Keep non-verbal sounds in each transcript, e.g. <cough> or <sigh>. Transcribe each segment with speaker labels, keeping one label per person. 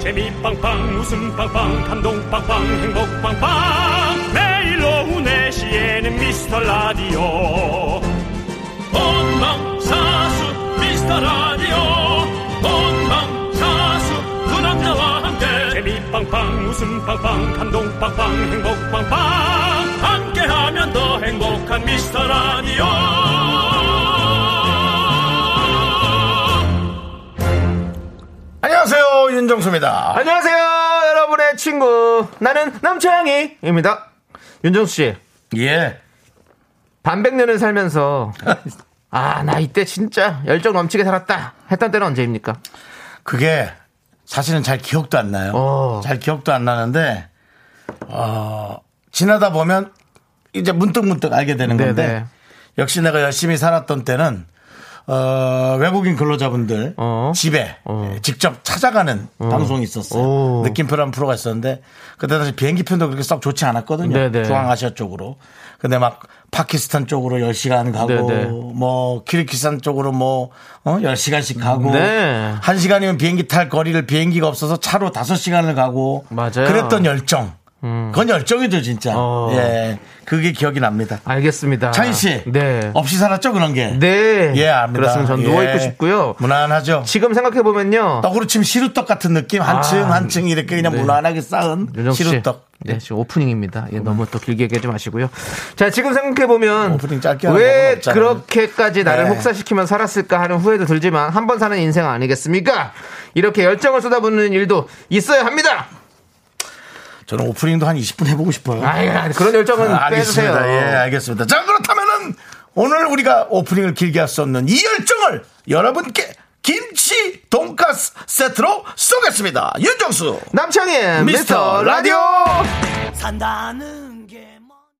Speaker 1: 재미 빵빵 웃음 빵빵 감동 빵빵 행복 빵빵 매일 오후 4시에는 미스터 라디오 본방사수 미스터 라디오 본방사수 그 남자와 함께 재미 빵빵 웃음 빵빵 감동 빵빵 행복 빵빵 함께하면 더 행복한 미스터 라디오
Speaker 2: 안녕하세요 윤정수입니다.
Speaker 3: 안녕하세요, 여러분의 친구. 나는 남창희입니다. 윤정수 씨,
Speaker 2: 예.
Speaker 3: 반백년을 살면서, 아, 나 이때 진짜 열정 넘치게 살았다. 했던 때는 언제입니까?
Speaker 2: 그게 사실은 잘 기억도 안 나요.
Speaker 3: 어.
Speaker 2: 잘 기억도 안 나는데 어, 지나다 보면 이제 문득 문득 알게 되는
Speaker 3: 네네.
Speaker 2: 건데 역시 내가 열심히 살았던 때는 어, 외국인 근로자분들
Speaker 3: 어.
Speaker 2: 집에 직접 찾아가는 방송이 있었어요.
Speaker 3: 오.
Speaker 2: 느낌표라는 프로가 있었는데 그때 당시 비행기 편도 그렇게 썩 좋지 않았거든요.
Speaker 3: 네네.
Speaker 2: 중앙아시아 쪽으로. 근데 막 파키스탄 쪽으로 10시간 가고
Speaker 3: 네네.
Speaker 2: 뭐 키르키스탄 쪽으로 뭐 어? 10시간씩 가고
Speaker 3: 네.
Speaker 2: 한 시간이면 비행기 탈 거리를 비행기가 없어서 차로 다섯 시간을 가고
Speaker 3: 맞아요. 음.
Speaker 2: 그랬던 열정. 그건 열정이죠 진짜.
Speaker 3: 어.
Speaker 2: 예, 그게 기억이 납니다.
Speaker 3: 알겠습니다.
Speaker 2: 차희 씨,
Speaker 3: 네.
Speaker 2: 없이 살았죠 그런 게.
Speaker 3: 네.
Speaker 2: 예, 압니다.
Speaker 3: 그렇습니다. 전
Speaker 2: 예.
Speaker 3: 누워있고 싶고요.
Speaker 2: 무난하죠.
Speaker 3: 지금 생각해보면요.
Speaker 2: 떡으로 치면 시루떡 같은 느낌 한층
Speaker 3: 아,
Speaker 2: 한층 이렇게 그냥
Speaker 3: 네.
Speaker 2: 무난하게 쌓은
Speaker 3: 윤정수 씨.
Speaker 2: 시루떡. 음.
Speaker 3: 네, 지금 오프닝입니다. 예, 너무 또 길게 얘기하지 마시고요. 자, 지금 생각해보면.
Speaker 2: 오프닝 짧게 하는 방법은
Speaker 3: 왜
Speaker 2: 없잖아요.
Speaker 3: 그렇게까지 나를
Speaker 2: 네.
Speaker 3: 혹사시키면 살았을까 하는 후회도 들지만 한 번 사는 인생 아니겠습니까? 이렇게 열정을 쏟아붓는 일도 있어야 합니다!
Speaker 2: 저는 오프닝도 한 20분 해보고 싶어요.
Speaker 3: 아이, 그런 열정은
Speaker 2: 아,
Speaker 3: 빼주세요.
Speaker 2: 알겠습니다. 예, 알겠습니다. 자, 그렇다면은 오늘 우리가 오프닝을 길게 할 수 없는 이 열정을 여러분께 김치 돈가스 세트로 쏘겠습니다. 윤정수.
Speaker 3: 남창희의
Speaker 2: 미스터
Speaker 3: 미스터 라디오!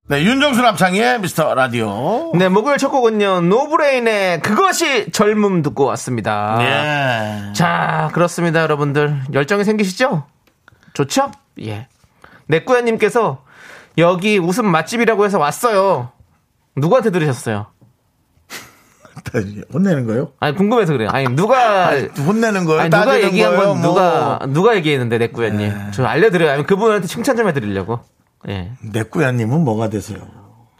Speaker 2: 네, 윤정수 남창희의 미스터 라디오.
Speaker 3: 네, 목요일 첫 곡은요, 노브레인의 그것이 젊음 듣고 왔습니다.
Speaker 2: 예.
Speaker 3: 자, 그렇습니다, 여러분들. 열정이 생기시죠? 좋죠? 예. 내꾸야님께서 여기 웃음 맛집이라고 해서 왔어요. 누구한테 들으셨어요?
Speaker 2: 혼내는 거예요?
Speaker 3: 아니, 궁금해서 그래요. 아니, 누가. 아니,
Speaker 2: 혼내는 거예요?
Speaker 3: 누가
Speaker 2: 따지는
Speaker 3: 얘기한
Speaker 2: 거예요? 뭐.
Speaker 3: 건
Speaker 2: 네.
Speaker 3: 누가, 누가 얘기했는데, 내꾸야님. 저 알려드려요. 아니, 그분한테 칭찬 좀 해드리려고. 예.
Speaker 2: 내 꾸야님은 뭐가 되세요?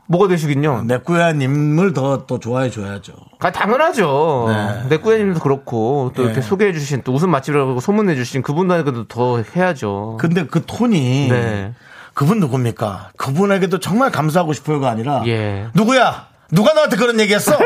Speaker 3: 뭐가 되시긴요?
Speaker 2: 내 꾸야님을 더, 더 좋아해 줘야죠.
Speaker 3: 아, 당연하죠.
Speaker 2: 네.
Speaker 3: 내 꾸야님도 그렇고, 또 이렇게
Speaker 2: 예.
Speaker 3: 소개해주신, 또 웃음 맛집이라고 소문내주신 그분한테도 더 해야죠.
Speaker 2: 근데 그 톤이.
Speaker 3: 네.
Speaker 2: 그분 누굽니까? 그분에게도 정말 감사하고 싶어요가 아니라
Speaker 3: 예.
Speaker 2: 누구야? 누가 나한테 그런
Speaker 3: <laughs>
Speaker 2: 얘기했어?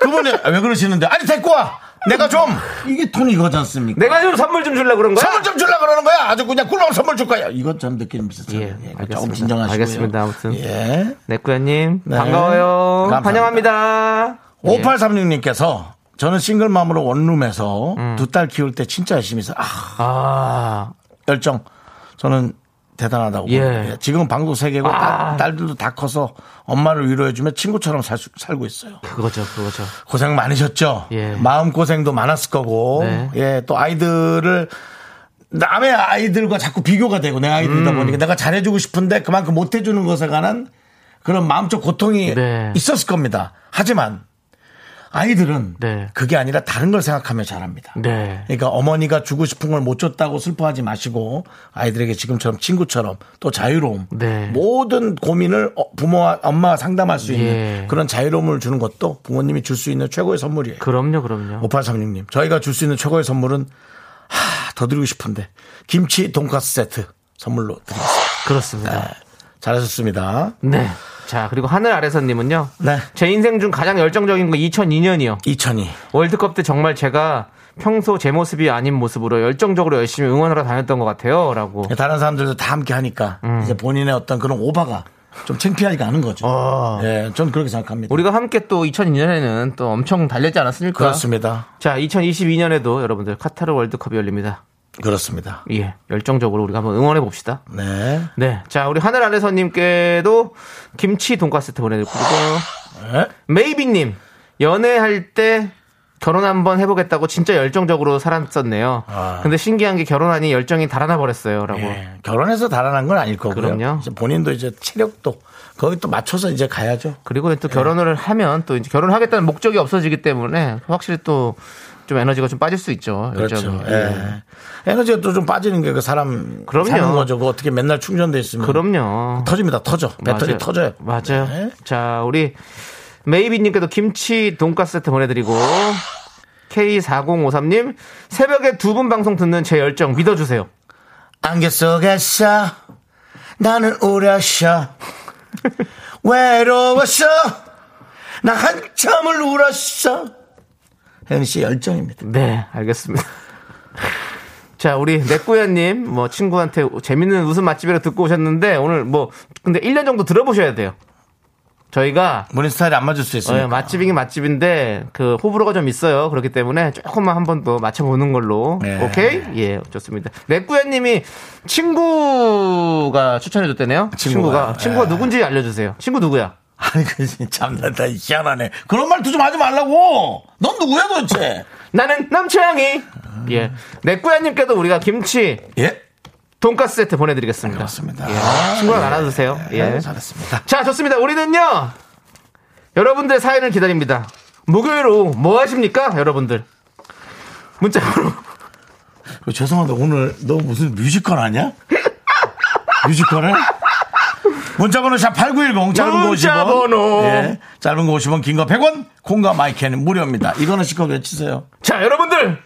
Speaker 2: 그분이 아, 왜 그러시는데? 아니 데리고 와. 내가 좀 이게 톤이 이거지 않습니까?
Speaker 3: 내가 좀 선물 좀 주려고 그런 거야?
Speaker 2: 선물 좀 주려고 그러는 거야. 아주 그냥 꿀밤 선물 줄 거야. 이것 좀 느낌 비슷해요.
Speaker 3: 예,
Speaker 2: 조금
Speaker 3: 알겠습니다.
Speaker 2: 진정하시고요.
Speaker 3: 알겠습니다. 아무튼.
Speaker 2: 예.
Speaker 3: 네꾸야님
Speaker 2: 네.
Speaker 3: 반가워요.
Speaker 2: 감사합니다.
Speaker 3: 환영합니다.
Speaker 2: 5836님께서 저는 싱글맘으로 원룸에서
Speaker 3: 음.
Speaker 2: 두 딸 키울 때 진짜 열심히 서 아,
Speaker 3: 아,
Speaker 2: 열정 저는 대단하다고.
Speaker 3: 예.
Speaker 2: 봅니다. 지금은 방도 세 개고
Speaker 3: 아.
Speaker 2: 딸- 딸들도 다 커서 엄마를 위로해주며 친구처럼 살 수- 살고 있어요.
Speaker 3: 그거죠, 그거죠.
Speaker 2: 고생 많으셨죠.
Speaker 3: 예.
Speaker 2: 마음 고생도 많았을 거고,
Speaker 3: 네.
Speaker 2: 예, 또 아이들을 남의 아이들과 자꾸 비교가 되고 내 아이들이다
Speaker 3: 음.
Speaker 2: 보니까 내가 잘해주고 싶은데 그만큼 못해주는 것에 관한 그런 마음적 고통이
Speaker 3: 네.
Speaker 2: 있었을 겁니다. 하지만 아이들은
Speaker 3: 네.
Speaker 2: 그게 아니라 다른 걸 생각하며 자랍니다.
Speaker 3: 네.
Speaker 2: 그러니까 어머니가 주고 싶은 걸 못 줬다고 슬퍼하지 마시고 아이들에게 지금처럼 친구처럼 또 자유로움
Speaker 3: 네.
Speaker 2: 모든 고민을 어, 부모와 엄마와 상담할 수 있는
Speaker 3: 예.
Speaker 2: 그런 자유로움을 주는 것도 부모님이 줄 수 있는 최고의 선물이에요.
Speaker 3: 그럼요, 그럼요.
Speaker 2: 5836님 저희가 줄 수 있는 최고의 선물은 하, 더 드리고 싶은데 김치 돈가스 세트 선물로 드리겠습니다.
Speaker 3: 그렇습니다.
Speaker 2: 잘하셨습니다.
Speaker 3: 네. 자, 그리고 하늘 아래서님은요.
Speaker 2: 네.
Speaker 3: 제 인생 중 가장 열정적인 건 2002년이요.
Speaker 2: 이천이
Speaker 3: 월드컵 때 정말 제가 평소 제 모습이 아닌 모습으로 열정적으로 열심히 응원하러 다녔던 것 같아요. 라고.
Speaker 2: 다른 사람들도 다 함께 하니까
Speaker 3: 음.
Speaker 2: 이제 본인의 어떤 그런 오바가 좀 창피하지가 않은 거죠. 예, 전 그렇게 생각합니다.
Speaker 3: 어. 우리가 함께 또 2002년에는 또 엄청 달렸지 않았습니까?
Speaker 2: 그렇습니다.
Speaker 3: 자, 2022년에도 여러분들 카타르 월드컵이 열립니다.
Speaker 2: 그렇습니다.
Speaker 3: 예. 열정적으로 우리가 한번 응원해 봅시다.
Speaker 2: 네.
Speaker 3: 네. 자, 우리 하늘 아래서님께도 김치 돈가스 세트 보내드리고요.
Speaker 2: 네.
Speaker 3: 메이비님, 연애할 때 결혼 한번 해보겠다고 진짜 열정적으로 살았었네요.
Speaker 2: 아.
Speaker 3: 근데 신기한 게 결혼하니 열정이 달아나 버렸어요. 라고.
Speaker 2: 예, 결혼해서 달아난 건 아닐 거고요.
Speaker 3: 그럼요.
Speaker 2: 이제 본인도 이제 체력도 거기 또 맞춰서 이제 가야죠.
Speaker 3: 그리고 또 결혼을 하면 또 이제 결혼하겠다는 목적이 없어지기 때문에 확실히 또 좀 좀 에너지가 좀 빠질 수 있죠. 열정이.
Speaker 2: 그렇죠.
Speaker 3: 예.
Speaker 2: 예. 에너지가 또 좀 빠지는 게 그 사람
Speaker 3: 그럼요.
Speaker 2: 사는 거죠. 그거 어떻게 맨날 충전돼 있으면
Speaker 3: 그럼요.
Speaker 2: 터집니다. 터져. 배터리
Speaker 3: 맞아요.
Speaker 2: 터져요.
Speaker 3: 맞아요.
Speaker 2: 네.
Speaker 3: 자, 우리 메이비님께도 김치 돈가스 세트 보내드리고 K4053님 새벽에 두 분 방송 듣는 제 열정 믿어주세요.
Speaker 2: 안개 속에서 나는 울었어
Speaker 3: <laughs>
Speaker 2: 외로웠어 나 한참을 울었어 혜은 씨 열정입니다
Speaker 3: 네, 알겠습니다. <laughs> 자, 우리 내꾸야님, 뭐, 친구한테 재밌는 웃음 맛집이라 듣고 오셨는데, 오늘 뭐, 근데 1년 정도 들어보셔야 돼요. 저희가,
Speaker 2: 본인 스타일이 안 맞을 수 있으니까
Speaker 3: 어, 맛집이긴 맛집인데, 그, 호불호가 좀 있어요. 그렇기 때문에 조금만 한 번 더 맞춰보는 걸로.
Speaker 2: 네.
Speaker 3: 오케이? 예, 좋습니다. 내꾸야님이 친구가 추천해줬다네요?
Speaker 2: 친구가,
Speaker 3: 친구가. 친구가,
Speaker 2: 예.
Speaker 3: 누군지 알려주세요. 친구 누구야?
Speaker 2: 아니 그지 참나다 희한하네 그런 말도 좀 하지 말라고 넌 누구야 도대체
Speaker 3: 나는 남창희! 예. 내꾸야님께도 우리가 김치,
Speaker 2: 예
Speaker 3: 돈가스 세트 보내드리겠습니다.
Speaker 2: 맞습니다 네,
Speaker 3: 예. 친구랑 알아두세요. 예.
Speaker 2: 잘했습니다
Speaker 3: 자, 좋습니다. 우리는요, 여러분들 사연을 기다립니다. 목요일 오후 뭐 하십니까? 여러분들. 문자로.
Speaker 2: 그, 죄송한데 오늘 너 무슨 뮤지컬 <laughs> 하냐 뮤지컬을 문자번호 샵 8910 짧은 거 50원
Speaker 3: 문자번호.
Speaker 2: 예, 짧은 거 50원 긴 거 100원 콩과 마이크는 무료입니다 이거는 실컷 외치세요
Speaker 3: 자, 여러분들.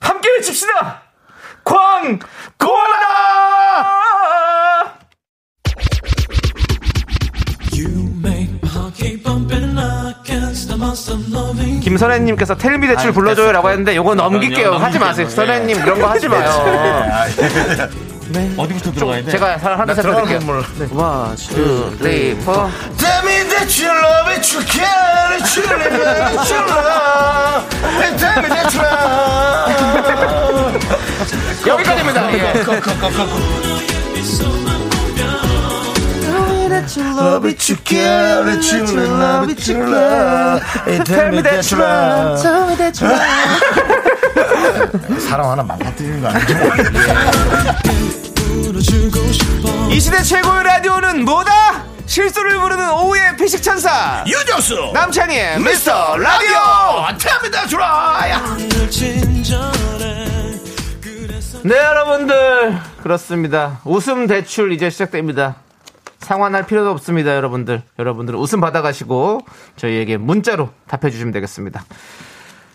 Speaker 3: 함께 외칩시다! 광, 고라! 김선혜님께서 텔미 대출 불러줘요 라고 했는데 요거 넘길게요. 하지 마세요.
Speaker 2: 예.
Speaker 3: 선혜님 이런 거 하지
Speaker 2: 네.
Speaker 3: 마요.
Speaker 2: 아,
Speaker 3: 네.
Speaker 2: 어디부터 들어가야 돼?
Speaker 3: 제가 하나 네. 세트
Speaker 2: 들어가는
Speaker 3: 드릴게요.
Speaker 2: 건물.
Speaker 3: 원, 투, 쓰리, 포.
Speaker 2: Tell me that you love it, you care it, you live it, you love it. Tell me that you love it.
Speaker 3: 여기까지입니다.
Speaker 2: 네.
Speaker 3: 예.
Speaker 2: Love it, you care it, you love it, you love it. Tell me that you love it. <laughs> 사람 하나 망가뜨리는 거 아니죠?
Speaker 3: 이 시대 최고의 라디오는 뭐다? 실수를 부르는 오후의 피식 천사
Speaker 2: <laughs> 유정수
Speaker 3: 남창희의 미스터 라디오.
Speaker 2: 라디오 Tell me that you love it.
Speaker 3: 네 여러분들 그렇습니다. 웃음 대출 이제 시작됩니다. 상환할 필요도 없습니다, 여러분들. 여러분들 웃음 받아가시고 저희에게 문자로 답해주시면 되겠습니다.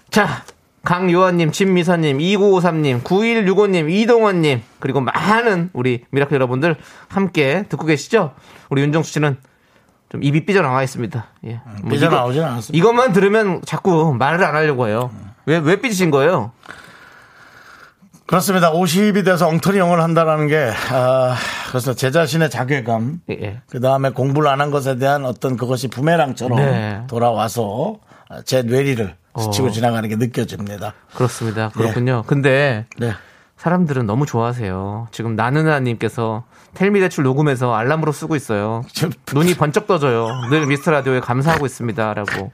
Speaker 3: 자, 강요한님, 진미선님, 2953님, 9165님, 이동원님, 그리고 많은 우리 미라클 여러분들 함께 듣고 계시죠? 우리 윤정수 씨는 좀 입이 삐져나와 있습니다. 예. 뭐
Speaker 2: 음, 삐져나오진
Speaker 3: 이거-
Speaker 2: 않았습니다.
Speaker 3: 이것만 들으면 자꾸 말을 안 하려고 해요. 왜, 왜 삐지신 거예요?
Speaker 2: 그렇습니다. 50이 돼서 엉터리 영어를 한다라는 게, 아, 그래서 제 자신의 자괴감,
Speaker 3: 예, 예.
Speaker 2: 그 다음에 공부를 안 한 것에 대한 어떤 그것이 부메랑처럼
Speaker 3: 네.
Speaker 2: 돌아와서 제 뇌리를 스치고
Speaker 3: 어.
Speaker 2: 지나가는 게 느껴집니다.
Speaker 3: 그렇습니다.
Speaker 2: 예.
Speaker 3: 그렇군요. 근데
Speaker 2: 네.
Speaker 3: 사람들은 너무 좋아하세요. 지금 나느나님께서 텔미 대출 녹음해서 알람으로 쓰고 있어요.
Speaker 2: 지금
Speaker 3: 눈이 번쩍 떠져요. 늘 미스터 라디오에 감사하고 있습니다라고.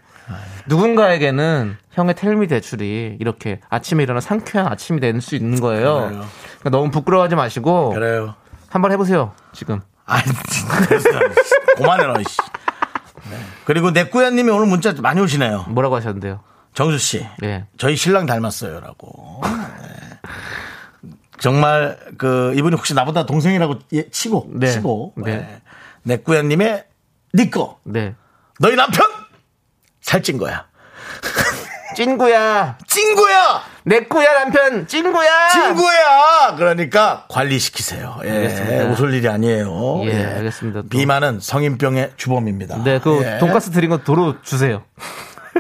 Speaker 3: 누군가에게는 형의 텔미 대출이 이렇게 아침에 일어나 상쾌한 아침이 될 수 있는 거예요.
Speaker 2: 그래요.
Speaker 3: 그러니까 너무 부끄러워하지 마시고
Speaker 2: 그래요.
Speaker 3: 한번 해보세요. 지금
Speaker 2: 아이, 진짜. 그만해라, 이씨. 네. 그리고 내꾸야님이 오늘 문자 많이 오시네요.
Speaker 3: 뭐라고 하셨는데요?
Speaker 2: 정수 씨,
Speaker 3: 예.
Speaker 2: 저희 신랑 닮았어요라고. 네. 정말 그 이분이 혹시 나보다 동생이라고 예, 치고
Speaker 3: 네.
Speaker 2: 치고
Speaker 3: 네.
Speaker 2: 네. 내꾸야님의 니꺼
Speaker 3: 네.
Speaker 2: 너희 남편 살찐 거야.
Speaker 3: 찐구야,
Speaker 2: 찐구야,
Speaker 3: 내꾸야 남편, 찐구야.
Speaker 2: 찐구야. 그러니까 관리시키세요. 예,
Speaker 3: 아. 알겠습니다.
Speaker 2: 웃을 일이 아니에요.
Speaker 3: 예, 알겠습니다. 또.
Speaker 2: 비만은 성인병의 주범입니다.
Speaker 3: 네, 그
Speaker 2: 예.
Speaker 3: 돈가스 드린 거 도로 주세요.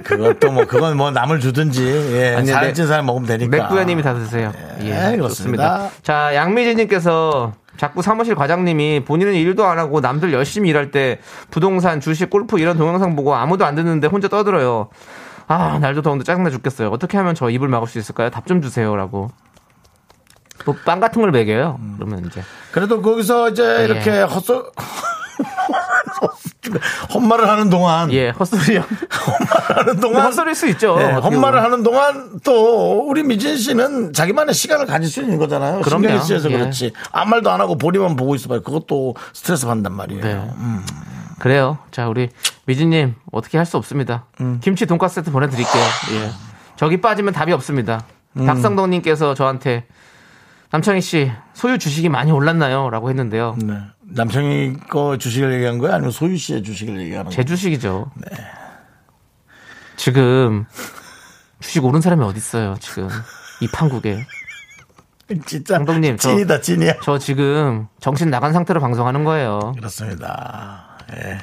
Speaker 2: 그것도 뭐 그건 뭐 남을 주든지 예,
Speaker 3: 아니요, 네.
Speaker 2: 살찐 사람 먹으면 되니까.
Speaker 3: 맥구야님이 다 드세요.
Speaker 2: 그러니까. 예, 그렇습니다.
Speaker 3: 자, 양미진님께서 자꾸 사무실 과장님이 본인은 일도 안 하고 남들 열심히 일할 때 부동산, 주식, 골프 이런 동영상 보고 아무도 안 듣는데 혼자 떠들어요. 아, 날도 더운데 짜증나 죽겠어요. 어떻게 하면 저 입을 막을 수 있을까요? 답 좀 주세요라고. 뭐 빵 같은 걸 먹여요. 그러면 이제
Speaker 2: 그래도 거기서 이제
Speaker 3: 예.
Speaker 2: 이렇게 헛소 <laughs> 헛말을 하는 <laughs> 동안
Speaker 3: 예 헛소리요. 뭐
Speaker 2: 헛말을 하는 동안
Speaker 3: 헛소리일 수 있죠.
Speaker 2: 예,
Speaker 3: 어떻게
Speaker 2: 헛말을
Speaker 3: 보면.
Speaker 2: 하는 동안 또 우리 미진 씨는 자기만의 시간을 가질 수 있는 거잖아요.
Speaker 3: 그럼요.
Speaker 2: 신경이 쓰여서
Speaker 3: 예.
Speaker 2: 그렇지. 아무 말도 안 하고 보리만 보고 있어봐요. 그것도 스트레스 받는단 말이에요.
Speaker 3: 네.
Speaker 2: 음. 음.
Speaker 3: 그래요. 자, 우리 미진님 어떻게 할 수 없습니다. 김치 돈가스 세트 보내드릴게요. 예. 저기 빠지면 답이 없습니다.
Speaker 2: 음.
Speaker 3: 박상덕님께서 저한테 남창희 씨 소유 주식이 많이 올랐나요?라고 했는데요.
Speaker 2: 네. 남성이 거 주식을 얘기한 거야? 아니면 소유 씨의 주식을 얘기하는 거야?
Speaker 3: 제 주식이죠.
Speaker 2: 네.
Speaker 3: 지금 주식 오른 사람이 어디 있어요? 지금 이 판국에
Speaker 2: 진짜.
Speaker 3: 감독님, 저-
Speaker 2: 찐이다, 찐이야.
Speaker 3: 저 지금 정신 나간 상태로 방송하는 거예요.
Speaker 2: 그렇습니다. 예.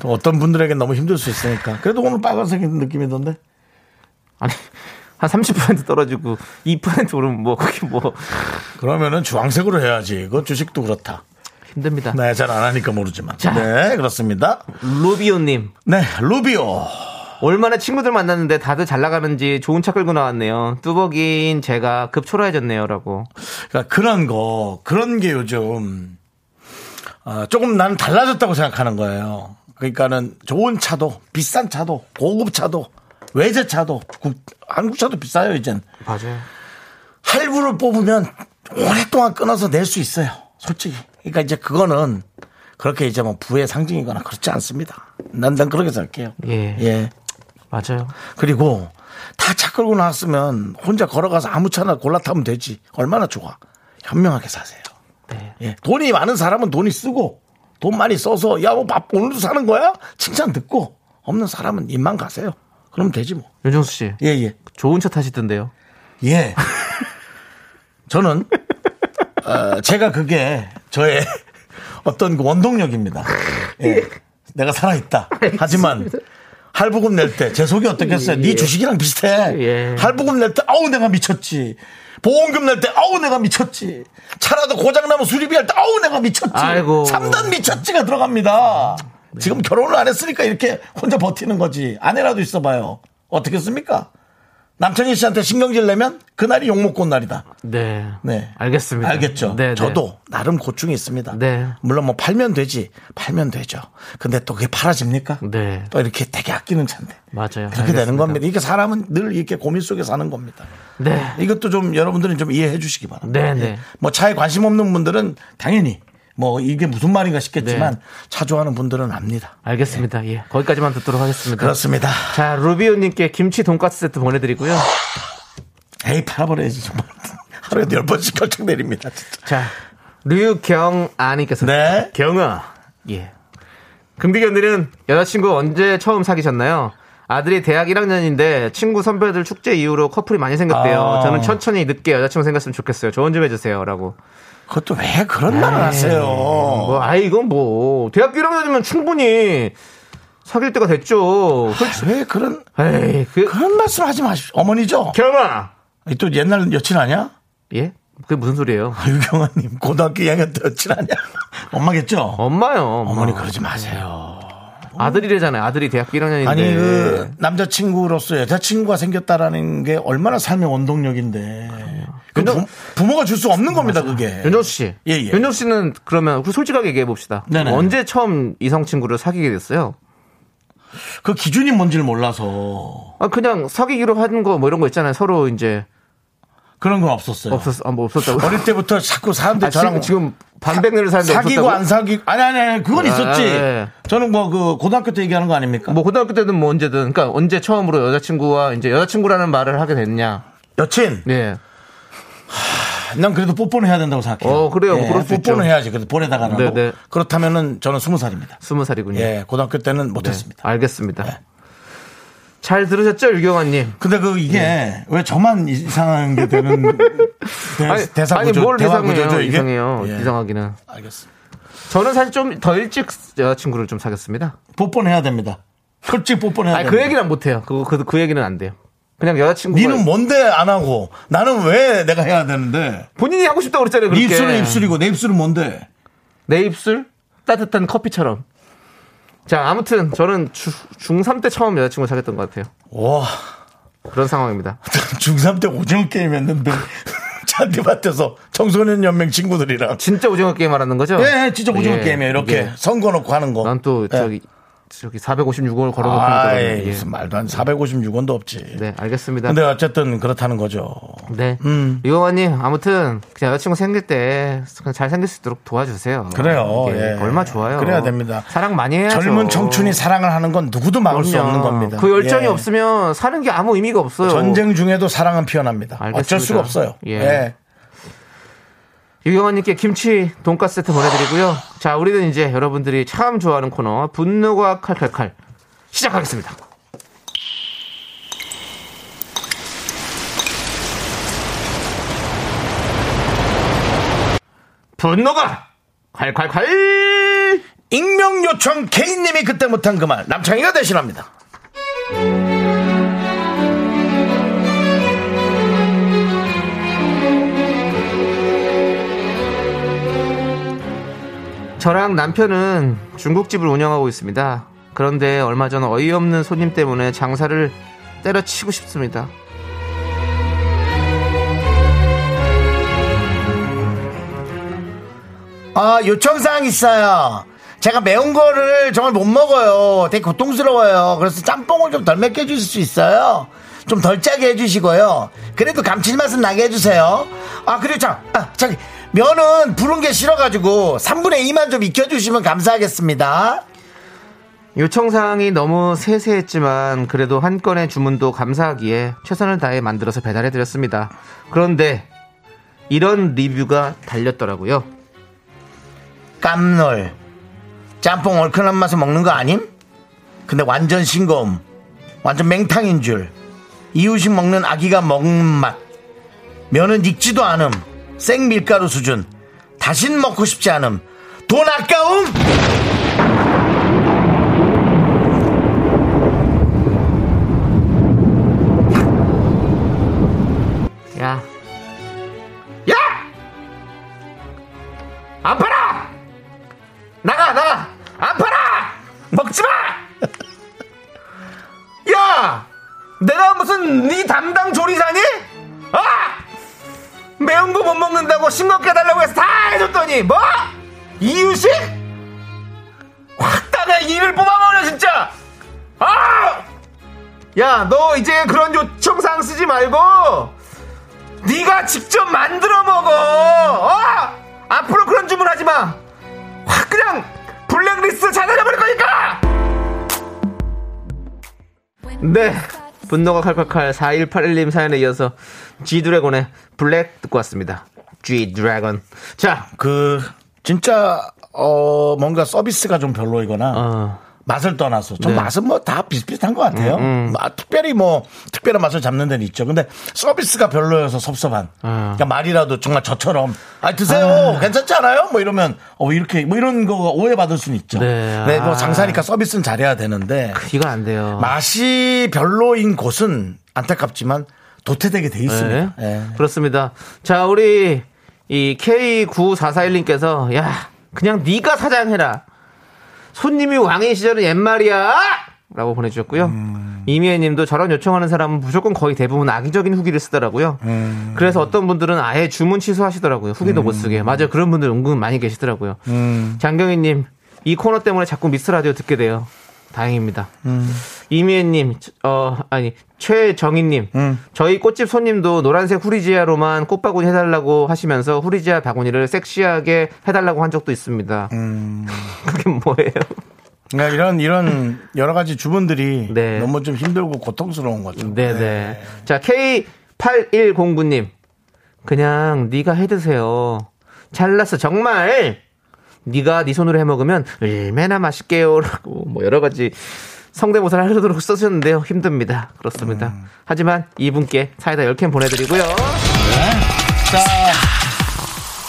Speaker 2: 또 어떤 분들에게 너무 힘들 수 있으니까. 그래도 오늘 빨간색 느낌이던데.
Speaker 3: 아니 한 30% 떨어지고 2% 오르면 뭐 그게 뭐
Speaker 2: 그러면은 주황색으로 해야지. 그 주식도 그렇다.
Speaker 3: 힘듭니다.
Speaker 2: 네, 잘 안 하니까 모르지만.
Speaker 3: 자.
Speaker 2: 네, 그렇습니다.
Speaker 3: 루비오님
Speaker 2: 네, 루비오.
Speaker 3: 얼마나 친구들 만났는데 다들 잘 나가는지 좋은 차 끌고 나왔네요. 뚜벅인 제가 급 초라해졌네요라고.
Speaker 2: 그러니까 그런 거, 그런 게 요즘 아, 조금 나는 달라졌다고 생각하는 거예요. 그러니까는 좋은 차도, 비싼 차도, 고급 차도, 외제 차도, 국- 한국 차도 비싸요, 이젠.
Speaker 3: 맞아요.
Speaker 2: 할부를 뽑으면 오랫동안 끊어서 낼 수 있어요. 솔직히. 그러니까 이제 그거는 그렇게 이제 뭐 부의 상징이거나 그렇지 않습니다. 난, 난 그렇게 생각해요.
Speaker 3: 예.
Speaker 2: 예.
Speaker 3: 맞아요.
Speaker 2: 그리고 다 차 끌고 나왔으면 혼자 걸어가서 아무 차나 골라 타면 되지. 얼마나 좋아. 현명하게 사세요.
Speaker 3: 네.
Speaker 2: 예. 돈이 많은 사람은 돈이 쓰고 돈 많이 써서 야, 뭐 밥 오늘도 사는 거야? 칭찬 듣고 없는 사람은 입만 가세요. 그럼 되지 뭐.
Speaker 3: 윤정수 씨
Speaker 2: 예, 예.
Speaker 3: 좋은 차 타시던데요.
Speaker 2: 예. 저는 어, 제가 그게 저의 어떤 그 원동력입니다. 예. 내가 살아있다. 하지만 할부금 낼 때 제 속이 어떻겠어요? 네 주식이랑 비슷해.
Speaker 3: 예.
Speaker 2: 할부금 낼 때 아우 내가 미쳤지. 보험금 낼 때 아우 내가 미쳤지. 차라도 고장나면 수리비 할 때 아우 내가 미쳤지.
Speaker 3: 아이고. 네.
Speaker 2: 삼단 미쳤지가 들어갑니다. 지금 결혼을 안 했으니까 이렇게 혼자 버티는 거지. 아내라도 있어봐요. 어떻겠습니까? 남창희 씨한테 신경질 내면 그날이 욕먹고 온 날이다.
Speaker 3: 네.
Speaker 2: 네.
Speaker 3: 알겠습니다.
Speaker 2: 알겠죠?
Speaker 3: 네, 네.
Speaker 2: 저도 나름 고충이 있습니다.
Speaker 3: 네.
Speaker 2: 물론 뭐 팔면 되지. 팔면 되죠. 근데 또 그게 팔아집니까?
Speaker 3: 네.
Speaker 2: 또 이렇게 되게 아끼는 차인데.
Speaker 3: 맞아요.
Speaker 2: 그렇게 되는
Speaker 3: 알겠습니다.
Speaker 2: 겁니다. 이게 사람은 늘 이렇게 고민 속에 사는 겁니다.
Speaker 3: 네.
Speaker 2: 이것도 좀 여러분들은 좀 이해해 주시기 바랍니다.
Speaker 3: 네, 네.
Speaker 2: 예. 뭐 차에 관심 없는 분들은 당연히 뭐 이게 무슨 말인가 싶겠지만
Speaker 3: 네.
Speaker 2: 차 좋아하는 분들은 압니다.
Speaker 3: 알겠습니다. 예. 거기까지만 듣도록 하겠습니다.
Speaker 2: 네. 그렇습니다.
Speaker 3: 자, 루비오님께 김치 돈가스 세트 보내드리고요.
Speaker 2: 에이 팔아버려야지 정말. <laughs> 하루에도 열 번씩 결정 내립니다. 진짜.
Speaker 3: 자, 류경아님께서.
Speaker 2: 네.
Speaker 3: 경아. 예. 금비견들은 여자친구 언제 처음 사귀셨나요? 아들이 대학 1학년인데 친구 선배들 축제 이후로 커플이 많이 생겼대요.
Speaker 2: 아.
Speaker 3: 저는 천천히 늦게 여자친구 생겼으면 좋겠어요. 조언 좀 해주세요. 라고.
Speaker 2: 그것도 왜 그런 말을 하세요?
Speaker 3: 네. 뭐, 아, 이건 뭐. 대학교 1학년이면 충분히 사귈 때가 됐죠.
Speaker 2: 왜 그런
Speaker 3: 에이, 그,
Speaker 2: 그런 말씀 하지 마십시오. 어머니죠?
Speaker 3: 경아!
Speaker 2: 아니, 또 옛날 여친 아니야?
Speaker 3: 예? 그게 무슨 소리예요?
Speaker 2: 유경아님 고등학교 2학년 때 여친 아니야? 엄마겠죠?
Speaker 3: 엄마요. 엄마.
Speaker 2: 어머니 그러지 마세요.
Speaker 3: 아들이래잖아요. 아들이 대학교 1학년인데.
Speaker 2: 아니 그 남자친구로서 여자친구가 생겼다라는 게 얼마나 삶의 원동력인데 그
Speaker 3: 윤정-
Speaker 2: 부, 모가 줄 수 없는 겁니다 그게
Speaker 3: 윤정수 씨.
Speaker 2: 예, 예.
Speaker 3: 윤정수 씨는 그러면 우리 솔직하게 얘기해 봅시다.
Speaker 2: 네네.
Speaker 3: 언제 처음 이성 친구를 사귀게 됐어요?
Speaker 2: 그 기준이 뭔지를 몰라서
Speaker 3: 아, 그냥 사귀기로 하는 거 뭐 이런 거 있잖아요. 서로 이제
Speaker 2: 그런 건 없었어요
Speaker 3: 없었, 아, 뭐 없었다고.
Speaker 2: 어릴 때부터 자꾸 사람들이
Speaker 3: 아,
Speaker 2: 저랑
Speaker 3: 지금, 지금 반백년을 사는데
Speaker 2: 사귀고
Speaker 3: 없었다고.
Speaker 2: 안 사귀고 아니 아니 아니 그건
Speaker 3: 아,
Speaker 2: 있었지
Speaker 3: 예.
Speaker 2: 저는 뭐 그 고등학교 때 얘기하는 거 아닙니까
Speaker 3: 뭐 고등학교 때든 뭐 언제든 그러니까 언제 처음으로 여자친구와 이제 여자친구라는 말을 하게 됐냐.
Speaker 2: 여친
Speaker 3: 예.
Speaker 2: 난 그래도 뽀뽀는 해야 된다고 생각해요 예,
Speaker 3: 어, 그래요. 그럴 수 있죠.
Speaker 2: 뽀뽀는 해야지 그래도 보내다가는
Speaker 3: 네, 네.
Speaker 2: 그렇다면은 저는 스무 살입니다
Speaker 3: 스무 살이군요.
Speaker 2: 예 고등학교 때는 못했습니다
Speaker 3: 알겠습니다.
Speaker 2: 네.
Speaker 3: 잘 들으셨죠, 유경환 님?
Speaker 2: 근데 그 이게 왜 저만 이상한 게
Speaker 3: <laughs>
Speaker 2: 되는 대, 네, 대사
Speaker 3: 예. 아니
Speaker 2: 구조,
Speaker 3: 뭘
Speaker 2: 대화
Speaker 3: 이상해요?
Speaker 2: 구조죠, 이게?
Speaker 3: 이상해요.
Speaker 2: 예,
Speaker 3: 이상하기는.
Speaker 2: 알겠습니다.
Speaker 3: 저는 사실 좀 더 일찍 여자친구를 좀 사귀었습니다.
Speaker 2: 뽀뽀는 해야 됩니다. 솔직히 뽀뽀는 해야
Speaker 3: 아니, 그
Speaker 2: 됩니다.
Speaker 3: 얘기는 못 해요. 그, 그, 그 얘기는 안 돼요. 그냥 여자친구.
Speaker 2: 니는 뭐- 뭔데 안 하고 나는 왜 내가 해야 되는데
Speaker 3: 본인이 하고 싶다고 그랬잖아요.
Speaker 2: 네
Speaker 3: 그렇게.
Speaker 2: 입술은 입술이고 내 입술은 뭔데
Speaker 3: 내 입술? 따뜻한 커피처럼. 자, 아무튼 저는 중3 때 처음 여자친구 사귀었던 것 같아요.
Speaker 2: 와
Speaker 3: 그런 상황입니다.
Speaker 2: <laughs> 중3 때 오징어 게임 했는데 <laughs> 잔디밭에서 청소년 연맹 친구들이랑
Speaker 3: 진짜 오징어 게임 말하는 거죠?
Speaker 2: 예, 예, 진짜 오징어
Speaker 3: 예,
Speaker 2: 게임이에요 이렇게
Speaker 3: 예.
Speaker 2: 선거 놓고 하는 거
Speaker 3: 난또
Speaker 2: 예.
Speaker 3: 저기 저기 456원을 걸어놓고
Speaker 2: 아,
Speaker 3: 있더라고요. 예.
Speaker 2: 무슨 말도 안 456원도 없지.
Speaker 3: 네, 알겠습니다.
Speaker 2: 근데 음. 어쨌든 그렇다는 거죠.
Speaker 3: 네. 이용원님, 아무튼, 그냥 여자친구 생길 때, 그냥 잘 생길 수 있도록 도와주세요.
Speaker 2: 그래요,
Speaker 3: 이게
Speaker 2: 예.
Speaker 3: 얼마 좋아요.
Speaker 2: 그래야 됩니다.
Speaker 3: 사랑 많이 해야죠.
Speaker 2: 젊은 청춘이 사랑을 하는 건 누구도 막을 수
Speaker 3: 그럼요.
Speaker 2: 없는 겁니다.
Speaker 3: 그 열정이
Speaker 2: 예.
Speaker 3: 없으면 사는 게 아무 의미가 없어요.
Speaker 2: 전쟁 중에도 사랑은 피어납니다.
Speaker 3: 알겠습니다.
Speaker 2: 어쩔 수가 없어요.
Speaker 3: 예.
Speaker 2: 예.
Speaker 3: 유경원님께 김치 돈가스 세트 보내드리고요. 자, 우리는 이제 여러분들이 참 좋아하는 코너, 분노가 칼칼칼. 시작하겠습니다. 분노가 칼칼칼!
Speaker 2: 익명 요청 개인님이 그때 못한 그 말 남창희가 대신합니다.
Speaker 3: 저랑 남편은 중국집을 운영하고 있습니다. 그런데 얼마 전 어이없는 손님 때문에 장사를 때려치고 싶습니다.
Speaker 2: 아 요청사항 있어요. 제가 매운 거를 정말 못 먹어요. 되게 고통스러워요. 그래서 짬뽕을 좀 덜 맵게 해주실 수 있어요. 좀 덜 짜게 해주시고요. 그래도 감칠맛은 나게 해주세요. 아 그리고 참, 아, 저기 면은 부른 게 싫어가지고 3분의 2만 좀 익혀주시면 감사하겠습니다.
Speaker 3: 요청사항이 너무 세세했지만 그래도 한 건의 주문도 감사하기에 최선을 다해 만들어서 배달해드렸습니다. 그런데 이런 리뷰가 달렸더라고요.
Speaker 2: 깜놀. 짬뽕 얼큰한 맛에 먹는 거 아님? 근데 완전 싱거움. 완전 맹탕인 줄. 이유식 먹는 아기가 먹는 맛. 면은 익지도 않음. 생 밀가루 수준. 다신 먹고 싶지 않음. 돈 아까움!
Speaker 3: 야. 야! 안 팔아! 나가, 나가! 안 팔아! 먹지 마! <laughs> 야! 내가 무슨 네 담당 조리사니? 아! 매운 거 못 먹는다고 싱겁게 해달라고 해서 다 해줬더니 뭐? 이유식? 확 따가 입을 뽑아버려 진짜! 아! 야, 너 이제 그런 요청사항 쓰지 말고 네가 직접 만들어 먹어. 어? 앞으로 그런 주문하지 마. 확 그냥 블랙리스트 찾아내버릴 거니까. 네. 분노가 칼칼칼 4181님 사연에 이어서 G 드래곤의 블랙 듣고 왔습니다. G 드래곤. 자,
Speaker 2: 그, 진짜, 어, 뭔가 서비스가 좀 별로이거나.
Speaker 3: 어,
Speaker 2: 맛을 떠나서 좀
Speaker 3: 네. 음,
Speaker 2: 맛은 뭐 다 비슷비슷한 것 같아요. 아, 특별히 뭐 특별한 맛을 잡는 데는 있죠. 근데 서비스가 별로여서 섭섭한.
Speaker 3: 어.
Speaker 2: 그러니까 말이라도 정말 저처럼 아 드세요 괜찮지 않아요? 뭐 이러면 어 이렇게 뭐 이런 거 오해받을 수는 있죠.
Speaker 3: 네.
Speaker 2: 네, 뭐
Speaker 3: 아. 그렇죠.
Speaker 2: 장사니까 서비스는 잘해야 되는데
Speaker 3: 이거 안 돼요.
Speaker 2: 맛이 별로인 곳은 안타깝지만 도태되게 돼 있습니다.
Speaker 3: 네.
Speaker 2: 예.
Speaker 3: 그렇습니다. 자, 우리 이 K9441님께서 야, 그냥 네가 사장해라. 손님이 왕인 시절은 옛말이야. 라고 보내주셨고요. 이미애 님도 저런 요청하는 사람은 무조건 거의 대부분 악의적인 후기를 쓰더라고요. 그래서 어떤 분들은 아예 주문 취소하시더라고요. 후기도 못 쓰게. 맞아요. 그런 분들 은근 많이 계시더라고요. 장경희 님, 이 코너 때문에 자꾸 미스 라디오 듣게 돼요. 다행입니다. 이미애님, 어, 아니, 최정희님, 저희 꽃집 손님도 노란색 후리지아로만 꽃바구니 해달라고 하시면서 후리지아 바구니를 섹시하게 해달라고 한 적도 있습니다. 그게 뭐예요?
Speaker 2: 그러니까 이런 이런 여러 가지 주문들이
Speaker 3: <laughs> 네.
Speaker 2: 너무 좀 힘들고 고통스러운 거죠.
Speaker 3: 네네. 자, K8109님, 그냥 네가 해드세요. 잘났어, 정말! 네가 네 손으로 해먹으면 얼마나 맛있게요. <laughs> 라고 뭐 여러 가지 성대모사를 하려도록 써주셨는데요. 힘듭니다. 그렇습니다. 하지만 이분께 사이다 10캔 보내드리고요.
Speaker 2: 자,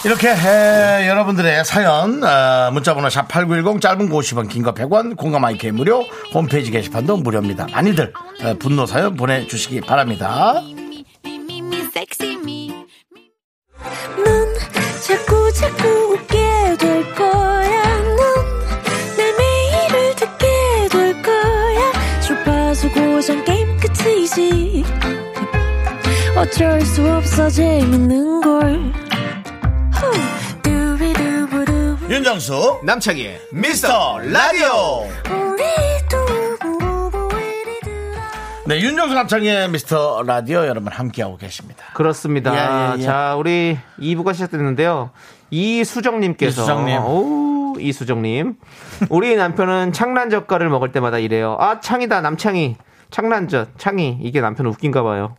Speaker 2: 이렇게 해, 여러분들의 사연 어, 문자번호 샵 8910 짧은 거 50원 긴 거 100원 공감 IK 무료 홈페이지 게시판도 무료입니다. 많이들 어, 분노 사연 보내주시기 바랍니다.
Speaker 4: 넌 자꾸 자꾸 웃게 될 거야. 넌내 매일을 듣게 될 거야. 주파수 고정 게임 끝이지. 어쩔 수 없어 재밌는 걸. 후. 두비두부두.
Speaker 2: 윤정수 남창희 미스터 라디오
Speaker 4: 우리
Speaker 2: 네, 윤정수 남창의 미스터 라디오 여러분 함께하고 계십니다.
Speaker 3: 그렇습니다.
Speaker 2: 예, 예, 예.
Speaker 3: 자, 우리 2부가 시작됐는데요. 이수정님께서.
Speaker 2: 이수정님.
Speaker 3: 오, 이수정님. 우리 남편은 창란젓가를 먹을 때마다 이래요. 아, 창이다, 남창이. 창란젓, 창이. 이게 남편 웃긴가 봐요.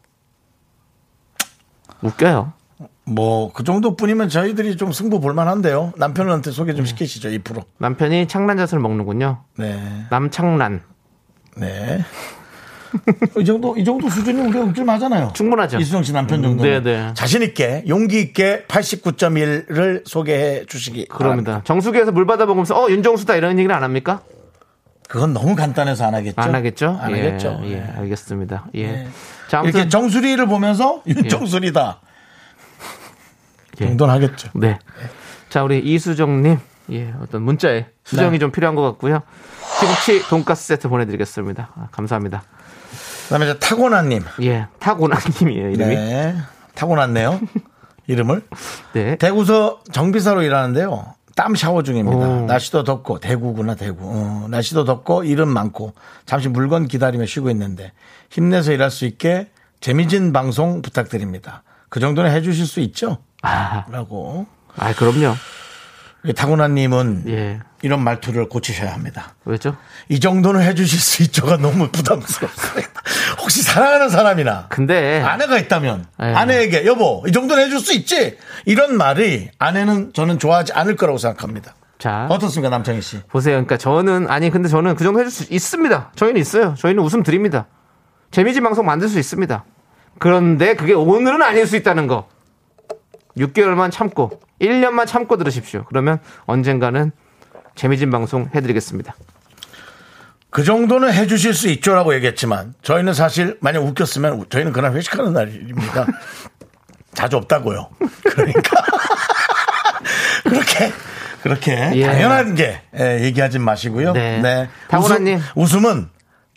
Speaker 3: 웃겨요.
Speaker 2: 뭐 그 정도뿐이면 저희들이 좀 승부 볼만한데요. 남편한테 소개 좀 시키시죠. 2%.
Speaker 3: 남편이 창란젓을 먹는군요.
Speaker 2: 네,
Speaker 3: 남창란.
Speaker 2: 네. 이 정도 이 정도 수준이 우리가 웃길만하잖아요.
Speaker 3: 충분하죠.
Speaker 2: 이수정 씨 남편 정도.
Speaker 3: 네, 네.
Speaker 2: 자신 있게 용기 있게 89.1를 소개해 주시기.
Speaker 3: 그럽니다.
Speaker 2: 바랍니다.
Speaker 3: 정수기에서 물 받아 먹으면서 어, 윤정수다 이런 얘기를 안 합니까?
Speaker 2: 그건 너무 간단해서 안 하겠죠.
Speaker 3: 안 하겠죠?
Speaker 2: 안
Speaker 3: 예,
Speaker 2: 하겠죠.
Speaker 3: 예, 알겠습니다. 예.
Speaker 2: 네.
Speaker 3: 자, 아무튼
Speaker 2: 이렇게 정수리를 보면서 윤정수리다.
Speaker 3: 예.
Speaker 2: 정도는 하겠죠.
Speaker 3: 네. 자, 우리 이수정님. 예, 어떤 문자에 수정이
Speaker 2: 네.
Speaker 3: 좀 필요한 것 같고요. 시금치 돈가스 세트 보내드리겠습니다. 아, 감사합니다.
Speaker 2: 그다음에 이제 타고난님.
Speaker 3: 예, 타고난님이에요, 이름이. 네.
Speaker 2: 네. 타고났네요. 이름을.
Speaker 3: 네.
Speaker 2: 대구서 정비사로 일하는데요. 땀 샤워 중입니다.
Speaker 3: 오.
Speaker 2: 날씨도 덥고 대구구나 대구. 어, 날씨도 덥고 일은 많고 잠시 물건 기다리며 쉬고 있는데 힘내서 일할 수 있게 재미진 방송 부탁드립니다. 그 정도는 해주실 수 있죠?
Speaker 3: 아,
Speaker 2: 라고
Speaker 3: 아, 그럼요.
Speaker 2: 이 타고난님은
Speaker 3: 예.
Speaker 2: 이런 말투를 고치셔야 합니다.
Speaker 3: 왜죠?
Speaker 2: 이 정도는 해주실 수 있죠가 너무 부담스럽습니다. 혹시 사랑하는 사람이나
Speaker 3: 근데
Speaker 2: 아내가 있다면
Speaker 3: 예.
Speaker 2: 아내에게 여보 이 정도는 해줄 수 있지 이런 말이 아내는 저는 좋아하지 않을 거라고 생각합니다.
Speaker 3: 자
Speaker 2: 어떻습니까 남창희 씨?
Speaker 3: 보세요. 그러니까 저는 아니 근데 저는 그 정도 해줄 수 있습니다. 저희는 있어요. 저희는 웃음 드립니다. 재미진 방송 만들 수 있습니다. 그런데 그게 오늘은 아닐 수 있다는 거. 6개월만 참고 1년만 참고 들으십시오. 그러면 언젠가는 재미진 방송 해드리겠습니다.
Speaker 2: 그 정도는 해주실 수 있죠라고 얘기했지만 저희는 사실 만약 웃겼으면 저희는 그날 회식하는 날입니다. <laughs> 자주 없다고요. 그러니까 <laughs> 그렇게 그렇게
Speaker 3: 예.
Speaker 2: 당연한 게 예, 얘기하지 마시고요.
Speaker 3: 네. 타고나님.
Speaker 2: 웃음, 웃음은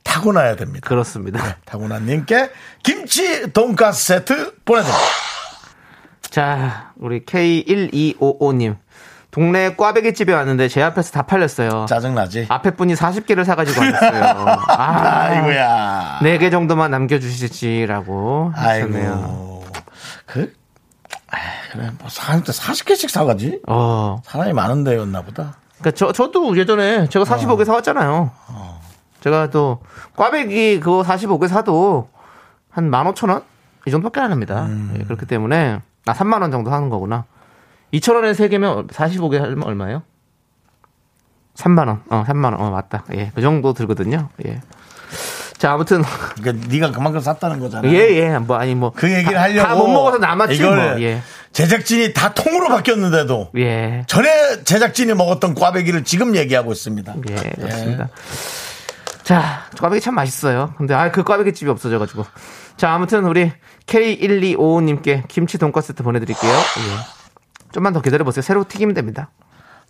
Speaker 2: 타고나야 됩니다.
Speaker 3: 그렇습니다.
Speaker 2: 타고나님께 김치 돈가스 세트 보내드립니다.
Speaker 3: 자, 우리 K1255님. 동네 꽈배기 집에 왔는데 제 앞에서 다 팔렸어요.
Speaker 2: 짜증나지?
Speaker 3: 앞에 분이 40개를 사가지고 왔어요. 아,
Speaker 2: <laughs> 아, 이고야
Speaker 3: 4개 정도만 남겨주시지라고 하셨네요.
Speaker 2: 아이고. 그, 아, 그래, 뭐, 사람한테 40개씩 사가지?
Speaker 3: 어.
Speaker 2: 사람이 많은 데였나 보다.
Speaker 3: 그니까 그러니까 저, 저도 예전에
Speaker 2: 아.
Speaker 3: 제가 45개 사왔잖아요.
Speaker 2: 어.
Speaker 3: 제가 또 꽈배기 그거 45개 사도 한 15,000원? 이 정도밖에 안 합니다.
Speaker 2: 음.
Speaker 3: 예, 그렇기 때문에, 아, 3만원 정도 하는 거구나. 2,000원에 3개면 45개 하면 얼마예요? 3만원. 어, 3만원. 어, 맞다. 예, 그 정도 들거든요. 예. 자, 아무튼.
Speaker 2: 그러니까 네가 그만큼 샀다는 거잖아.
Speaker 3: <laughs> 예, 예. 뭐, 아니, 뭐.
Speaker 2: 그 얘기를
Speaker 3: 다-
Speaker 2: 하려고.
Speaker 3: 다 못 먹어서 남았지,
Speaker 2: 이걸
Speaker 3: 뭐. 예.
Speaker 2: 제작진이 다 통으로 바뀌었는데도.
Speaker 3: 예.
Speaker 2: 전에 제작진이 먹었던 꽈배기를 지금 얘기하고 있습니다.
Speaker 3: 예, 그렇습니다. 자, 꽈배기 참 맛있어요. 근데 아, 그 꽈배기 집이 없어져가지고. 자, 아무튼 우리 K1255님께 김치 돈가스 세트 보내드릴게요. 예. 좀만 더 기다려보세요. 새로 튀기면 됩니다.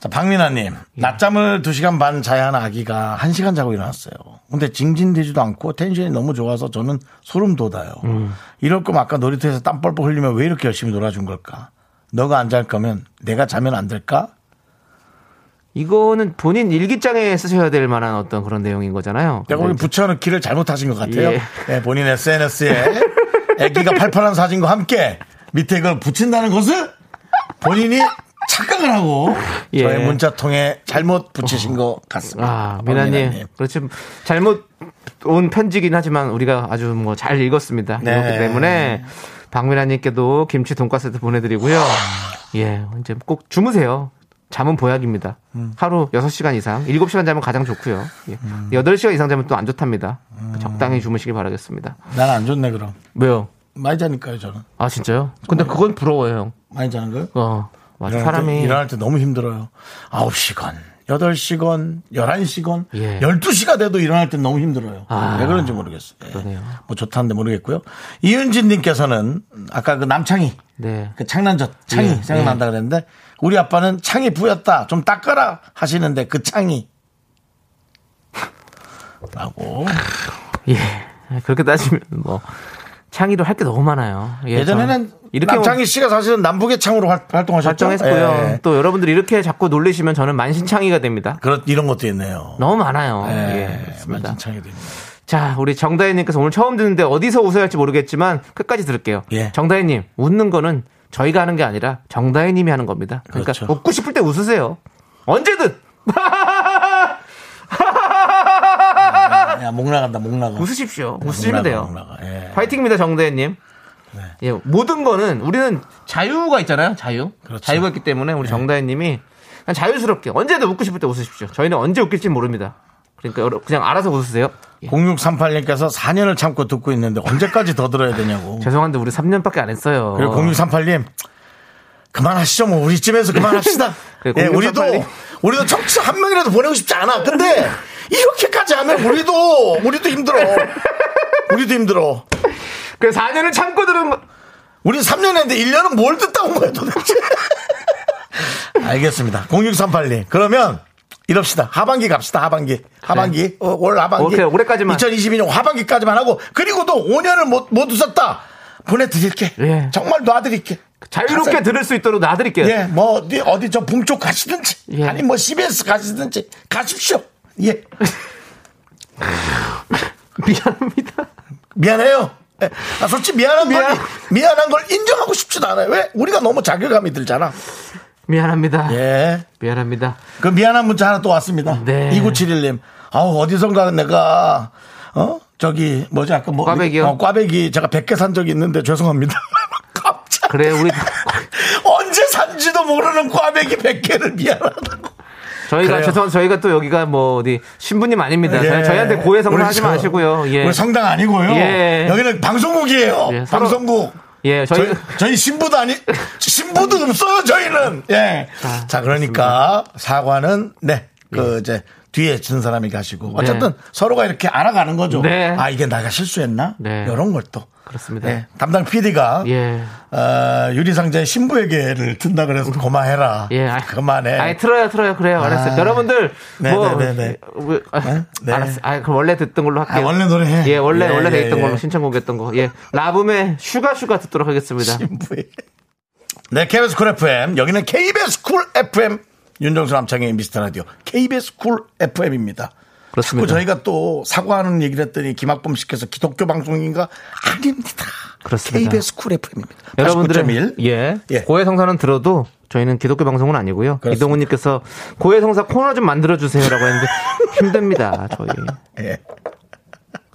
Speaker 2: 자,
Speaker 3: 예.
Speaker 2: 박민아님. 낮잠을 2시간 반 자야 하는 아기가 1시간 자고 일어났어요. 근데 징징대지도 않고 텐션이 너무 좋아서 저는 소름 돋아요.
Speaker 3: 음.
Speaker 2: 이럴 거면 아까 놀이터에서 땀 뻘뻘 흘리면 왜 이렇게 열심히 놀아준 걸까? 너가 안 잘 거면 내가 자면 안 될까?
Speaker 3: 이거는 본인 일기장에 쓰셔야 될 만한 어떤 그런 내용인 거잖아요.
Speaker 2: 내가
Speaker 3: 근데
Speaker 2: 오늘 붙여넣기를 잘못하신 것 같아요.
Speaker 3: 네. 예.
Speaker 2: 네, 본인 SNS에 아기가 팔팔한 사진과 함께 밑에 이걸 붙인다는 것을 본인이 착각을 하고
Speaker 3: 예.
Speaker 2: 저의 문자통에 잘못 붙이신 것 같습니다.
Speaker 3: 아,
Speaker 2: 박민아님.
Speaker 3: 미나님. 그렇지. 잘못 온 편지긴 하지만 우리가 아주 뭐 잘 읽었습니다.
Speaker 2: 네.
Speaker 3: 그렇기 때문에 박미나님께도 김치 돈가스 세트 보내드리고요.
Speaker 2: 아.
Speaker 3: 예, 이제 꼭 주무세요. 잠은 보약입니다.
Speaker 2: 음.
Speaker 3: 하루 6시간 이상, 7시간 자면 가장 좋고요. 예. 8시간 이상 자면 또 안 좋답니다.
Speaker 2: 음.
Speaker 3: 적당히 주무시길 바라겠습니다.
Speaker 2: 난 안 좋네, 그럼.
Speaker 3: 왜요?
Speaker 2: 많이 자니까요, 저는.
Speaker 3: 아, 진짜요? 근데 그건 부러워요, 형.
Speaker 2: 많이 자는 거요?
Speaker 3: 어, 맞아.
Speaker 2: 일어날 때,
Speaker 3: 사람이.
Speaker 2: 일어날 때 너무 힘들어요. 9시간, 8시간, 11시간,
Speaker 3: 예.
Speaker 2: 12시가 돼도 일어날 때 너무 힘들어요.
Speaker 3: 아,
Speaker 2: 왜 그런지 모르겠어요. 예.
Speaker 3: 그러네요.
Speaker 2: 뭐 좋다는데 모르겠고요. 이은진 님께서는 아까 그 남창희,
Speaker 3: 네.
Speaker 2: 그 창난젓, 창이
Speaker 3: 예,
Speaker 2: 생각난다 그랬는데 우리 아빠는 창이 부였다. 좀 닦아라 하시는데 그 창이. 라고.
Speaker 3: 예. 그렇게 따지면 뭐 창의도 할 게 너무 많아요. 예,
Speaker 2: 예전에는
Speaker 3: 저는
Speaker 2: 남창희 씨가 사실은 남북의 창으로 활- 활동하셨죠.
Speaker 3: 활동했고요.
Speaker 2: 예.
Speaker 3: 또 여러분들이 이렇게 자꾸 놀리시면 저는 만신창이가 됩니다.
Speaker 2: 그렇 이런 것도 있네요.
Speaker 3: 너무 많아요.
Speaker 2: 예,
Speaker 3: 예, 그렇습니다.
Speaker 2: 만신창이도 있네요.
Speaker 3: 자, 우리 정다혜님께서 오늘 처음 듣는데 어디서 웃어야 할지 모르겠지만 끝까지 들을게요.
Speaker 2: 예.
Speaker 3: 정다혜님, 웃는 거는 저희가 하는 게 아니라 정다혜님이 하는 겁니다. 그러니까
Speaker 2: 그렇죠.
Speaker 3: 웃고 싶을 때 웃으세요. 언제든! <laughs>
Speaker 2: 야, 목 나간다, 목 나가.
Speaker 3: 웃으십시오.
Speaker 2: 목 나가,
Speaker 3: 웃으시면 돼요.
Speaker 2: 목 나가. 예.
Speaker 3: 파이팅입니다, 정대님.
Speaker 2: 네.
Speaker 3: 예, 모든 거는 우리는 자유가 있잖아요, 자유.
Speaker 2: 그렇죠.
Speaker 3: 자유가 있기 때문에 우리 정다혜님이 그냥 자유스럽게 언제든 웃고 싶을 때 웃으십시오. 저희는 언제 웃길지 모릅니다. 그러니까 여러- 그냥 알아서 웃으세요. 예.
Speaker 2: 0638님께서 4년을 참고 듣고 있는데 언제까지 더 들어야 되냐고.
Speaker 3: 죄송한데 우리 3년밖에 안 했어요.
Speaker 2: 그리고 0638님 그만하시죠 뭐 우리 집에서 <laughs> 그만합시다.
Speaker 3: 그래,
Speaker 2: 예,
Speaker 3: 0638 님.
Speaker 2: 우리도 우리도 청취자 한 명이라도 보내고 싶지 않아. 근데 이렇게까지 하면 우리도 우리도 힘들어. 우리도 힘들어.
Speaker 3: 그 4년을 참고 들은 거.
Speaker 2: 우리 3년 했는데 1년은 뭘 듣다 온 거야
Speaker 3: <laughs>
Speaker 2: 도대체. 알겠습니다. 0638님 그러면 이럽시다. 하반기 갑시다. 하반기. 하반기. 어, 올 하반기.
Speaker 3: 오케이, 올해까지만.
Speaker 2: 2022년 하반기까지만 하고 그리고 또 5년을 못, 못 웃었다. 보내드릴게.
Speaker 3: 예.
Speaker 2: 정말 놔드릴게.
Speaker 3: 자유롭게
Speaker 2: 가세요.
Speaker 3: 들을 수 있도록 놔드릴게요.
Speaker 2: 예, 뭐 어디 어디 저 북쪽 가시든지
Speaker 3: 예.
Speaker 2: 아니 뭐 CBS 가시든지 가십시오. 예,
Speaker 3: 미안합니다.
Speaker 2: 미안해요. 예. 아, 솔직히 미안한
Speaker 3: 미안.
Speaker 2: 걸 미안한 걸 인정하고 싶지도 않아요. 왜 우리가 너무 자괴감이 들잖아.
Speaker 3: 미안합니다.
Speaker 2: 예,
Speaker 3: 미안합니다.
Speaker 2: 그 미안한 문자 하나 또 왔습니다.
Speaker 3: 네.
Speaker 2: 2971님, 아우 어디선가 내가 어 저기 뭐지 아까 뭐
Speaker 3: 꽈배기요?
Speaker 2: 어, 꽈배기 제가 100개 산 적이 있는데 죄송합니다. <laughs> 갑자기 <laughs>
Speaker 3: 그래, 우리
Speaker 2: 언제 산지도 모르는 꽈배기 100개를 미안하다고.
Speaker 3: 저희가
Speaker 2: 그래요.
Speaker 3: 죄송한 저희가 또 여기가 뭐 어디 신부님 아닙니다.
Speaker 2: 예.
Speaker 3: 네, 저희한테 고해 성사하지
Speaker 2: 우리 저-
Speaker 3: 마시고요. 예.
Speaker 2: 우리 성당 아니고요.
Speaker 3: 예.
Speaker 2: 여기는 방송국이에요.
Speaker 3: 예, 서로-
Speaker 2: 방송국.
Speaker 3: 예, 저희
Speaker 2: 저희, 저희 신부도 아니, 신부도 없어요, 저희는. 예. 자, 그러니까 사과는, 네, 그,
Speaker 3: 예.
Speaker 2: 이제, 뒤에 준 사람이 가시고. 어쨌든
Speaker 3: 네.
Speaker 2: 서로가 이렇게 알아가는 거죠.
Speaker 3: 네.
Speaker 2: 아, 이게 내가 실수했나?
Speaker 3: 네.
Speaker 2: 이런 걸 또.
Speaker 3: 그렇습니다.
Speaker 2: 예, 담당 PD가. 어,
Speaker 3: 예.
Speaker 2: 유리상자의 신부에게를 든다 그래서 고마해라.
Speaker 3: 예, 아,
Speaker 2: 그만해. 아.
Speaker 3: 아이 틀어요, 틀어요. 그래요. 알았어요. 여러분들
Speaker 2: 네,
Speaker 3: 뭐
Speaker 2: 네, 네, 네.
Speaker 3: 뭐, 아,
Speaker 2: 네.
Speaker 3: 알았어. 아, 그럼 원래 듣던 걸로 할게요.
Speaker 2: 아, 원래 노래 해.
Speaker 3: 예, 원래
Speaker 2: 예,
Speaker 3: 원래 돼
Speaker 2: 예,
Speaker 3: 있던
Speaker 2: 예.
Speaker 3: 걸로 신청곡했던 거. 예. 라붐의 슈가 슈가 듣도록 하겠습니다.
Speaker 2: 신부의. 네, KBS 쿨 FM. 여기는 KBS 쿨 FM. 윤정수 남창의 미스터 라디오. KBS 쿨 FM입니다.
Speaker 3: 그렇습니다.
Speaker 2: 자꾸 저희가 또 사과하는 얘기를 했더니 김학범 씨께서 기독교 방송인가? 아닙니다.
Speaker 3: 그렇습니다.
Speaker 2: KBS 쿨 FM입니다.
Speaker 3: 여러분들은
Speaker 2: 89.1.
Speaker 3: 예,
Speaker 2: 예.
Speaker 3: 고해 성사는 들어도 저희는 기독교 방송은 아니고요.
Speaker 2: 그렇습니다.
Speaker 3: 이동훈님께서 고해 성사 코너 좀 만들어 주세요라고
Speaker 2: <laughs>
Speaker 3: 했는데 힘듭니다. 저희
Speaker 2: 예.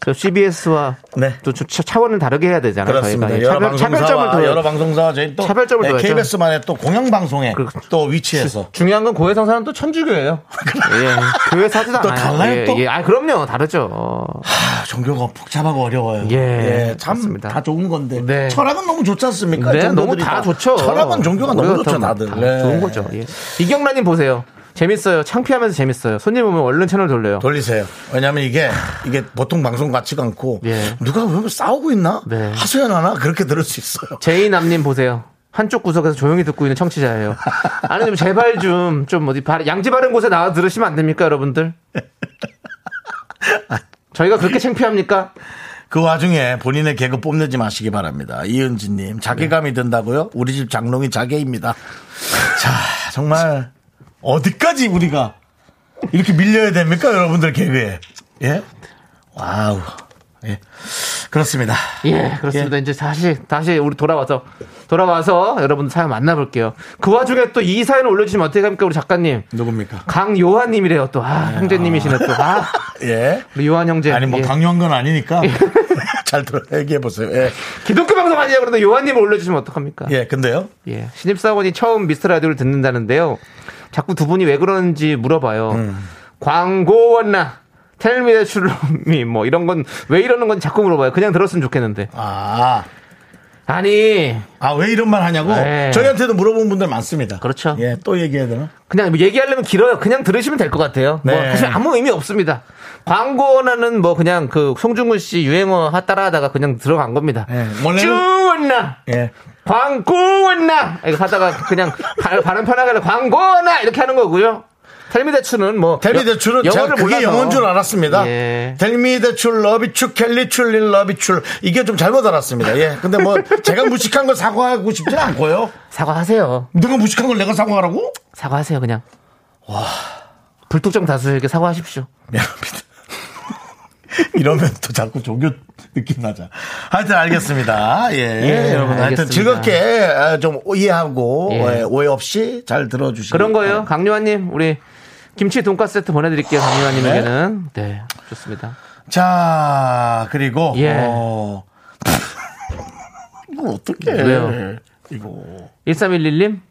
Speaker 3: 저 CBS와
Speaker 2: 네.
Speaker 3: 또 차- 차원을 다르게 해야 되잖아요.
Speaker 2: 그렇습니다.
Speaker 3: 저희가 예,
Speaker 2: 여러
Speaker 3: 차별, 차별점을
Speaker 2: 방송사와
Speaker 3: 더
Speaker 2: 여러 방송사와 저희 또
Speaker 3: 차별점을
Speaker 2: 네,
Speaker 3: 둬야죠.
Speaker 2: KBS만의 또 공영 방송에
Speaker 3: 그렇죠.
Speaker 2: 또 위치해서
Speaker 3: 중요한 건 고해성사는 또 천주교예요. 예, 교회 사지도
Speaker 2: <laughs> 또
Speaker 3: 않아요.
Speaker 2: 달라요,
Speaker 3: 예,
Speaker 2: 또?
Speaker 3: 예. 아 그럼요, 다르죠.
Speaker 2: 아, 종교가 복잡하고 어려워요.
Speaker 3: 예,
Speaker 2: 참
Speaker 3: 그렇습니다.
Speaker 2: 다 좋은 건데
Speaker 3: 네.
Speaker 2: 철학은 너무 좋지 않습니까?
Speaker 3: 네, 너무
Speaker 2: 종교들이
Speaker 3: 다 좋죠.
Speaker 2: 철학은 종교가 너무
Speaker 3: 우리가
Speaker 2: 좋죠,
Speaker 3: 다-
Speaker 2: 다들.
Speaker 3: 다
Speaker 2: 네.
Speaker 3: 좋은 거죠. 예. 이경란님 보세요. 재밌어요. 창피하면서 재밌어요. 손님 오면 얼른 채널 돌려요.
Speaker 2: 돌리세요. 왜냐하면 이게 이게 보통 방송 같지가 않고
Speaker 3: 예.
Speaker 2: 누가 왜 싸우고 있나
Speaker 3: 네.
Speaker 2: 하소연하나 그렇게 들을 수 있어요.
Speaker 3: 제이남님 보세요. 한쪽 구석에서 조용히 듣고 있는 청취자예요. 아니 좀 제발 좀 좀 어디 발- 양지 바른 곳에 나와 들으시면 안 됩니까, 여러분들?
Speaker 2: <laughs>
Speaker 3: 저희가 그렇게 창피합니까?
Speaker 2: 그 와중에 본인의 개그 뽐내지 마시기 바랍니다. 이은지님 자괴감이
Speaker 3: 네.
Speaker 2: 든다고요? 우리 집 장롱이 자괴입니다. <laughs> 자 정말 어디까지 우리가 이렇게 밀려야 됩니까 여러분들 개그에? 예? 와우. 예. 그렇습니다.
Speaker 3: 예, 그렇습니다. 이제 다시, 다시 우리 돌아와서, 돌아와서 여러분들 사연 만나볼게요. 그 와중에 또 이 사연을 올려주시면 어떻게 합니까, 우리 작가님?
Speaker 2: <laughs> 누굽니까?
Speaker 3: 강요한님이래요, 또. 아, 형제님이시네, 또. 아,
Speaker 2: 예.
Speaker 3: 우리 요한 형제.
Speaker 2: 아니 뭐
Speaker 3: 예.
Speaker 2: 강요한 건 아니니까 <laughs> 잘 들어 얘기해 보세요. 예.
Speaker 3: 기독교 방송 아니냐, 그러데 요한님을 올려주시면 어떡합니까?
Speaker 2: 예. 근데요.
Speaker 3: 예. 신입사원이 처음 미스터 라디오를 듣는다는데요. 자꾸 두 분이 왜 그러는지 물어봐요.
Speaker 2: 음.
Speaker 3: 광고 원나 텔미의 출rum이 뭐 이런 건 왜 이러는 건지 자꾸 물어봐요. 그냥 들었으면 좋겠는데.
Speaker 2: 아.
Speaker 3: 아니,
Speaker 2: 아, 왜 이런 말 하냐고?
Speaker 3: 네.
Speaker 2: 저희한테도 물어본 분들 많습니다.
Speaker 3: 그렇죠.
Speaker 2: 예, 또 얘기해야 되나?
Speaker 3: 그냥 뭐 얘기하려면 길어요. 그냥 들으시면 될 것 같아요. 뭐
Speaker 2: 네.
Speaker 3: 사실 아무 의미 없습니다. 광고 원나는 뭐 그냥 그 송중근 씨 유행어 하- 따라하다가 그냥 들어간 겁니다.
Speaker 2: 네, 원래는-
Speaker 3: 쭈 원나
Speaker 2: 예.
Speaker 3: 광고 원나 이거 하다가 그냥 발, 발음 편하게 광고 원나 이렇게 하는 거고요. 텔미대출은 뭐
Speaker 2: 텔미대출은
Speaker 3: 여-
Speaker 2: 제가
Speaker 3: 영어를
Speaker 2: 그게
Speaker 3: 몰라서.
Speaker 2: 영어인 줄 알았습니다.
Speaker 3: 예.
Speaker 2: 텔미대출, 러비출, 켈리출, 릴러비출. 이게 좀 잘못 알았습니다. 예. 근데 뭐, 제가 무식한 걸 사과하고 싶지는 않고요.
Speaker 3: 사과하세요.
Speaker 2: 누가 무식한 걸 내가 사과하라고?
Speaker 3: 사과하세요 그냥. 불특정 다수에게 사과하십시오.
Speaker 2: 미안합니다. <laughs> 이러면 또 자꾸 종교 느낌 나자. 하여튼 알겠습니다. 예.
Speaker 3: 예,
Speaker 2: 여러분. 하여튼
Speaker 3: 알겠습니다.
Speaker 2: 즐겁게 아, 좀 이해하고
Speaker 3: 예.
Speaker 2: 예, 오해 없이 잘 들어주시고.
Speaker 3: 그런 거예요. 강요한님, 우리 김치 돈가스 세트 보내드릴게요. 강요한님에게는. 네, 좋습니다.
Speaker 2: 자, 그리고.
Speaker 3: 예.
Speaker 2: 어... <laughs> 이걸 어떻게
Speaker 3: 왜요?
Speaker 2: 이거.
Speaker 3: 1311님,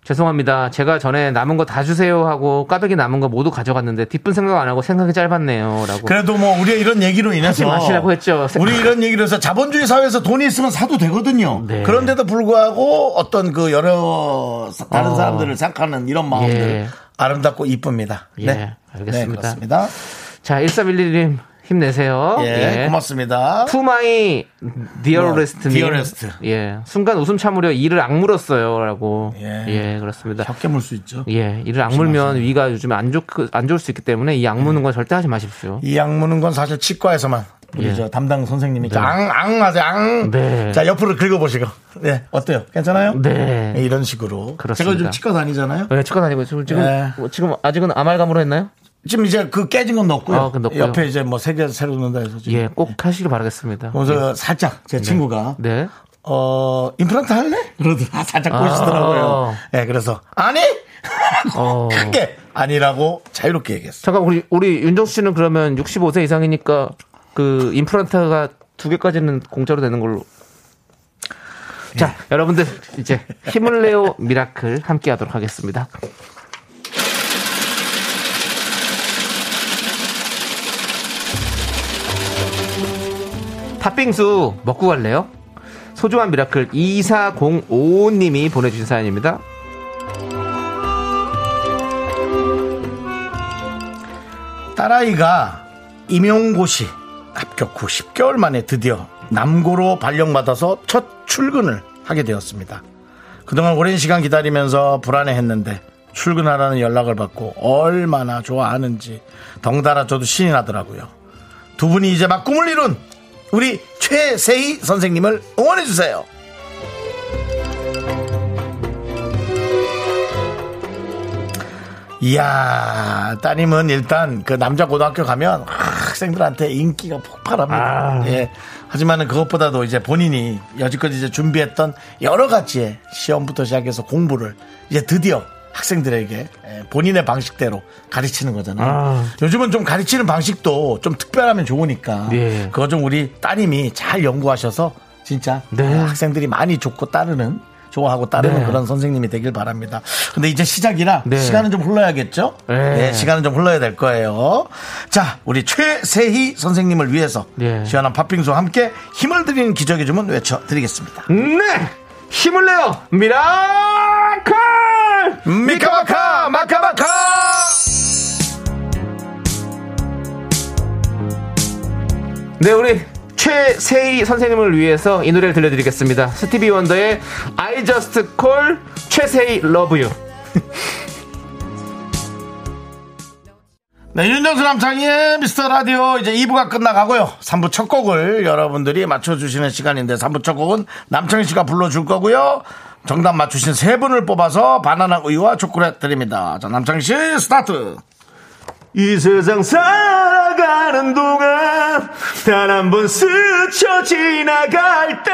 Speaker 3: 죄송합니다. 제가 전에 남은 거 다 주세요 하고 까베기 남은 거 모두 가져갔는데 뒷분 생각 안 하고 생각이 짧았네요. 라고.
Speaker 2: 그래도 뭐 우리의 이런 얘기로 인해서
Speaker 3: 마시라고 했죠.
Speaker 2: 우리 이런 얘기로 해서 자본주의 사회에서 돈이 있으면 사도 되거든요.
Speaker 3: 네.
Speaker 2: 그런데도 불구하고 어떤 그 여러 사- 다른
Speaker 3: 어.
Speaker 2: 사람들을 생각하는 이런 마음들
Speaker 3: 예.
Speaker 2: 아름답고 이쁩니다.
Speaker 3: 예,
Speaker 2: 네.
Speaker 3: 알겠습니다.
Speaker 2: 네, 그렇습니다.
Speaker 3: 자, 1311님, 힘내세요.
Speaker 2: 예,
Speaker 3: 예.
Speaker 2: 고맙습니다.
Speaker 3: 투마이 디어레스트님.
Speaker 2: 디어레스트.
Speaker 3: 예. 순간 웃음 참으려 이를 악물었어요라고.
Speaker 2: 예.
Speaker 3: 예. 그렇습니다.
Speaker 2: 적게 물 수 있죠.
Speaker 3: 예. 이를 악물면 위가 요즘에 안 좋, 안 좋을 수 있기 때문에 이
Speaker 2: 예.
Speaker 3: 악무는 건 절대 하지 마십시오.
Speaker 2: 이 약무는 건 사실 치과에서만 우리
Speaker 3: 예.
Speaker 2: 저 담당 선생님이 앙앙 하세요. 앙.
Speaker 3: 네.
Speaker 2: 자 옆으로 긁어보시고. 네, 어때요? 괜찮아요?
Speaker 3: 네.
Speaker 2: 네, 이런 식으로.
Speaker 3: 그렇습니다.
Speaker 2: 제가 요즘 치과 다니잖아요.
Speaker 3: 예, 축하 다니고 지금 지금,
Speaker 2: 예.
Speaker 3: 뭐 지금 아직은 아말감으로 했나요?
Speaker 2: 지금 이제 그 깨진 건 넣고요.
Speaker 3: 아, 그건 넣고요.
Speaker 2: 옆에 이제 뭐 세 개 새로 넣는다 해서 지금.
Speaker 3: 예, 꼭 하시길 바라겠습니다.
Speaker 2: 그래서 살짝 제 친구가
Speaker 3: 네. 아.
Speaker 2: 어 임플란트 할래? 그러더라 아, 살짝 꼬시더라고요. 예, 그래서 아니
Speaker 3: 어.
Speaker 2: <laughs> 크게 아니라고 자유롭게 얘기했어.
Speaker 3: 잠깐 우리 우리 윤정수 씨는 그러면 65세 이상이니까 그 임플란트가 두 개까지는 공짜로 되는 걸로. 자, 여러분들 이제 힘을 내요 미라클 함께 하도록 하겠습니다. 팥빙수 먹고 갈래요? 소중한 미라클 2405님이 보내주신 사연입니다.
Speaker 2: 딸아이가 임용고시 합격 후 10개월 만에 드디어 남고로 발령받아서 첫 출근을 하게 되었습니다. 그동안 오랜 시간 기다리면서 불안해했는데 출근하라는 연락을 받고 얼마나 좋아하는지 덩달아 저도 신이 나더라고요. 두 분이 이제 막 꿈을 이룬 우리 최세희 선생님을 응원해 주세요. 이야 따님은 일단 그 남자 고등학교 가면 학생들한테 인기가 폭발합니다. 예. 하지만은 그것보다도 이제 본인이 여지껏 이제 준비했던 여러 가지의 시험부터 시작해서 공부를 이제 드디어 학생들에게 예, 본인의 방식대로 가르치는 거잖아요. 요즘은 좀 가르치는 방식도 좀 특별하면 좋으니까
Speaker 3: 예.
Speaker 2: 그거 좀 우리 따님이 잘 연구하셔서 진짜
Speaker 3: 네.
Speaker 2: 아, 학생들이 많이 좋고 따르는 좋아하고 따르는
Speaker 3: 네.
Speaker 2: 그런 선생님이 되길 바랍니다. 근데 이제 시작이라
Speaker 3: 네.
Speaker 2: 시간은 좀 흘러야겠죠?
Speaker 3: 네.
Speaker 2: 네, 시간은 좀 흘러야 될 거예요. 자, 우리 최세희 선생님을 위해서
Speaker 3: 네.
Speaker 2: 시원한 팥빙수와 함께 힘을 드리는 기적의 주문 외쳐드리겠습니다.
Speaker 3: 네! 힘을 내요! 미라클!
Speaker 2: 미카마카 마카마카
Speaker 3: 네, 우리 최세희 선생님을 위해서 이 노래를 들려드리겠습니다. 스티비 원더의 I Just Call 최세희 Love You.
Speaker 2: 네, 윤정수 남창희의 미스터 라디오 이제 2부가 끝나가고요. 3부 첫 곡을 여러분들이 맞춰주시는 시간인데 3부 첫 곡은 남창희 씨가 불러줄 거고요. 정답 맞추신 세 분을 뽑아서 바나나 우유와 초콜릿 드립니다. 자, 남창희 씨 스타트!
Speaker 3: 이 세상 살아가는 동안 단 한 번 스쳐 지나갈 때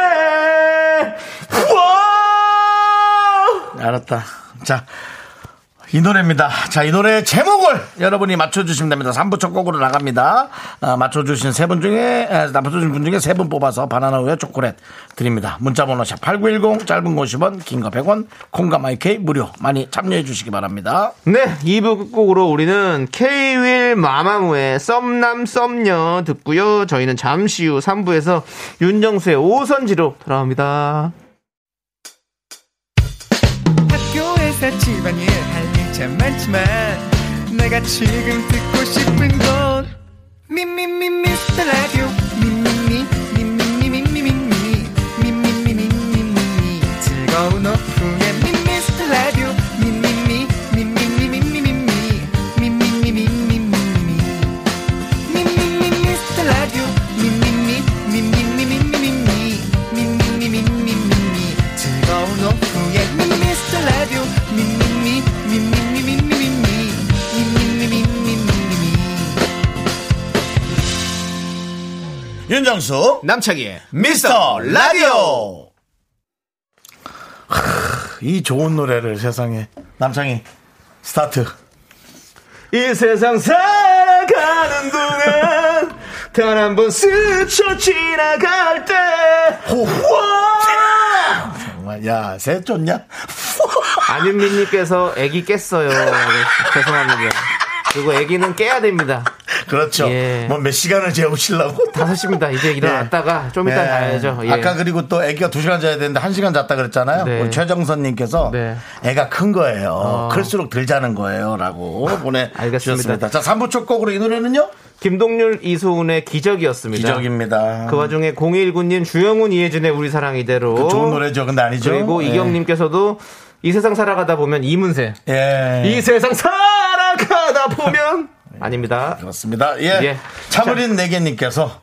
Speaker 2: 알았다. 자. 이 노래입니다. 자, 이 노래의 제목을 여러분이 맞춰주시면 됩니다. 3부 첫 곡으로 나갑니다. 아, 맞춰주신 세 분 중에, 에, 맞춰주신 분 중에 세 분 뽑아서 바나나 우유 초콜릿 드립니다. 문자번호 샵8910, 짧은 거 50원, 긴 거 100원, 콩과 마이케이 무료. 많이 참여해 주시기 바랍니다.
Speaker 3: 네, 2부 끝곡으로 우리는 K-윌 마마무의 썸남 썸녀 듣고요. 저희는 잠시 후 3부에서 윤정수의 오선지로 돌아옵니다.
Speaker 5: 학교에서 집안일 할 일 참 많지만 내가 지금 듣고 싶은 건 미미미 미스터 라디오 미미미 미미미 미미미 미미미 미미미 미미미 즐거운 오후에 미스터 라디오 미미미 미미미 미미미 미미미 미미미 미미미
Speaker 2: 윤정수
Speaker 3: 남창희의
Speaker 2: 미스터 라디오 크, 이 좋은 노래를 세상에 남창희 스타트
Speaker 3: 이 세상 살아가는 동안 단 한 번 스쳐 지나갈 때
Speaker 2: 호호 정말 야새 쫓냐
Speaker 3: 안윤민님께서 애기 깼어요 네, 죄송합니다 그리고 애기는 깨야 됩니다
Speaker 2: 그렇죠
Speaker 3: 예.
Speaker 2: 뭐 몇 시간을 재우시려고 <laughs>
Speaker 3: 다섯 시입니다 이제 일어났다가 좀 이따
Speaker 2: 예.
Speaker 3: 가야죠 예.
Speaker 2: 아까 그리고 또 애기가 두시간 자야 되는데 한시간 잤다 그랬잖아요.
Speaker 3: 네.
Speaker 2: 우리 최정선님께서
Speaker 3: 네. 어.
Speaker 2: 애가 큰 거예요. 클수록 덜 자는 거예요.
Speaker 3: <laughs>
Speaker 2: 라고 보내주셨습니다.
Speaker 3: 알겠습니다.
Speaker 2: 자, 3부 첫 곡으로 이 노래는요?
Speaker 3: 김동률 이소은의 기적이었습니다
Speaker 2: 기적입니다.
Speaker 3: 네. 그 와중에 019님 주영훈 이혜진의 우리 사랑 이대로
Speaker 2: 그 좋은 노래죠. 근데 아니죠.
Speaker 3: 그리고
Speaker 2: 예.
Speaker 3: 이경님께서도 이 세상 살아가다 보면 이문세
Speaker 2: 예.
Speaker 3: 이 세상 살아가다 <laughs> 보면 아닙니다.
Speaker 2: 그렇습니다. 예.
Speaker 3: 예.
Speaker 2: 차무린 네개님께서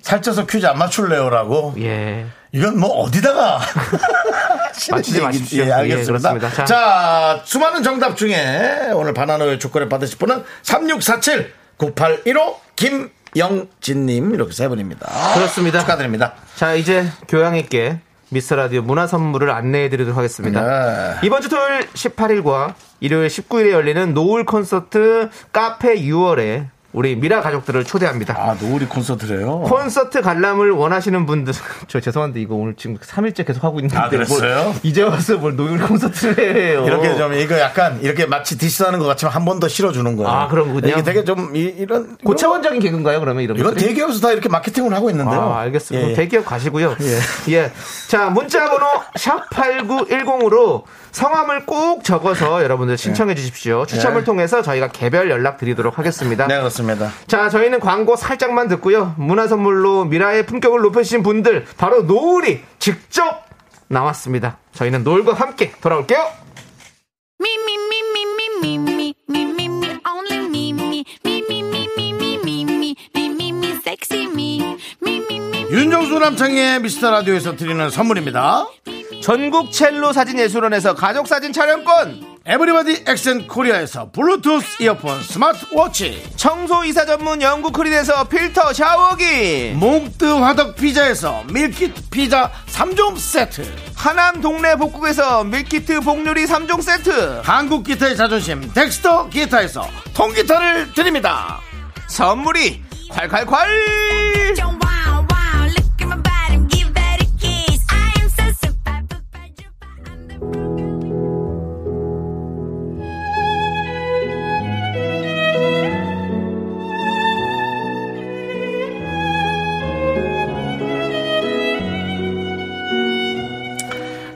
Speaker 2: 살쪄서 퀴즈 안 맞출래요라고.
Speaker 3: 예.
Speaker 2: 이건 뭐 어디다가 하시는
Speaker 3: <laughs> 맞추지
Speaker 2: 얘기-
Speaker 3: 마십시오.
Speaker 2: 예, 알겠습니다. 자.
Speaker 3: 예, 그렇습니다. 자.
Speaker 2: 수많은 정답 중에 오늘 바나나의 조건을 받으실 분은 3647 9815 김영진님 이렇게 세 분입니다.
Speaker 3: 그렇습니다.
Speaker 2: 축하드립니다.
Speaker 3: 자, 이제 교양 있게 미스터 라디오 문화 선물을 안내해
Speaker 2: 네.
Speaker 3: 드리도록 하겠습니다. 이번 주 토요일 18일과 일요일 19일에 열리는 노을 콘서트 카페 6월에 우리 미라 가족들을 초대합니다.
Speaker 2: 아 노을이 콘서트래요.
Speaker 3: 콘서트 관람을 원하시는 분들 <laughs> 저 죄송한데 이거 오늘 지금 3일째 계속 하고 있는데
Speaker 2: 아, 그랬어요?
Speaker 3: 뭘 이제 와서 뭘 노을 콘서트를 해요.
Speaker 2: 이렇게 좀 이거 약간 이렇게 마치 디스하는 것 같지만 한 번 더 실어주는 거예요.
Speaker 3: 아, 그런군요.
Speaker 2: 이게 되게 좀 이, 런
Speaker 3: 고차원적인 개그인가요, 그러면 이런
Speaker 2: 이건
Speaker 3: 것들이?
Speaker 2: 대기업에서 다 이렇게 마케팅을 하고 있는데요.
Speaker 3: 아, 알겠습니다.
Speaker 2: 예, 예.
Speaker 3: 대기업 가시고요. 예. 자, 문자번호 샵8910으로 성함을 꼭 적어서 여러분들 신청해 주십시오. 추첨을
Speaker 2: 예.
Speaker 3: 통해서 저희가 개별 연락 드리도록 하겠습니다.
Speaker 2: 네 그렇습니다.
Speaker 3: 자, 저희는 광고 살짝만 듣고요. 문화 선물로 미라의 품격을 높여주신 분들, 바로 노을이 직접 나왔습니다. 저희는 노을과 함께 돌아올게요.
Speaker 4: Me, me, me, me, me, me, me, me, me, me, only me, me, me, me, me, me, me, me, me, me, me, me, sexy me, me, me, me.
Speaker 2: 윤정수 남창의 미스터 라디오에서 드리는 선물입니다.
Speaker 3: 전국 첼로 사진 예술원에서 가족 사진 촬영권,
Speaker 2: 에브리바디 엑센 코리아에서 블루투스 이어폰 스마트워치
Speaker 3: 청소 이사 전문 영국 크린에서 필터 샤워기,
Speaker 2: 몽뜨 화덕 피자에서 밀키트 피자 3종 세트
Speaker 3: 하남 동네 복국에서 밀키트 복요리 3종 세트
Speaker 2: 한국 기타의 자존심 덱스터 기타에서 통기타를 드립니다
Speaker 3: 선물이 콸콸콸
Speaker 4: Don't wow, wow, look at my body, give that a kiss. I am so super, super, super, I'm the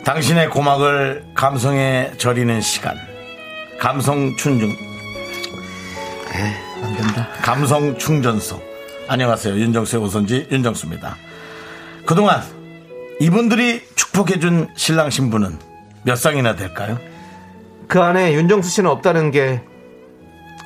Speaker 2: 당신의 고막을 감성에 절이는 시간 감성 충전 감성 충전소 안녕하세요 윤정수의 오선지 윤정수입니다 그동안 이분들이 축복해준 신랑 신부는 몇 쌍이나 될까요?
Speaker 3: 그 안에 윤정수 씨는 없다는 게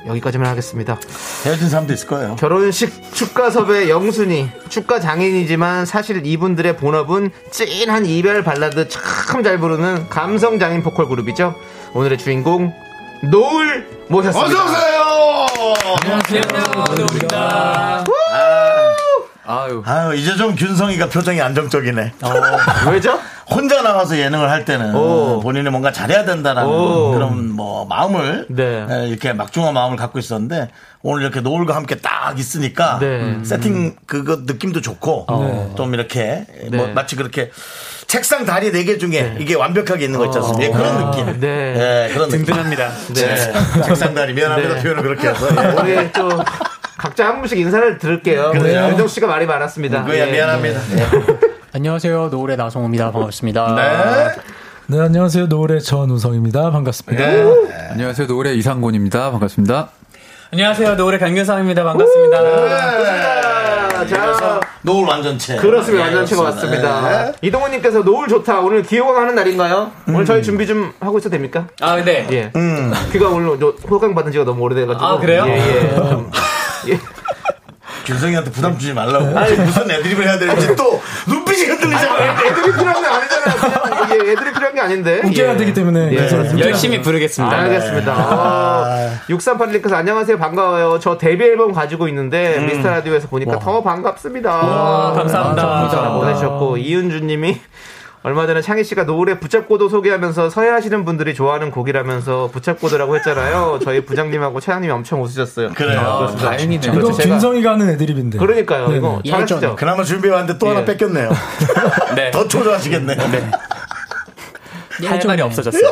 Speaker 3: 여기까지만 하겠습니다
Speaker 2: 헤어진 사람도 있을 거예요
Speaker 3: 결혼식 축가섭의 영순이 축가 장인이지만 사실 이분들의 본업은 찐한 이별 발라드 참 잘 부르는 감성 장인 보컬 그룹이죠 오늘의 주인공 노을 모셨습니다
Speaker 2: 어서오세요!
Speaker 3: 아유
Speaker 2: 아유, 이제 좀 균성이가 표정이 안정적이네.
Speaker 3: 왜죠?
Speaker 2: 혼자 나와서 예능을 할 때는
Speaker 3: 오.
Speaker 2: 본인이 뭔가 잘해야 된다라는
Speaker 3: 오.
Speaker 2: 그런 뭐 마음을
Speaker 3: 네.
Speaker 2: 에, 이렇게 막중한 마음을 갖고 있었는데 오늘 이렇게 노을과 함께 딱 있으니까
Speaker 3: 네. 어.
Speaker 2: 음, 세팅 그거 느낌도 좋고 좀 이렇게 뭐
Speaker 3: 네.
Speaker 2: 마치 그렇게 책상 다리 네 개 중에 이게 완벽하게 있는 거 있지 않습니까? 예, 그런 느낌.
Speaker 3: 어. 네.
Speaker 2: 예, 그런 느낌. 든든합니다. 책상 다리 미안합니다.
Speaker 3: 네.
Speaker 2: 표현을 그렇게 해서. 예.
Speaker 3: 우리 또 각자 한 분씩 인사를 들을게요. 우리
Speaker 2: 그래요?
Speaker 3: 윤정 씨가 말이 많았습니다.
Speaker 2: 그야
Speaker 3: 예.
Speaker 2: 미안합니다.
Speaker 6: 안녕하세요. 노을의 나성호입니다. 반갑습니다.
Speaker 2: 네.
Speaker 7: 네, 안녕하세요. 노을의 전우성입니다. 반갑습니다.
Speaker 8: 네. 안녕하세요. 노을의 이상곤입니다. 반갑습니다.
Speaker 6: 안녕하세요. 노을의 강균성입니다. 반갑습니다.
Speaker 3: 자, 자,
Speaker 2: 노을 완전체.
Speaker 3: 그렇습니다.
Speaker 2: 예,
Speaker 3: 완전체가
Speaker 2: 그렇습니다.
Speaker 3: 왔습니다.
Speaker 2: 예.
Speaker 3: 이동훈님께서 노을 좋다. 오늘 기호강 하는 날인가요?
Speaker 2: 음.
Speaker 3: 오늘 저희 준비 좀 하고 있어도 됩니까?
Speaker 6: 아, 네.
Speaker 3: 예. 귀가 오늘 저 호강 받은 지가 너무
Speaker 2: <laughs>
Speaker 3: 오래돼가지고.
Speaker 6: 아, 그래요?
Speaker 3: 예, 예. 좀, 예.
Speaker 2: 준성이한테 부담 주지 말라고. 무슨 애드립을 해야 되는지 또 눈빛이 흔들리잖아.
Speaker 3: 애들이 필요한 게 아니잖아요. 그냥 이게 애들이 필요한 게 아닌데.
Speaker 7: 웃겨야
Speaker 3: 예.
Speaker 7: 되기 때문에
Speaker 3: 예.
Speaker 7: 그래서 웃겨야
Speaker 6: 열심히 부르겠습니다.
Speaker 3: 알겠습니다.
Speaker 7: 네.
Speaker 3: 아, 6381님께서 안녕하세요. 반가워요. 저 데뷔 앨범 가지고 있는데
Speaker 7: 음.
Speaker 3: 미스터 라디오에서 보니까 더 반갑습니다.
Speaker 6: 감사합니다.
Speaker 3: 문자 보내셨고 이은주 님이 얼마 전에 창희 씨가 노을에 부잡고도 소개하면서 서해하시는 분들이 좋아하는 곡이라면서 부잡고도라고 했잖아요. 저희 부장님하고 차장님이 엄청 웃으셨어요.
Speaker 2: 그래요.
Speaker 8: 다행이네요.
Speaker 3: 그렇죠,
Speaker 7: 이거
Speaker 3: 제가-
Speaker 7: 준성이가 하는 네. 애드립이
Speaker 3: 예. 그러니까요. 이거
Speaker 2: 예,
Speaker 3: 잘하시죠.
Speaker 2: 그나마 준비해왔는데 또 하나 뺏겼네요. 더 초조하시겠네요.
Speaker 6: 할 말이 없어졌어요.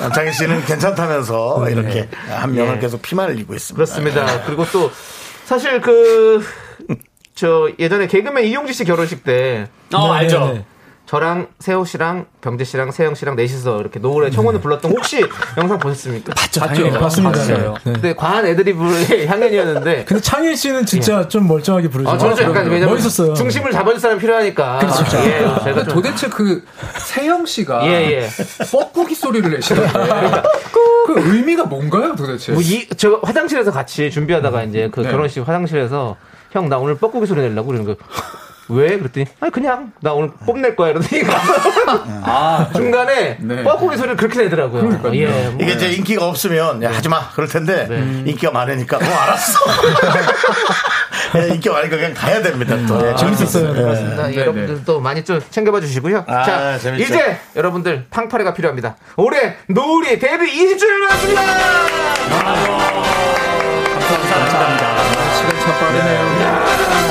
Speaker 2: 남창희 씨는 괜찮다면서 이렇게 한 명을 계속 피말리고 있습니다.
Speaker 6: 네.
Speaker 3: 그렇습니다. 그리고 또 사실 그 저 예전에 개그맨 이용지 씨 결혼식 때 네.
Speaker 6: 어, 알죠.
Speaker 3: 저랑 세호 씨랑 병재 씨랑 세영 씨랑 넷이서 이렇게 노을에 청혼을 불렀던 거 혹시 영상 보셨습니까?
Speaker 6: 네. 봤죠.
Speaker 7: 네, 맞습니다.
Speaker 6: 봤어요.
Speaker 7: 네.
Speaker 3: 근데 과한 애드리브의 <laughs> 향연이었는데
Speaker 7: 근데 창일 씨는 진짜
Speaker 6: 예.
Speaker 7: 좀 멀쩡하게 부르죠.
Speaker 3: 아, 저는 좀 약간 왜냐면
Speaker 7: 그렇죠. 멋있었어요. 그렇죠.
Speaker 3: 중심을 잡아줄 사람이 필요하니까 예, 제가 좀
Speaker 8: 도대체 그 세영 씨가
Speaker 3: 예, 예.
Speaker 8: 뻐꾸기 소리를
Speaker 6: <laughs>
Speaker 8: 내시는데 그 의미가 뭔가요 도대체?
Speaker 3: 뭐 이, 저 화장실에서 같이 준비하다가 이제 그
Speaker 8: 네.
Speaker 3: 결혼식 화장실에서 형 나 오늘 뻐꾸기 소리 내려고 그러는 거 왜? 그랬더니 아니 그냥 나 오늘 뽐낼 거야 이러더니
Speaker 2: <laughs>
Speaker 3: 아, 중간에
Speaker 8: 네.
Speaker 3: 뻐꾸기 소리를 그렇게 내더라고요.
Speaker 8: 그러니까요.
Speaker 6: 네.
Speaker 3: 예, 뭐
Speaker 2: 이게 이제 인기가 없으면 야, 하지 마 그럴 텐데 인기가 많으니까 어 알았어. 예, 인기가 많으니까 그냥 가야 됩니다. 또 예,
Speaker 7: 재밌었어요.
Speaker 2: 그렇습니다. 예.
Speaker 6: 네,
Speaker 3: 자, 여러분들 또 많이 좀 챙겨봐 주시고요.
Speaker 2: 아,
Speaker 3: 자,
Speaker 2: 재밌죠.
Speaker 3: 이제 여러분들 팡파레가 필요합니다. 올해 노을이 데뷔 20주년을 맞습니다.
Speaker 8: 시간 참 빠르네요.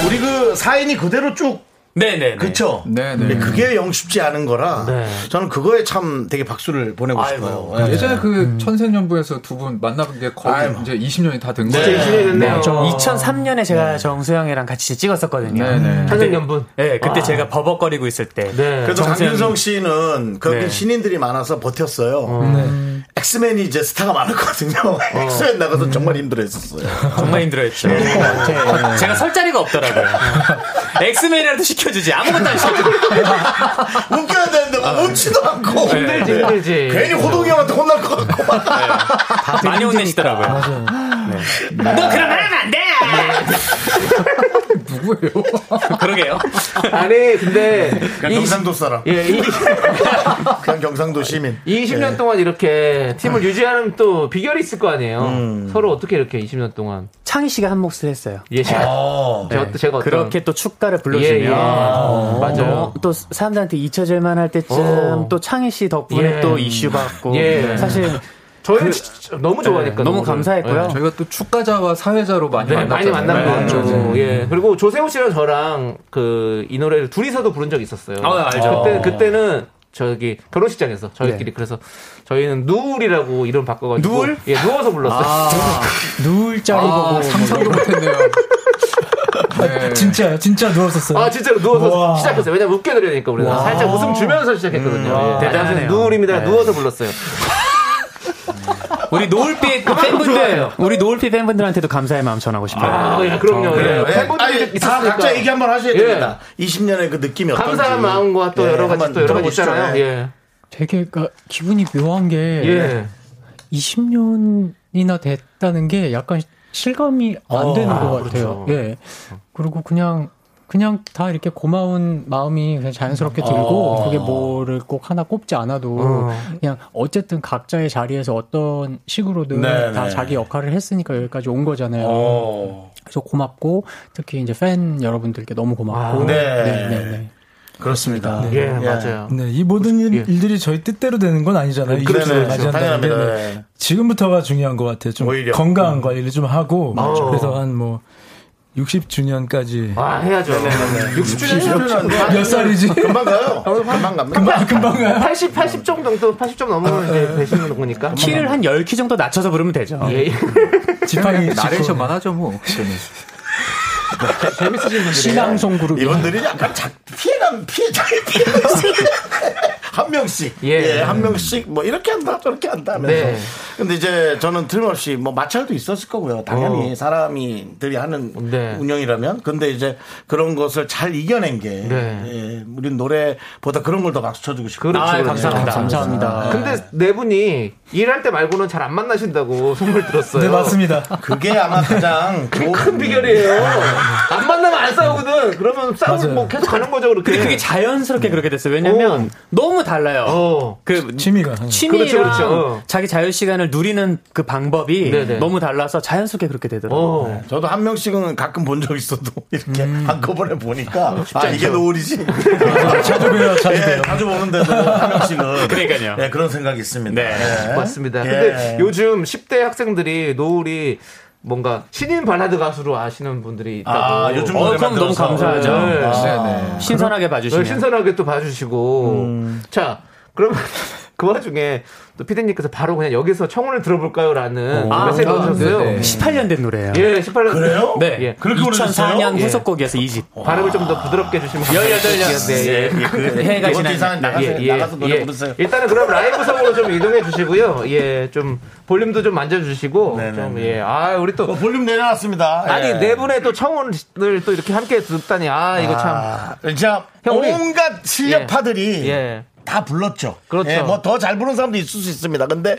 Speaker 2: 우리 그 사인이 그대로 쭉
Speaker 6: 네네.
Speaker 2: 그쵸?
Speaker 8: 네, 네.
Speaker 2: 예, 그게 영 쉽지 않은 거라
Speaker 3: 네.
Speaker 2: 저는 그거에 참 되게 박수를 보내고 싶어요. 예.
Speaker 8: 예전에 그
Speaker 9: 음.
Speaker 8: 천생연분에서 두 분 만나본 게 거의
Speaker 2: 아유.
Speaker 8: 이제 20년이 다 된
Speaker 3: 이제
Speaker 8: 거예요.
Speaker 3: 20년이 됐네요. 네.
Speaker 6: 2003년에 제가 정수영이랑 같이 찍었었거든요.
Speaker 8: 네네.
Speaker 3: 한생연분. 아.
Speaker 6: 네, 그때 제가 버벅거리고 있을 때.
Speaker 3: 네.
Speaker 2: 그래서
Speaker 6: 정세현
Speaker 2: 강윤성 씨는 거기
Speaker 6: 네.
Speaker 2: 신인들이 많아서 버텼어요. 네. 엑스맨이 이제 스타가 많았거든요.
Speaker 3: 어.
Speaker 2: <laughs> 엑스맨 나가서 정말 힘들어했었어요.
Speaker 6: 정말 힘들어했죠. 제가 설 자리가 없더라고요. 엑스맨이라도 시켜주지. 아무것도 안 시켜주고.
Speaker 2: <laughs> 웃겨야 되는데 막 웃지도 않고
Speaker 3: 힘들지, 힘들지.
Speaker 2: 아. 네. 괜히 호동이 형한테 혼날 것 같고 막.
Speaker 6: 많이 혼내시더라고요.
Speaker 3: 아,
Speaker 6: 네. 너 그럼 하면 안 돼!
Speaker 8: 누구예요?
Speaker 6: <laughs> 그러게요.
Speaker 3: 아니, 근데
Speaker 2: 그냥 경상도 사람.
Speaker 3: 예, 이 네.
Speaker 2: 그냥 경상도 시민.
Speaker 3: 20년
Speaker 2: 예.
Speaker 3: 동안 이렇게 팀을 유지하는 또 비결이 있을 거 아니에요. 서로 어떻게 이렇게 20년 동안
Speaker 6: 창희 씨가 한 몫을 했어요.
Speaker 3: 예, 제가,
Speaker 2: 어.
Speaker 3: 제가, 또- 제가 어떤-
Speaker 6: 그렇게 또 축가를
Speaker 3: 예,
Speaker 6: 불러주면
Speaker 3: 예.
Speaker 6: 어,
Speaker 3: 맞아요.
Speaker 6: 또 사람들한테 잊혀질 만할 때쯤
Speaker 3: 오.
Speaker 6: 또 창희 씨 덕분에
Speaker 3: 예.
Speaker 6: 또 이슈 받고
Speaker 3: 예.
Speaker 6: 사실 그
Speaker 3: 저희는 진짜 너무 좋아하니까 예.
Speaker 6: 너무
Speaker 3: 노래를.
Speaker 6: 감사했고요.
Speaker 8: 저희가 또 축가자와 사회자로 많이
Speaker 3: 네, 많이 만난
Speaker 8: 만났잖아요.
Speaker 3: 거
Speaker 8: 네,
Speaker 3: 같죠. 예. 그리고 조세호 씨랑 저랑 그 이 노래를 둘이서도 부른 적이 있었어요.
Speaker 6: 아, 알죠.
Speaker 3: 그때 그때는 저기 결혼식장에서 저희끼리 그래서 저희는 누울이라고 이름 바꿔가지고 누울? 예, 누워서 불렀어요.
Speaker 6: 누울 자리
Speaker 8: 아,
Speaker 6: 보고
Speaker 8: 상상도 못했네요. 네.
Speaker 7: 진짜 진짜 누웠었어요.
Speaker 3: 아 진짜로 누워서
Speaker 7: 우와.
Speaker 3: 시작했어요. 왜냐면 웃겨드리니까 우리가 살짝 웃음 주면서 시작했거든요. 예. 대단하네요. 누울입니다. 누워서 불렀어요.
Speaker 6: 우리 노을빛
Speaker 3: <laughs>
Speaker 6: 팬분들
Speaker 3: 좋아요.
Speaker 6: 우리 노을빛 팬분들한테도 감사의 마음 전하고 싶어요. 네,
Speaker 3: 아, 예, 그럼요. 예.
Speaker 2: 예.
Speaker 3: 팬분들이
Speaker 2: 아니, 다
Speaker 3: 있었으니까.
Speaker 2: 각자 얘기 한번 하셔야
Speaker 3: 예.
Speaker 2: 됩니다. 20년의 그 느낌이 어떤지.
Speaker 3: 감사한 마음과 또
Speaker 2: 예,
Speaker 3: 여러 가지
Speaker 2: 한번
Speaker 3: 또 여러 가지
Speaker 2: 들어보시죠.
Speaker 3: 있잖아요.
Speaker 2: 예.
Speaker 3: 예.
Speaker 9: 되게 그러니까 기분이 묘한 게
Speaker 3: 예.
Speaker 9: 20년이나 됐다는 게 약간 실감이
Speaker 2: 아,
Speaker 9: 안 되는
Speaker 2: 그렇죠.
Speaker 9: 것 같아요. 예. 그리고 그냥 그냥 다 이렇게 고마운 마음이 그냥 자연스럽게 들고
Speaker 2: 아.
Speaker 9: 그게 뭐를 꼭 하나 꼽지 않아도
Speaker 2: 어.
Speaker 9: 그냥 어쨌든 각자의 자리에서 어떤 식으로든
Speaker 2: 네,
Speaker 9: 다
Speaker 2: 네.
Speaker 9: 자기 역할을 했으니까 여기까지 온 거잖아요.
Speaker 2: 어.
Speaker 9: 그래서 고맙고 특히 이제 팬 여러분들께 너무 고맙고
Speaker 3: 아,
Speaker 2: 네.
Speaker 9: 네, 네, 네.
Speaker 2: 그렇습니다.
Speaker 3: 예, 맞아요.
Speaker 7: 네, 이 모든 일,
Speaker 3: 예.
Speaker 7: 들이 저희 뜻대로 되는 건 아니잖아요.
Speaker 2: 그렇죠.
Speaker 7: 이것을
Speaker 2: 그렇죠.
Speaker 7: 맞이한다는
Speaker 2: 당연합니다.
Speaker 7: 게.
Speaker 2: 네.
Speaker 7: 지금부터가 중요한 것 같아요. 좀
Speaker 2: 오히려.
Speaker 8: 음.
Speaker 7: 건강 관리를 좀 하고
Speaker 3: 맞아.
Speaker 7: 그래서 한 뭐 60주년까지
Speaker 3: 아, 해야죠. 60주년
Speaker 7: 몇 살이지?
Speaker 2: 아, 금방 가요. 금방 갑니다. 금방,
Speaker 7: 금방 가요.
Speaker 3: 80, 80 정도, 또 80점 넘으면 이제 되시는 거니까.
Speaker 6: 키를 한 10키 정도 낮춰서 부르면 되죠.
Speaker 3: 예, 예.
Speaker 7: 지팡이 짚고.
Speaker 8: 나레이션만 하죠 뭐.
Speaker 9: 신앙송 그룹
Speaker 2: 이분들이 약간 자, 피해감, 피해, 자기 피해가 있어요. 한 명씩
Speaker 3: 예.
Speaker 2: 예, 한 명씩 뭐 이렇게 한다 저렇게 한다 하면서
Speaker 3: 네.
Speaker 2: 근데 이제 저는 틀림없이 뭐 마찰도 있었을 거고요 당연히 사람이들이 하는
Speaker 3: 네.
Speaker 2: 운영이라면 근데 이제 그런 것을 잘 이겨낸 게
Speaker 3: 네.
Speaker 2: 예, 우리 노래보다 그런 걸 더 박수 쳐주고 싶어요
Speaker 3: 그렇죠.
Speaker 6: 아,
Speaker 3: 그렇죠.
Speaker 6: 감사합니다.
Speaker 2: 아.
Speaker 9: 감사합니다.
Speaker 3: 근데 네 분이 일할 때 말고는 잘 안 만나신다고 선물 들었어요.
Speaker 7: 네, 맞습니다.
Speaker 2: 그게 아마 가장 좋은
Speaker 3: 큰 비결이에요. 안 만나면 안 싸우거든. 그러면 싸움을 뭐 계속 가는 거죠, 그렇게.
Speaker 6: 근데 그게 자연스럽게 그렇게 됐어요. 왜냐면
Speaker 3: 네. 오.
Speaker 6: 너무 달라요.
Speaker 3: 어.
Speaker 6: 그
Speaker 7: 취미가
Speaker 6: 취미랑
Speaker 3: 그렇죠, 그렇죠.
Speaker 6: 자기 자유 시간을 누리는 그 방법이
Speaker 3: 네네.
Speaker 6: 너무 달라서 자연스럽게 그렇게 되더라고요.
Speaker 3: 어.
Speaker 2: 저도 한 명씩은 가끔 본 적 있어도 <laughs> 이렇게 한꺼번에 보니까 아 이게 노을이지
Speaker 7: 자주 뵈요,
Speaker 2: 예,
Speaker 7: 자주 뵈요.
Speaker 2: 자주 보는데도 한 명씩은
Speaker 6: 그러니까요.
Speaker 2: 예, 그런 생각이 있습니다
Speaker 6: 네.
Speaker 2: 예.
Speaker 3: 맞습니다.
Speaker 2: 예.
Speaker 3: 근데 요즘 10대 학생들이 노을이 뭔가 신인 발라드 가수로 아시는 분들이 있다고.
Speaker 2: 아, 요즘
Speaker 6: 어,
Speaker 2: 노래
Speaker 6: 그럼 너무
Speaker 2: 만들어서.
Speaker 6: 감사하죠. 아,
Speaker 3: 네.
Speaker 8: 네.
Speaker 6: 신선하게 음.
Speaker 3: 네,
Speaker 6: 봐주시면.
Speaker 3: 신선하게 또 봐주시고. 자, 그러면 <laughs> 그 와중에 또 피디님께서 바로 그냥 여기서 청혼을 들어볼까요? 라는
Speaker 6: 아,
Speaker 3: 메시지
Speaker 6: 아,
Speaker 3: 오셨어요.
Speaker 8: 네, 네.
Speaker 6: 18년 된 노래예요.
Speaker 3: 예, 18년.
Speaker 2: 그래요?
Speaker 6: 네.
Speaker 3: 예.
Speaker 2: 그렇게 오래됐어요?
Speaker 6: 2004년
Speaker 3: 예.
Speaker 6: 후속곡이어서 2집.
Speaker 3: 발음을 좀 더 부드럽게 해주시면 감사하겠습니다. 네, 예.
Speaker 2: 그
Speaker 6: 해가
Speaker 2: <laughs> 이번
Speaker 6: 지나니까.
Speaker 2: 기사는 나가서
Speaker 3: 예, 예,
Speaker 2: 나가서 노래
Speaker 3: 예.
Speaker 2: 부르세요.
Speaker 3: 일단은 그럼 라이브 성으로 좀 이동해 주시고요. 예, 좀 볼륨도 좀 만져주시고
Speaker 2: 네네네.
Speaker 3: 좀 예, 아 우리 또
Speaker 2: 어, 볼륨 내려놨습니다.
Speaker 3: 아니
Speaker 2: 예.
Speaker 3: 네 분의 또 청혼을 또 이렇게 함께 듣다니 아 이거 참
Speaker 2: 아, 진짜
Speaker 3: 형, 우리-
Speaker 2: 온갖 실력파들이
Speaker 3: 예.
Speaker 2: 다 불렀죠. 예,
Speaker 3: 그렇죠.
Speaker 2: 뭐더 잘 부르는 사람도 있을 수 있습니다. 근데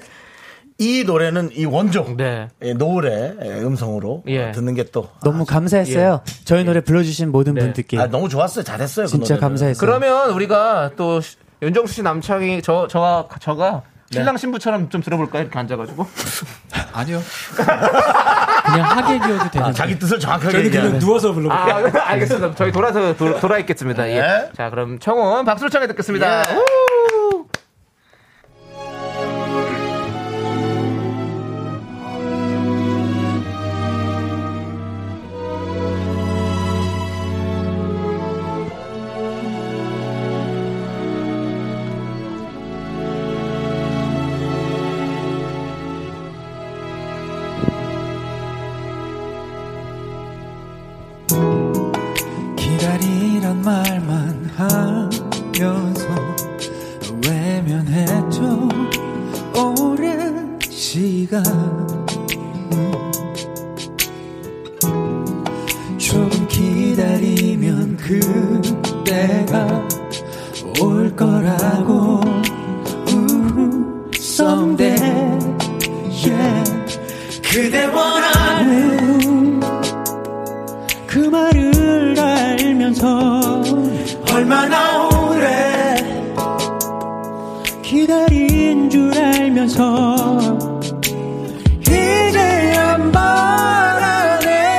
Speaker 2: 이 노래는 이 원종
Speaker 3: 네.
Speaker 2: 예, 노을의 예, 음성으로
Speaker 3: 예.
Speaker 2: 어, 듣는 게 또
Speaker 10: 너무 감사했어요.
Speaker 6: 예.
Speaker 10: 저희 노래 불러주신 모든
Speaker 6: 네.
Speaker 10: 분들께
Speaker 2: 아, 너무 좋았어요. 잘했어요.
Speaker 10: 진짜
Speaker 2: 그 노래는.
Speaker 10: 감사했어요.
Speaker 3: 그러면 우리가 또 시- 윤정수 씨 남창이 저 저와 저가 네. 신랑 신부처럼 좀 들어볼까요? 이렇게 앉아가지고
Speaker 7: 아니요.
Speaker 9: 그냥 하게 기어도 되는
Speaker 2: 아, 자기 뜻을 정확하게
Speaker 7: 저는 그냥
Speaker 2: 얘기하는
Speaker 7: 누워서 불러.
Speaker 3: 아 알겠습니다. 저희 돌아서 돌- 돌아 있겠습니다. 예.
Speaker 2: 네.
Speaker 3: 자 그럼 청혼 박수를 청해 듣겠습니다.
Speaker 2: 예.
Speaker 3: 우!
Speaker 10: 기다리란 말만 하면서 외면했죠 오랜 시간 음. 조금 기다리면 그때가 올 거라고 우후, someday yeah. 그대 원하는 그 말을 알면서 얼마나 오래 기다린 줄 알면서 이제야 말하네요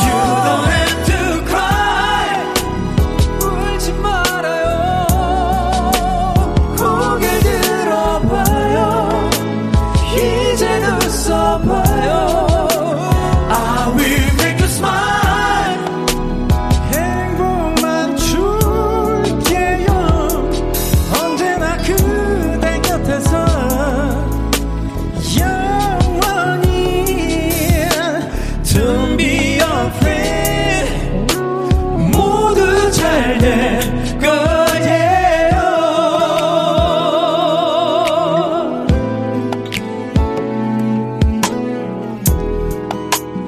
Speaker 10: You don't have to cry 울지 말아요 고개 들어봐요 이젠 웃어봐요 I will make you smile 행복만 줄게요 언제나 그대 곁에서 영원히 Don't be afraid 모두 잘 될 거예요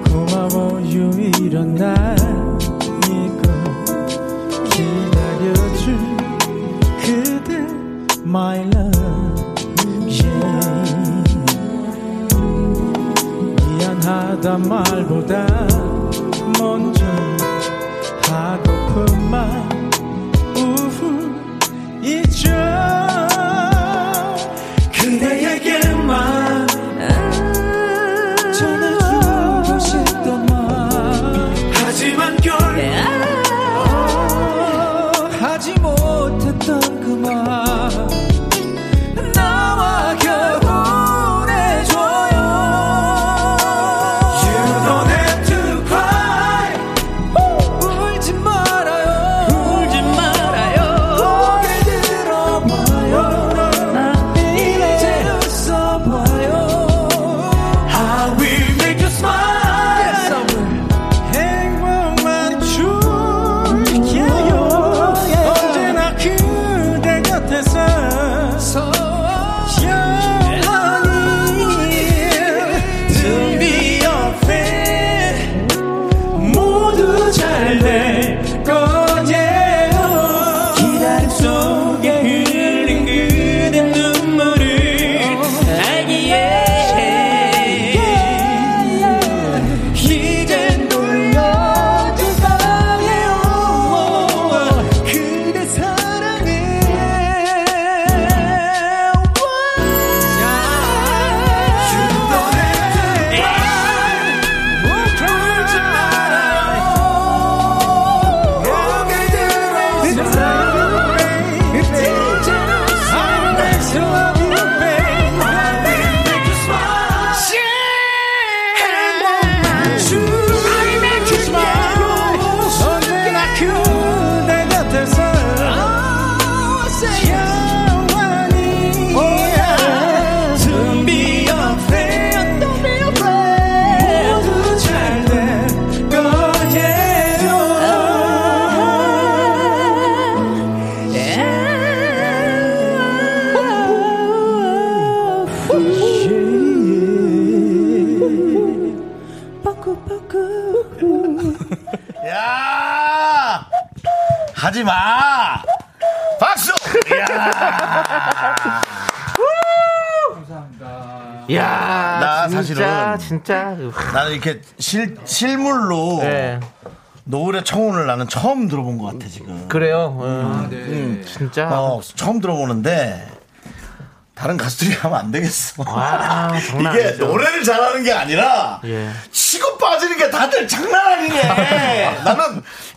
Speaker 10: 고마워 유일한 날이고 기다려줄 그대 My love yeah. 미안하다 말보다 먼저 하고픈 말 우후 잊죠 그대에게만 전해주고 싶던 말 하지만 결국 하지 못했던 그말 나와 결혼해줘요 You don't have to cry 울지 말아요 울지 말아요 고개 들어봐 예.
Speaker 2: 야! 하지 마! 박수! 야!
Speaker 3: 이야,
Speaker 2: 나
Speaker 3: 진짜,
Speaker 2: 사실은
Speaker 3: 진짜.
Speaker 2: 나는 이렇게 실, 실물로
Speaker 3: 네.
Speaker 2: 노을의 청혼을 나는 처음 들어본 것 같아, 지금.
Speaker 3: 그래요. 음.
Speaker 8: 네.
Speaker 3: 진짜.
Speaker 2: 어, 처음 들어보는데 다른 가수들이 <laughs> 하면 안 되겠어.
Speaker 3: 아, 장난
Speaker 2: 이게
Speaker 3: 아니죠.
Speaker 2: 노래를 잘하는 게 아니라
Speaker 3: 예.
Speaker 2: 치고 빠지는 게 다들 장난
Speaker 3: <laughs>
Speaker 2: 아니네. 나는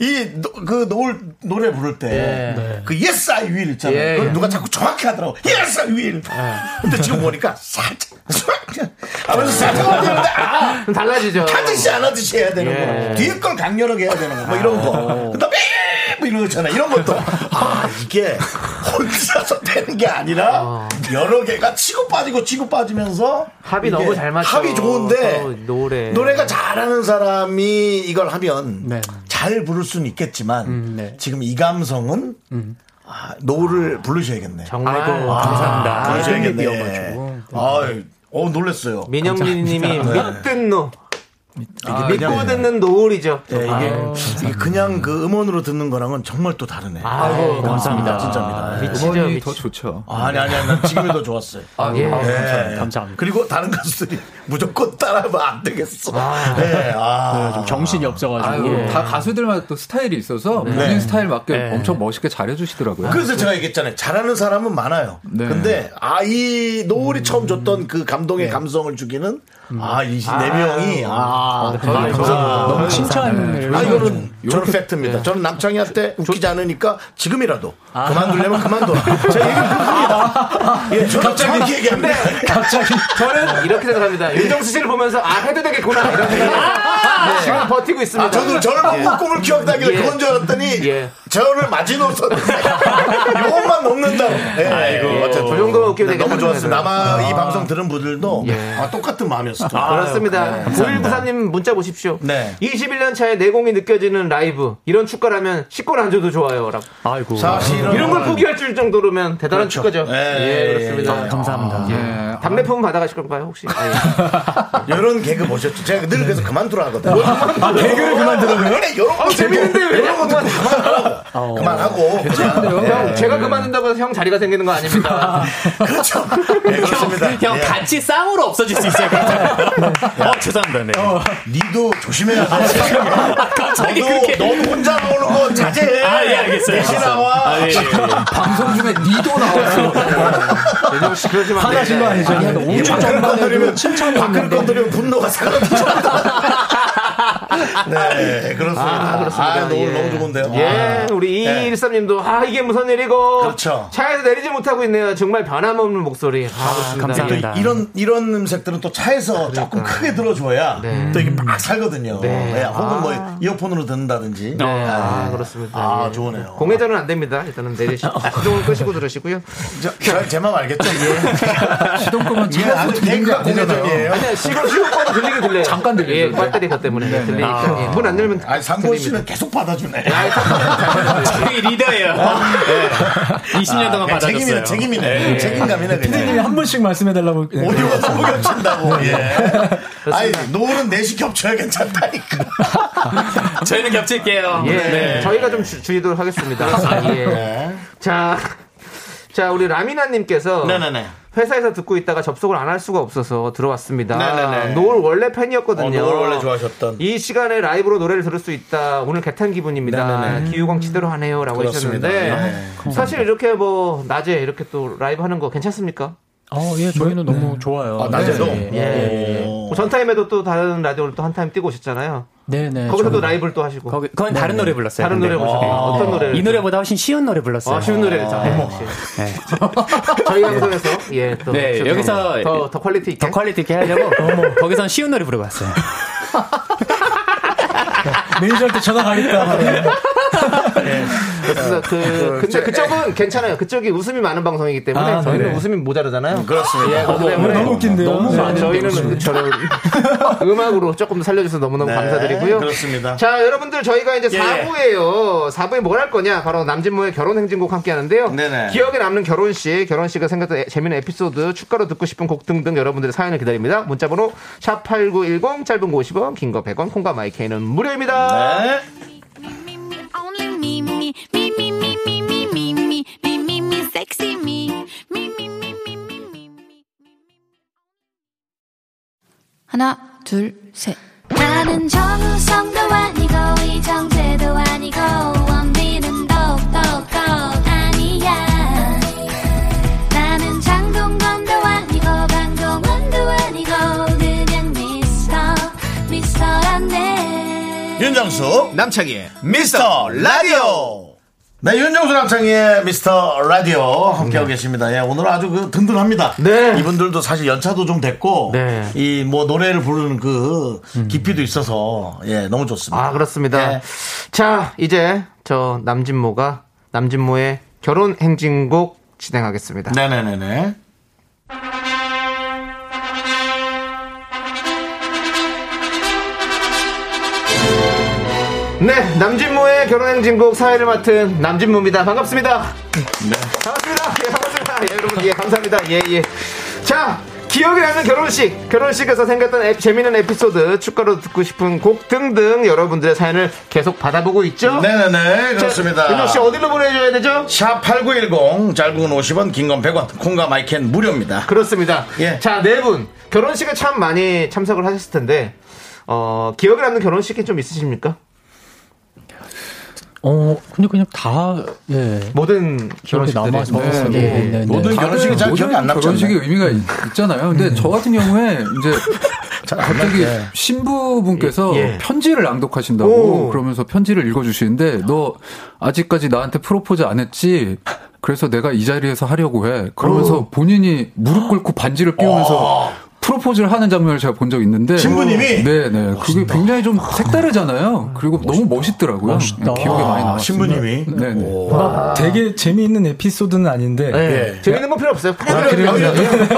Speaker 2: 이 그 노을 노래 부를
Speaker 3: 예.
Speaker 2: 때그 Yes I Will 있잖아요.
Speaker 3: 예,
Speaker 2: 그걸
Speaker 3: 예.
Speaker 2: 누가 자꾸 정확히 하더라고. Yes I Will. 근데 지금 보니까 살짝 살짝 하면서 살짝 하는데 아
Speaker 3: 좀 달라지죠.
Speaker 2: 하듯이 안 하듯이 해야 되는
Speaker 3: 예. 어.
Speaker 2: 거. 뒤에 건 강렬하게 해야 되는 거. 뭐 이런 거. 그다음에 뭐 이런 거 있잖아. 이런 것도 아 이게 혼자서 되는 게 아니라 여러 개가 치고 빠지고 치고 빠지면서
Speaker 3: 어. 합이
Speaker 2: 이게
Speaker 3: 너무 잘 맞죠.
Speaker 2: 합이
Speaker 3: 어,
Speaker 2: 좋은데
Speaker 3: 노래.
Speaker 2: 가 잘하는 사람이 이걸 하면
Speaker 9: 네.
Speaker 2: 잘 부를 수는 있겠지만
Speaker 3: 음,
Speaker 9: 네.
Speaker 2: 지금 이 감성은 아, 노를 부르셔야겠네.
Speaker 3: 정말
Speaker 6: 아이고,
Speaker 2: 아,
Speaker 6: 감사합니다.
Speaker 2: 부르셔야겠네.
Speaker 9: 띄워가지고.
Speaker 2: 아유, 어 놀랐어요.
Speaker 3: 민영민님이 믿든 노. 믿고
Speaker 2: 그냥-
Speaker 3: 듣는 노을이죠.
Speaker 2: 예, 이게, 이게 그냥 그 음원으로 듣는 거랑은 정말 또 다르네.
Speaker 3: 아이고,
Speaker 2: 감사합니다. 진짜입니다. 예.
Speaker 3: 미치죠,
Speaker 8: 음원이
Speaker 3: 미치죠.
Speaker 8: 더 좋죠.
Speaker 2: 아니, 아니, 아니, 난 지금이 더 좋았어요.
Speaker 3: 아, 예.
Speaker 2: 예.
Speaker 9: 감사합니다.
Speaker 2: 그리고 다른 가수들이 무조건 따라하면 안 되겠어. 예, 아.
Speaker 9: 좀 정신이 없어가지고.
Speaker 6: 예.
Speaker 8: 아유, 다 가수들마다 또 스타일이 있어서 본인 스타일 맞게
Speaker 3: 네.
Speaker 8: 엄청 멋있게 잘해주시더라고요.
Speaker 2: 그래서 제가 얘기했잖아요. 잘하는 사람은 많아요.
Speaker 8: 네.
Speaker 2: 근데 아 이 노을이 처음 줬던 그 감동의 감성을 주기는 아 이 네 명이 아,
Speaker 9: 너무
Speaker 8: 네.
Speaker 9: 칭찬을.
Speaker 2: 아, 이거는 저는
Speaker 8: 요렇게-
Speaker 2: 팩트입니다. 저는 남창희한테 웃기지 않으니까 지금이라도 그만두려면 <laughs> 그만둬라. 제가 얘기를 끊습니다. 예, 저는 네. 정확히 얘기합니다.
Speaker 3: 갑자기 저는 이렇게 생각합니다. 윤정수 씨를 보면서 아 해도 되겠구나 이런 생각. 네. 지금 버티고 있습니다.
Speaker 2: 아, 저도 저를 보고 꿈을 키웠다길래
Speaker 3: 예.
Speaker 2: 그건 줄 알았더니
Speaker 3: 예.
Speaker 2: 저를 <laughs> 마지노선 이것만 먹는다고. 예. 아이고, 어쨌든
Speaker 3: 저 정도면 웃기게 되겠다.
Speaker 2: 너무 좋았습니다. 아마 이 방송 들은 분들도
Speaker 3: 예.
Speaker 2: 아, 똑같은 마음이었을 거예요.
Speaker 3: 그렇습니다. 9193님 문자 보십시오.
Speaker 2: 네.
Speaker 3: 21년 차에 내공이 느껴지는 라이브. 이런 축가라면 10권 안 줘도 좋아요. 라고.
Speaker 9: 아이고.
Speaker 2: 사실은
Speaker 3: 이런 걸 포기할 줄 정도로면 대단한 축가죠.
Speaker 2: 예,
Speaker 3: 예,
Speaker 2: 예,
Speaker 3: 그렇습니다.
Speaker 2: 예, 예.
Speaker 9: 감사합니다.
Speaker 8: 예.
Speaker 3: 답례품 받아가실 건가요, 혹시? 아, 예.
Speaker 2: 이런 개그 보셨죠? 제가 늘
Speaker 6: 네.
Speaker 2: 그래서 그만두라 하거든요. 아, 개그를 그만두라고요? 그래, 이런
Speaker 6: 어,
Speaker 2: 거
Speaker 3: 재밌는데 왜
Speaker 2: 이런 것도 그만하라고. 그만하고. 괜찮은데요?
Speaker 7: 네.
Speaker 3: 형,
Speaker 6: 네.
Speaker 3: 제가 그만둔다고 해서 형 자리가 생기는 거 아닙니다.
Speaker 2: 그렇죠. 예, 그렇습니다.
Speaker 6: 형
Speaker 2: 예.
Speaker 6: 같이 쌍으로 없어질 수 있어요. 어, 죄송합니다. 네. 아,
Speaker 2: 니도 조심해야 돼.
Speaker 6: 갑자기
Speaker 2: 너도,
Speaker 6: 그렇게.
Speaker 2: 너도 혼자 나오는 거 자제해.
Speaker 6: 아, 예, 알겠어요.
Speaker 2: 대신
Speaker 6: 알겠어요.
Speaker 2: 나와.
Speaker 6: 아, 예, 예.
Speaker 8: 방송 중에 니도
Speaker 6: 네.
Speaker 8: 나왔어.
Speaker 3: 윤정 씨, 그러시면 안
Speaker 9: 화나신 거 아니죠?
Speaker 3: 됩니다.
Speaker 2: 우주 건드리면 칭찬이 밖을
Speaker 6: 네.
Speaker 2: 건드리면 분노가
Speaker 6: <laughs>
Speaker 2: 사라지잖아. 네, 그렇습니다.
Speaker 3: 아, 그렇습니다.
Speaker 2: 아, 너무,
Speaker 3: 예.
Speaker 2: 너무 좋은데요.
Speaker 3: 예,
Speaker 2: 아.
Speaker 3: 우리
Speaker 2: 예.
Speaker 3: 2213님도 아 이게 무슨 일이고
Speaker 2: 그렇죠.
Speaker 3: 차에서 내리지 못하고 있네요. 정말 변함없는 목소리. 아,
Speaker 2: 또
Speaker 6: 감사합니다.
Speaker 2: 네. 이런 이런 음색들은 또 차에서 조금 크게 들어줘야 또 이게 막 살거든요.
Speaker 3: 네.
Speaker 2: 예, 혹은 뭐 이어폰으로 듣는다든지.
Speaker 3: 네,
Speaker 2: 아,
Speaker 3: 아, 그렇습니다. 예.
Speaker 2: 좋으네요.
Speaker 3: 공회전은 안 됩니다. 일단은 내리시고 시동을 끄시고 들으시고요.
Speaker 2: 제맘 알겠죠? 예.
Speaker 8: 시동급은
Speaker 2: 이게
Speaker 8: 차에서
Speaker 2: 아주
Speaker 8: 듣는 게
Speaker 2: 개그가 공개적이에요.
Speaker 6: 예.
Speaker 8: 아니잖아요.
Speaker 3: 아니야 시동 시동거도 들리게 들려요.
Speaker 8: 잠깐 들리죠.
Speaker 3: 예, 배터리가 때문에 들리니까 예, 문안 열면
Speaker 2: 아니, 상고 씨는 계속 받아주네.
Speaker 3: 어.
Speaker 6: 저희 리더예요. 네. 20년 동안
Speaker 2: 그냥
Speaker 6: 받아줬어요.
Speaker 2: 책임이네, 책임이네. 책임감이네. 그냥.
Speaker 9: 피디님이 한 번씩 말씀해달라고. 네.
Speaker 2: 오디오가 너무 겹친다고. 예. 아니 노을은 4시 겹쳐야 괜찮다니까.
Speaker 6: 저희는 겹칠게요.
Speaker 3: 예,
Speaker 6: 네.
Speaker 3: 저희가 좀 주, 의도록 하겠습니다. 아,
Speaker 2: 네.
Speaker 3: 예. 자, 자 우리 라미나님께서
Speaker 2: 네네네.
Speaker 3: 회사에서 듣고 있다가 접속을 안 할 수가 없어서 들어왔습니다.
Speaker 2: 네네네.
Speaker 3: 노을 원래 팬이었거든요.
Speaker 2: 어, 노을 원래 좋아하셨던.
Speaker 3: 이 시간에 라이브로 노래를 들을 수 있다. 오늘 개탄 기분입니다. 기우광 치대로 하네요라고
Speaker 2: 네, 그렇습니다.
Speaker 3: 하셨는데 사실 이렇게 뭐 낮에 이렇게 또 라이브 하는 거 괜찮습니까?
Speaker 9: 어, 예, 저희는 너무 좋아요.
Speaker 2: 낮에도.
Speaker 9: 네,
Speaker 3: 예.
Speaker 2: 오.
Speaker 3: 전 타임에도 또 다른 라디오를 또 한 타임 뛰고 오셨잖아요.
Speaker 9: 네. 네,
Speaker 3: 거기서 또
Speaker 9: 저는-
Speaker 3: 라이브를 또 하시고
Speaker 6: 거기, 그건 다른 노래 불렀어요.
Speaker 3: 다른 노래
Speaker 6: 근데.
Speaker 3: 보셨어요. 어떤 노래를?
Speaker 6: 이 노래보다 네. 훨씬 쉬운 노래 불렀어요.
Speaker 3: 아, 쉬운 노래를 잘 혹시. <laughs> 저희 방송에서 예, 또
Speaker 6: 네,
Speaker 3: 좀
Speaker 6: 여기서
Speaker 3: 더, 더 퀄리티 있게
Speaker 6: 더 퀄리티 있게 하려고
Speaker 3: <laughs>
Speaker 6: 어, 뭐, 거기선 쉬운 노래 부르고 왔어요.
Speaker 9: 매니저한테 전화 가겠다.
Speaker 3: 그래서 그, 근데 그쪽은 괜찮아요. 그쪽이 웃음이 많은 방송이기 때문에
Speaker 2: 아,
Speaker 3: 저희는
Speaker 2: 네네.
Speaker 3: 웃음이 모자르잖아요.
Speaker 2: 그렇습니다. 어,
Speaker 3: 예, 그렇기 때문에
Speaker 2: 너무 웃긴데요.
Speaker 3: 너무
Speaker 2: 네.
Speaker 3: 많은 아, 저희는 <laughs>
Speaker 2: 웃음이.
Speaker 3: 저런 음악으로 조금 살려줘서 너무너무
Speaker 2: 네,
Speaker 3: 감사드리고요.
Speaker 2: 그렇습니다.
Speaker 3: 자, 여러분들 저희가 이제
Speaker 2: 예, 예.
Speaker 3: 4부예요. 4부에 뭘 할 거냐? 바로 남진모의 결혼 행진곡 함께 하는데요.
Speaker 2: 네네.
Speaker 3: 기억에 남는 결혼식, 결혼식을 생겼던 에- 재미있는 에피소드, 축가로 듣고 싶은 곡 등등 여러분들의 사연을 기다립니다. 문자번호 샵8910 짧은 거 50원, 긴 거 100원, 콩과 마이케이는 무료입니다.
Speaker 2: 네.
Speaker 4: Only me, me, me, me, me, me, me, me, me, me, me, me, sexy me, me, me, me, me, me, me, me.
Speaker 11: 하나, 둘, 셋.
Speaker 4: 나는 정우성도 아니고 이정재도 아니고 원빈은 더욱더 아니야 나는 장동건도 아니고 강동원도 아니고 그냥 미스터 미스터란데
Speaker 2: 윤정수 남창희의 미스터 라디오 네 윤정수 남창희의 미스터 라디오 함께하고 계십니다 예, 오늘 아주 그 든든합니다 이분들도 사실 연차도 좀 됐고
Speaker 3: 네.
Speaker 2: 이 뭐 노래를 부르는 그 깊이도 있어서 예 너무 좋습니다
Speaker 3: 아, 그렇습니다.
Speaker 2: 네.
Speaker 3: 자, 이제 저 남진모가 남진모의 결혼 행진곡 진행하겠습니다.
Speaker 2: 네네네네
Speaker 3: 네, 남진모의 결혼 행진곡 사회를 맡은 남진모입니다. 반갑습니다.
Speaker 2: 네.
Speaker 3: 반갑습니다. 예, 반갑습니다. 예, 여러분, 예, 감사합니다. 예, 예. 자, 기억이 나는 결혼식, 결혼식에서 생겼던 에- 재미있는 에피소드, 축가로 듣고 싶은 곡 등등 여러분들의 사연을 계속 받아보고 있죠?
Speaker 2: 네네네 그렇습니다
Speaker 3: 윤혁 씨 어디로 보내줘야 되죠?
Speaker 2: 샵8910 짧은 건 50원 긴 건 100원 콩과 마이캔 무료입니다
Speaker 3: 그렇습니다.
Speaker 2: 예.
Speaker 3: 자, 네 분. 결혼식에 참 많이 참석을 하셨을 텐데, 어, 기억에 남는 결혼식이 좀 있으십니까?
Speaker 9: 어, 근데 그냥 다, 예.
Speaker 3: 모든
Speaker 9: 기억에
Speaker 8: 결혼식들이
Speaker 9: 남아서.
Speaker 8: 있는데.
Speaker 9: 예, 네, 네.
Speaker 8: 모든 결혼식이 잘 기억이 안 남죠. 네. 음. 결혼식의 의미가 있- 있잖아요. 근데 저 같은 경우에 <laughs> 이제 갑자기
Speaker 2: 나게.
Speaker 8: 신부분께서
Speaker 2: 예, 예.
Speaker 8: 편지를 낭독하신다고
Speaker 2: 오.
Speaker 8: 그러면서 편지를 읽어주시는데 너 아직까지 나한테 프로포즈 안 했지? 그래서 내가 이 자리에서 하려고 해. 그러면서 본인이 무릎 꿇고 반지를 끼우면서 프로포즈를 하는 장면을 제가 본 적 있는데
Speaker 2: 신부님이?
Speaker 8: 네네 그게 굉장히 좀 색다르잖아요. 그리고 너무 아. 멋있더라고요. 네,
Speaker 7: 멋있다.
Speaker 8: 기억에 많이
Speaker 7: 아,
Speaker 8: 남았어요.
Speaker 7: 신부님이?
Speaker 8: 네네.
Speaker 7: 막 되게 재미있는 에피소드는 아닌데.
Speaker 3: 예. 재밌는 건 필요 없어요.
Speaker 7: 아, 그래요?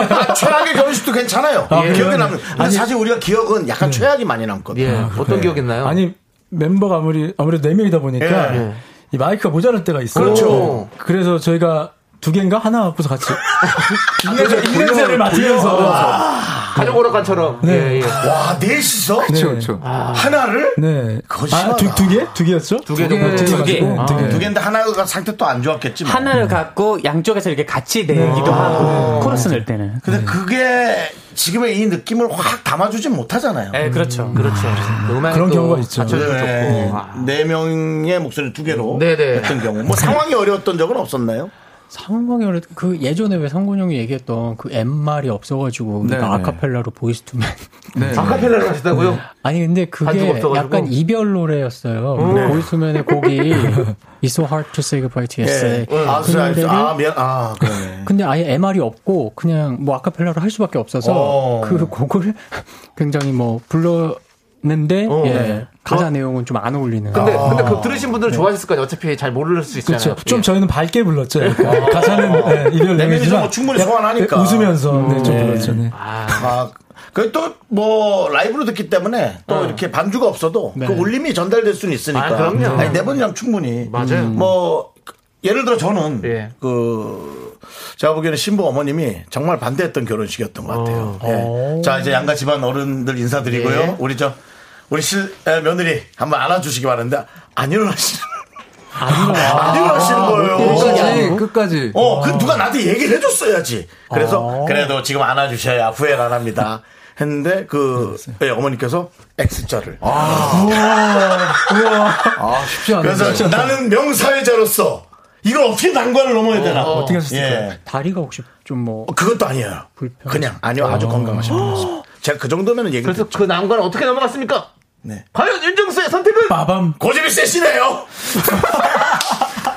Speaker 2: 아, 최악의 결혼식도 괜찮아요.
Speaker 7: 아,
Speaker 2: 예. 기억에
Speaker 7: 그래요?
Speaker 2: 남는. 근데
Speaker 7: 아니,
Speaker 2: 사실 우리가 기억은 약간 최악이 많이 남거든요.
Speaker 3: 예. 어떤 기억 있나요?
Speaker 7: 아니 멤버가 아무리 아무래도 네 명이다 보니까
Speaker 2: 예.
Speaker 7: 이 마이크가 모자랄 때가 있어요.
Speaker 2: 그렇죠.
Speaker 7: 그래서 저희가 두 개인가 하나
Speaker 3: <laughs>
Speaker 7: 갖고서 같이 아, 인내제,
Speaker 3: 아, 돌려-
Speaker 7: 인내제를
Speaker 3: 돌려서.
Speaker 7: 맡으면서
Speaker 3: 가족 오락관처럼.
Speaker 7: 네.
Speaker 3: 예, 예.
Speaker 2: 와, 넷이서?
Speaker 3: 그렇죠,
Speaker 7: 그쵸, 그쵸.
Speaker 2: 하나를?
Speaker 7: 네.
Speaker 2: 거짓말.
Speaker 7: 아, 두, 두 개? 두 개였죠?
Speaker 3: 개
Speaker 7: 두
Speaker 3: 정도.
Speaker 7: 두 개. 아, 네.
Speaker 6: 두
Speaker 7: 두 개.
Speaker 2: 두 개인데 하나가 상태 또 안 좋았겠지. 뭐.
Speaker 6: 하나를 갖고 양쪽에서 이렇게 같이 내기도 하고 코러스 낼 때는.
Speaker 2: 근데 그게 지금의 이 느낌을 확 담아주진 못하잖아요.
Speaker 6: 네, 그렇죠.
Speaker 3: 그렇죠. 음악이
Speaker 7: 그런
Speaker 3: 또
Speaker 7: 경우가 있죠.
Speaker 3: 받쳐주면
Speaker 2: 네,
Speaker 3: 좋고. 아.
Speaker 2: 네 명의 목소리 두 개로
Speaker 3: 네네.
Speaker 2: 했던 경우. 뭐 상황이 어려웠던 적은 없었나요?
Speaker 9: 상황이 원래 그 예전에 왜 상곤 형이 얘기했던 그 M 말이 없어가지고 우리가
Speaker 8: 네, 네.
Speaker 9: 아카펠라로 보이스 투맨
Speaker 8: 네.
Speaker 3: 아카펠라를 하시다고요?
Speaker 9: 아니 근데
Speaker 3: 반주가
Speaker 9: 그게
Speaker 3: 없어가지고.
Speaker 9: 약간 이별 노래였어요 보이스 투맨의 곡이 It's so hard to say goodbye to
Speaker 7: 네.
Speaker 9: yesterday
Speaker 2: 예. 아,
Speaker 9: 그
Speaker 2: 그래, 알죠.
Speaker 9: 노래를
Speaker 2: 아, 미안. 아, 그러네.
Speaker 9: 근데 아예 MR이 없고 그냥 뭐 아카펠라로 할 수밖에 없어서
Speaker 2: 어.
Speaker 9: 그 곡을 <laughs> 굉장히 뭐 불렀는데
Speaker 3: 어.
Speaker 9: 예, 가사 내용은 좀 안 어울리는 아,
Speaker 3: 근데, 근데 그 들으신 분들은 좋아하셨을 거예요. 어차피 잘 모를 수 있잖아요.
Speaker 7: 아. 그렇죠. 좀
Speaker 3: 예.
Speaker 7: 저희는 밝게 불렀죠. 약간. 가사는 네, 이별
Speaker 2: 네 명이서
Speaker 7: 내면이지만
Speaker 2: 뭐 충분히 소환하니까.
Speaker 7: 웃으면서
Speaker 9: 음.
Speaker 7: 네, 좀 불렀죠. 네.
Speaker 2: 아, 그또뭐 라이브로 듣기 때문에 또 이렇게 반주가 없어도 그 울림이 전달될 수는 있으니까.
Speaker 3: 어. 네. 아, 그럼요.
Speaker 2: 아니, 네 번이랑 충분히.
Speaker 3: 맞아요.
Speaker 2: 뭐 예를 들어 저는
Speaker 3: 예.
Speaker 2: 그 제가 보기에는 신부 어머님이 정말 반대했던 결혼식이었던 것 같아요. 예. 자 이제 양가 집안 어른들 인사드리고요.
Speaker 3: 어. 예.
Speaker 2: 우리 저 우리 실 에, 며느리 한번 안아주시기 바랍니다. 안 일어나시는 안
Speaker 3: 아,
Speaker 2: 일어나시는 거예요.
Speaker 8: 끝까지 끝까지.
Speaker 2: 어, 그 누가 나한테 얘기를 해줬어야지. 그래서 그래도 지금 안아주셔야 후회를 안 합니다. 했는데 그 예, 어머니께서 X자를.
Speaker 8: 아 쉽지
Speaker 7: 네.
Speaker 8: 않아요.
Speaker 2: 그래서 나는 명사회자로서 이걸 어떻게 난관을 넘어야 되나.
Speaker 7: 어떻게 하셨을까요?
Speaker 2: 예.
Speaker 9: 다리가 혹시 좀뭐
Speaker 2: 어, 그것도 아니에요.
Speaker 9: 불편.
Speaker 2: 그냥 아니요 아주 건강하신 분이었어요. 제가 그 정도면은 얘기.
Speaker 3: 그래서 그 난관을 어떻게 넘어갔습니까?
Speaker 2: 네.
Speaker 3: 과연 윤정수의 선택은?
Speaker 7: 빠밤.
Speaker 2: 고집이 세시네요.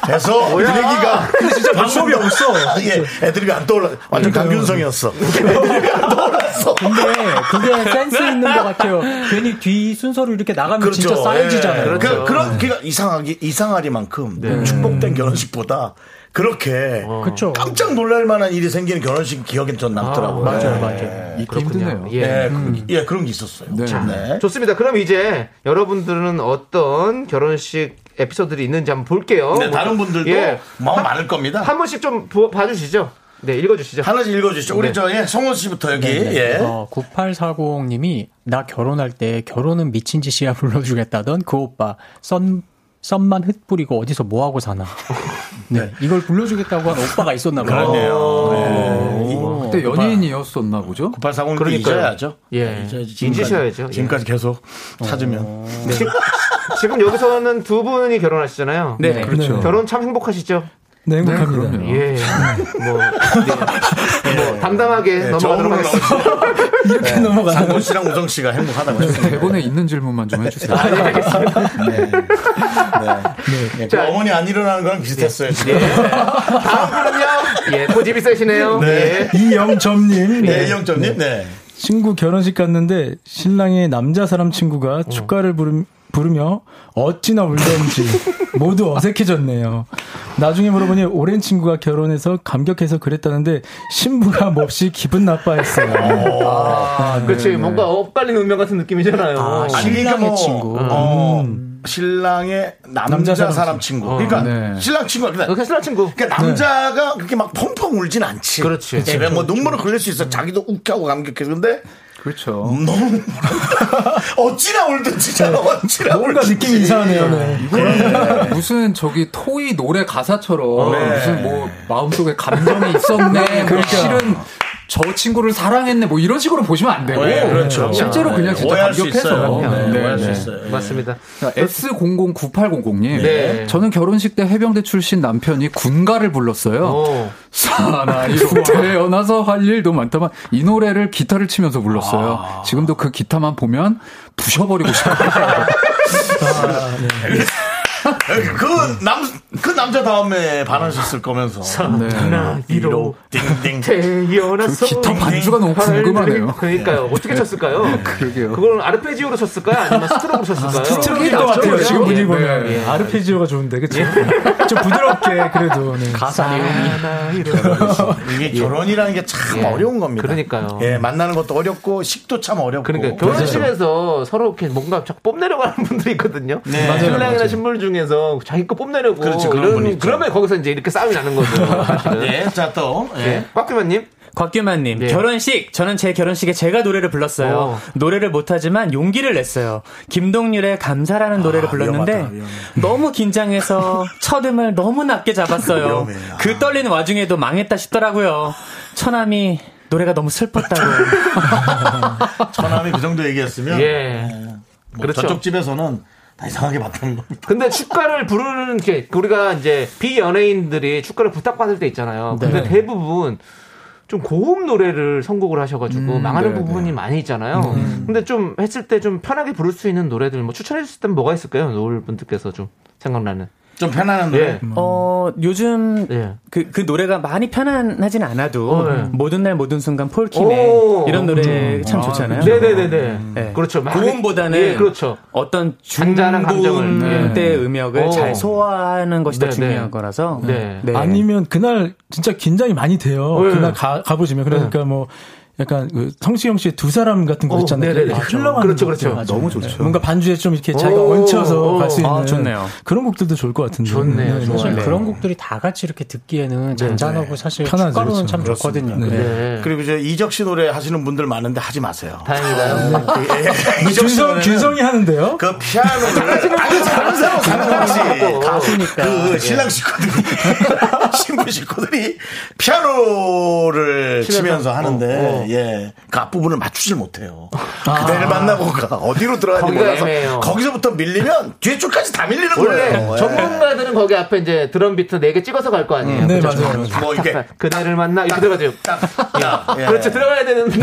Speaker 2: 돼서 그
Speaker 10: 뭐야?
Speaker 2: 분위기가
Speaker 10: 진짜 방법이 없어.
Speaker 2: 예, 애드립이 안 떠올라. 완전 강균성이었어. 애드립이 안 떠올랐어.
Speaker 7: 근데 그게 센스 있는 것 같아요. 괜히 뒤 순서로 이렇게 나가면 진짜 쌓여지잖아요.
Speaker 2: 예. 음, 그, 런 그러니까 이상하기 이상하리만큼 음, 축복된 결혼식보다 그렇게
Speaker 7: 그쵸.
Speaker 2: 깜짝 놀랄 만한 일이 생기는 결혼식 기억엔 전 남더라고요.
Speaker 3: 아, 맞아요,
Speaker 2: 예.
Speaker 3: 맞아요.
Speaker 2: 예.
Speaker 3: 그렇군요. 힘드네요.
Speaker 2: 예,
Speaker 3: 예.
Speaker 2: 그- 예, 그런 게 있었어요.
Speaker 3: 자,
Speaker 2: 네.
Speaker 3: 좋습니다. 그럼 이제 여러분들은 어떤 결혼식 에피소드들이 있는지 한번 볼게요.
Speaker 2: 네, 다른 분들도 마음 많을 겁니다.
Speaker 3: 예. 한 번씩 좀 보- 봐주시죠. 네, 읽어주시죠.
Speaker 2: 하나씩 읽어주시죠. 우리 저, 예, 성원 씨부터 여기. 예.
Speaker 7: 어, 9840님이 나 결혼할 때 결혼은 미친 짓이야 불러주겠다던 그 오빠 썬 썸만 흩뿌리고 어디서 뭐 하고 사나. 네, 이걸 불러주겠다고 한 오빠가 있었나 봐요.
Speaker 2: 그러네요.
Speaker 8: 그때 연예인이었었나 보죠?
Speaker 2: 9840
Speaker 8: 그러니까요.
Speaker 2: 잊어야죠.
Speaker 7: 네,
Speaker 3: 예.
Speaker 2: 잊어야지. 지금까지-
Speaker 3: 잊으셔야죠. 예.
Speaker 2: 지금까지 계속 찾으면.
Speaker 3: 지금 여기서는 두 분이 결혼하시잖아요.
Speaker 2: 네, 그렇죠.
Speaker 3: 결혼 참 행복하시죠?
Speaker 7: 네,
Speaker 8: 행복합니다.
Speaker 3: 예. 뭐, 네. 뭐 담담하게 넘어가도록
Speaker 2: 저음으로
Speaker 3: 하겠습니다.
Speaker 7: 이렇게 넘어가요.
Speaker 2: 상곤 씨랑 우정 씨가 행복하다고 했습니다. 아, 예,
Speaker 8: 대본에 있는 질문만 좀 해주세요.
Speaker 2: 네. 그 어머니 안 일어나는 거랑 비슷했어요. 지금.
Speaker 3: 다음 분은요. 예, 고집이 세시네요. 예.
Speaker 2: 네.
Speaker 12: 이영점님.
Speaker 2: 네, 이영점님. 네.
Speaker 12: 친구 결혼식 갔는데 신랑의 남자 사람 친구가 축가를 부르, 부르며 어찌나 울던지 모두 어색해졌네요. 나중에 물어보니 오랜 친구가 결혼해서 감격해서 그랬다는데 신부가 몹시 기분 나빠했어요.
Speaker 3: 그렇지. 뭔가 엇갈린 운명 같은 느낌이잖아요.
Speaker 2: 아니, 그러니까 뭐, 어, 신랑의 남자,
Speaker 12: 남자
Speaker 2: 사람,
Speaker 12: 사람
Speaker 2: 친구.
Speaker 3: 어,
Speaker 2: 그러니까
Speaker 8: 네.
Speaker 2: 신랑 친구가 그냥
Speaker 3: 그렇게 친한 친구.
Speaker 2: 그러니까 남자가 그렇게 막 펑펑 울진 않지.
Speaker 3: 그렇지.
Speaker 2: 예, 왜뭐 눈물을 흘릴 수 있어. 자기도 욱하고 감격해. 근데
Speaker 8: 그렇죠.
Speaker 2: 너무 <laughs> 어찌나 울든지 잖아. 어찌나
Speaker 12: 뭔가
Speaker 2: 울든지.
Speaker 12: 느낌이 이상하네요. 네.
Speaker 8: 무슨 저기 토이 노래 가사처럼
Speaker 2: 네.
Speaker 8: 무슨 뭐 마음속에 감정이 있었네. 뭐 실은 저 친구를 사랑했네. 뭐 이런 식으로 보시면 안 되고
Speaker 2: 네, 그렇죠.
Speaker 8: 실제로
Speaker 2: 네.
Speaker 8: 그냥 진짜
Speaker 2: 오해할 수
Speaker 8: 감격해서
Speaker 2: 있어요. 네,
Speaker 8: 네,
Speaker 2: 오해할 수
Speaker 8: 네.
Speaker 2: 있어요. 예.
Speaker 3: 맞습니다.
Speaker 8: S009800님.
Speaker 3: 네.
Speaker 8: 그러니까 저는 결혼식 때 해병대 출신 남편이 군가를 불렀어요.
Speaker 3: 어.
Speaker 2: <laughs>
Speaker 8: 사나이로 태어나서 할 일도 많다만 이 노래를 기타를 치면서 불렀어요.
Speaker 2: 아.
Speaker 8: 지금도 그 기타만 보면
Speaker 2: <laughs>
Speaker 8: 부셔버리고 싶어요.
Speaker 2: 그 남, 그 남자 다음에 반하셨을 거면서.
Speaker 3: 하나, 이로.
Speaker 2: 띵띵.
Speaker 3: 태어나서.
Speaker 8: 기타 그 반주가 너무 궁금하네요.
Speaker 3: 그러니까요. 어떻게 쳤을까요?
Speaker 8: 그러게요.
Speaker 3: 그걸 아르페지오로 쳤을까요? 아니면 스트로크로 쳤을까요?
Speaker 12: 스트로크인 것 같아요. 지금 분위기
Speaker 8: 예,
Speaker 12: 보면
Speaker 8: 예,
Speaker 12: 아르페지오가 좋은데 그쵸? <laughs> 좀 부드럽게 그래도 네.
Speaker 7: 가사 내용이.
Speaker 2: 이게 결혼이라는 게 참 어려운 겁니다.
Speaker 3: 예. 그러니까요.
Speaker 2: 예, 만나는 것도 어렵고, 식도 참 어렵고. 예.
Speaker 3: 그러니까 결혼식에서 서로 이렇게 뭔가 자꾸 뽐내려가는 <laughs> 분들이 있거든요. 신랑이나 신부 중에서 자기 거 뽐내려고
Speaker 2: 네, 그렇죠, 그런 분
Speaker 3: 이런
Speaker 2: 있죠.
Speaker 3: 그러면 거기서 이제 이렇게 싸움이
Speaker 2: <laughs>
Speaker 3: 나는 거죠. 사실은. 네.
Speaker 2: 예, 자, 또. 예.
Speaker 3: 예. 꽉규만님
Speaker 6: 곽규만님
Speaker 3: 예.
Speaker 6: 결혼식 저는 제 결혼식에 제가 노래를 불렀어요
Speaker 3: 어.
Speaker 6: 노래를 못하지만 용기를 냈어요 김동률의 감사라는 노래를 불렀는데 너무 긴장해서 첫 음을 너무 낮게 잡았어요
Speaker 2: 위험해.
Speaker 6: 그 떨리는 와중에도 망했다 싶더라고요 처남이 노래가 너무 슬펐다고
Speaker 2: 처남이 그 정도 얘기했으면.
Speaker 3: 예.
Speaker 2: 뭐
Speaker 3: 그렇죠.
Speaker 2: 저쪽 집에서는 다 이상하게 봤다는 겁니다.
Speaker 3: 근데 축가를 부르는 게 우리가 이제 비연예인들이 축가를 부탁받을 때 있잖아요.
Speaker 2: 네.
Speaker 3: 근데 대부분 좀 고음 노래를 선곡을
Speaker 2: 음,
Speaker 3: 하셔가지고 망하는
Speaker 8: 네,
Speaker 3: 부분이 많이 있잖아요. 근데 좀 했을 때 좀 편하게 부를 수 있는 노래들 뭐 추천해 주실 때는 뭐가 있을까요? 노을 분들께서 좀 생각나는.
Speaker 2: 좀 편안한 노래.
Speaker 3: 예.
Speaker 6: 어 요즘
Speaker 3: 예.
Speaker 6: 그, 그 노래가 많이 편안하진 않아도
Speaker 3: 어, 네.
Speaker 6: 모든 날 모든 순간 폴킴의
Speaker 3: 오. 음.
Speaker 6: 이런 노래 참 좋잖아요
Speaker 3: 네네네네.
Speaker 6: 네.
Speaker 3: 그렇죠.
Speaker 6: 고음보다는
Speaker 3: 예, 그렇죠.
Speaker 6: 어떤
Speaker 3: 잔잔한 감정을.
Speaker 6: 중고음 때 음역을
Speaker 3: 어.
Speaker 6: 잘 소화하는 것이
Speaker 3: 네,
Speaker 6: 더
Speaker 3: 네.
Speaker 6: 중요한 거라서
Speaker 3: 네.
Speaker 12: 아니면 그날 진짜 긴장이 많이 돼요.
Speaker 3: 네.
Speaker 12: 그날 가, 가보시면. 그러니까 뭐 약간 그 성시경 씨의 두 사람 같은 거
Speaker 3: 어,
Speaker 12: 있잖아요.
Speaker 3: 네네네.
Speaker 12: 이렇게 흘러가는 거
Speaker 3: 그렇죠, 그렇죠.
Speaker 12: 있잖아요.
Speaker 3: 너무
Speaker 12: 네. 뭔가 반주에 좀 이렇게 자기가
Speaker 3: 오,
Speaker 12: 얹혀서
Speaker 3: 오,
Speaker 12: 갈 수 있는
Speaker 6: 아, 좋네요.
Speaker 12: 그런 곡들도 좋을 것 같은데.
Speaker 3: 좋네요,
Speaker 12: 네.
Speaker 3: 좋아요.
Speaker 7: 사실
Speaker 3: 네.
Speaker 7: 그런 곡들이 다 같이 이렇게 듣기에는 잔잔하고 사실
Speaker 12: 편하죠,
Speaker 7: 축가로는
Speaker 12: 그렇죠.
Speaker 7: 참 좋거든요.
Speaker 12: 네.
Speaker 7: 네.
Speaker 3: 네.
Speaker 2: 그리고 이제 이적 씨 노래 하시는 분들 많은데 하지 마세요.
Speaker 3: 다행이다요. <laughs>
Speaker 2: 예, 이적 씨
Speaker 12: 균성,
Speaker 2: 노래는
Speaker 12: 균성이 하는데요?
Speaker 2: 그 피아노 아니 다른 사람 다른 사람 가수니까
Speaker 3: 예.
Speaker 2: 그 신랑
Speaker 3: <laughs>
Speaker 2: 식구들이 신부 식구들이 피아노를 치면서 하는데
Speaker 3: 어, 아.
Speaker 2: 예. 그 앞부분을 맞추질 못해요. 그대를 만나고 가. 어디로 들어가는지
Speaker 3: 거기가
Speaker 2: 몰라서
Speaker 3: 애매해요.
Speaker 2: 거기서부터 밀리면 뒤에 줄까지 다 밀리는
Speaker 3: 원래
Speaker 2: 거예요.
Speaker 6: 네.
Speaker 2: 예.
Speaker 3: 전문가들은 거기 앞에 이제 드럼 비트 4개 찍어서 갈 거 아니에요.
Speaker 2: 음, 네,
Speaker 3: 그렇죠. 그죠?
Speaker 2: 맞아요.
Speaker 3: 탁,
Speaker 2: 뭐 이게
Speaker 3: 탁, 탁. 그날을 만나 이렇게 들어가죠.
Speaker 2: 예.
Speaker 3: 그렇죠. 들어가야
Speaker 2: <laughs>
Speaker 3: 되는데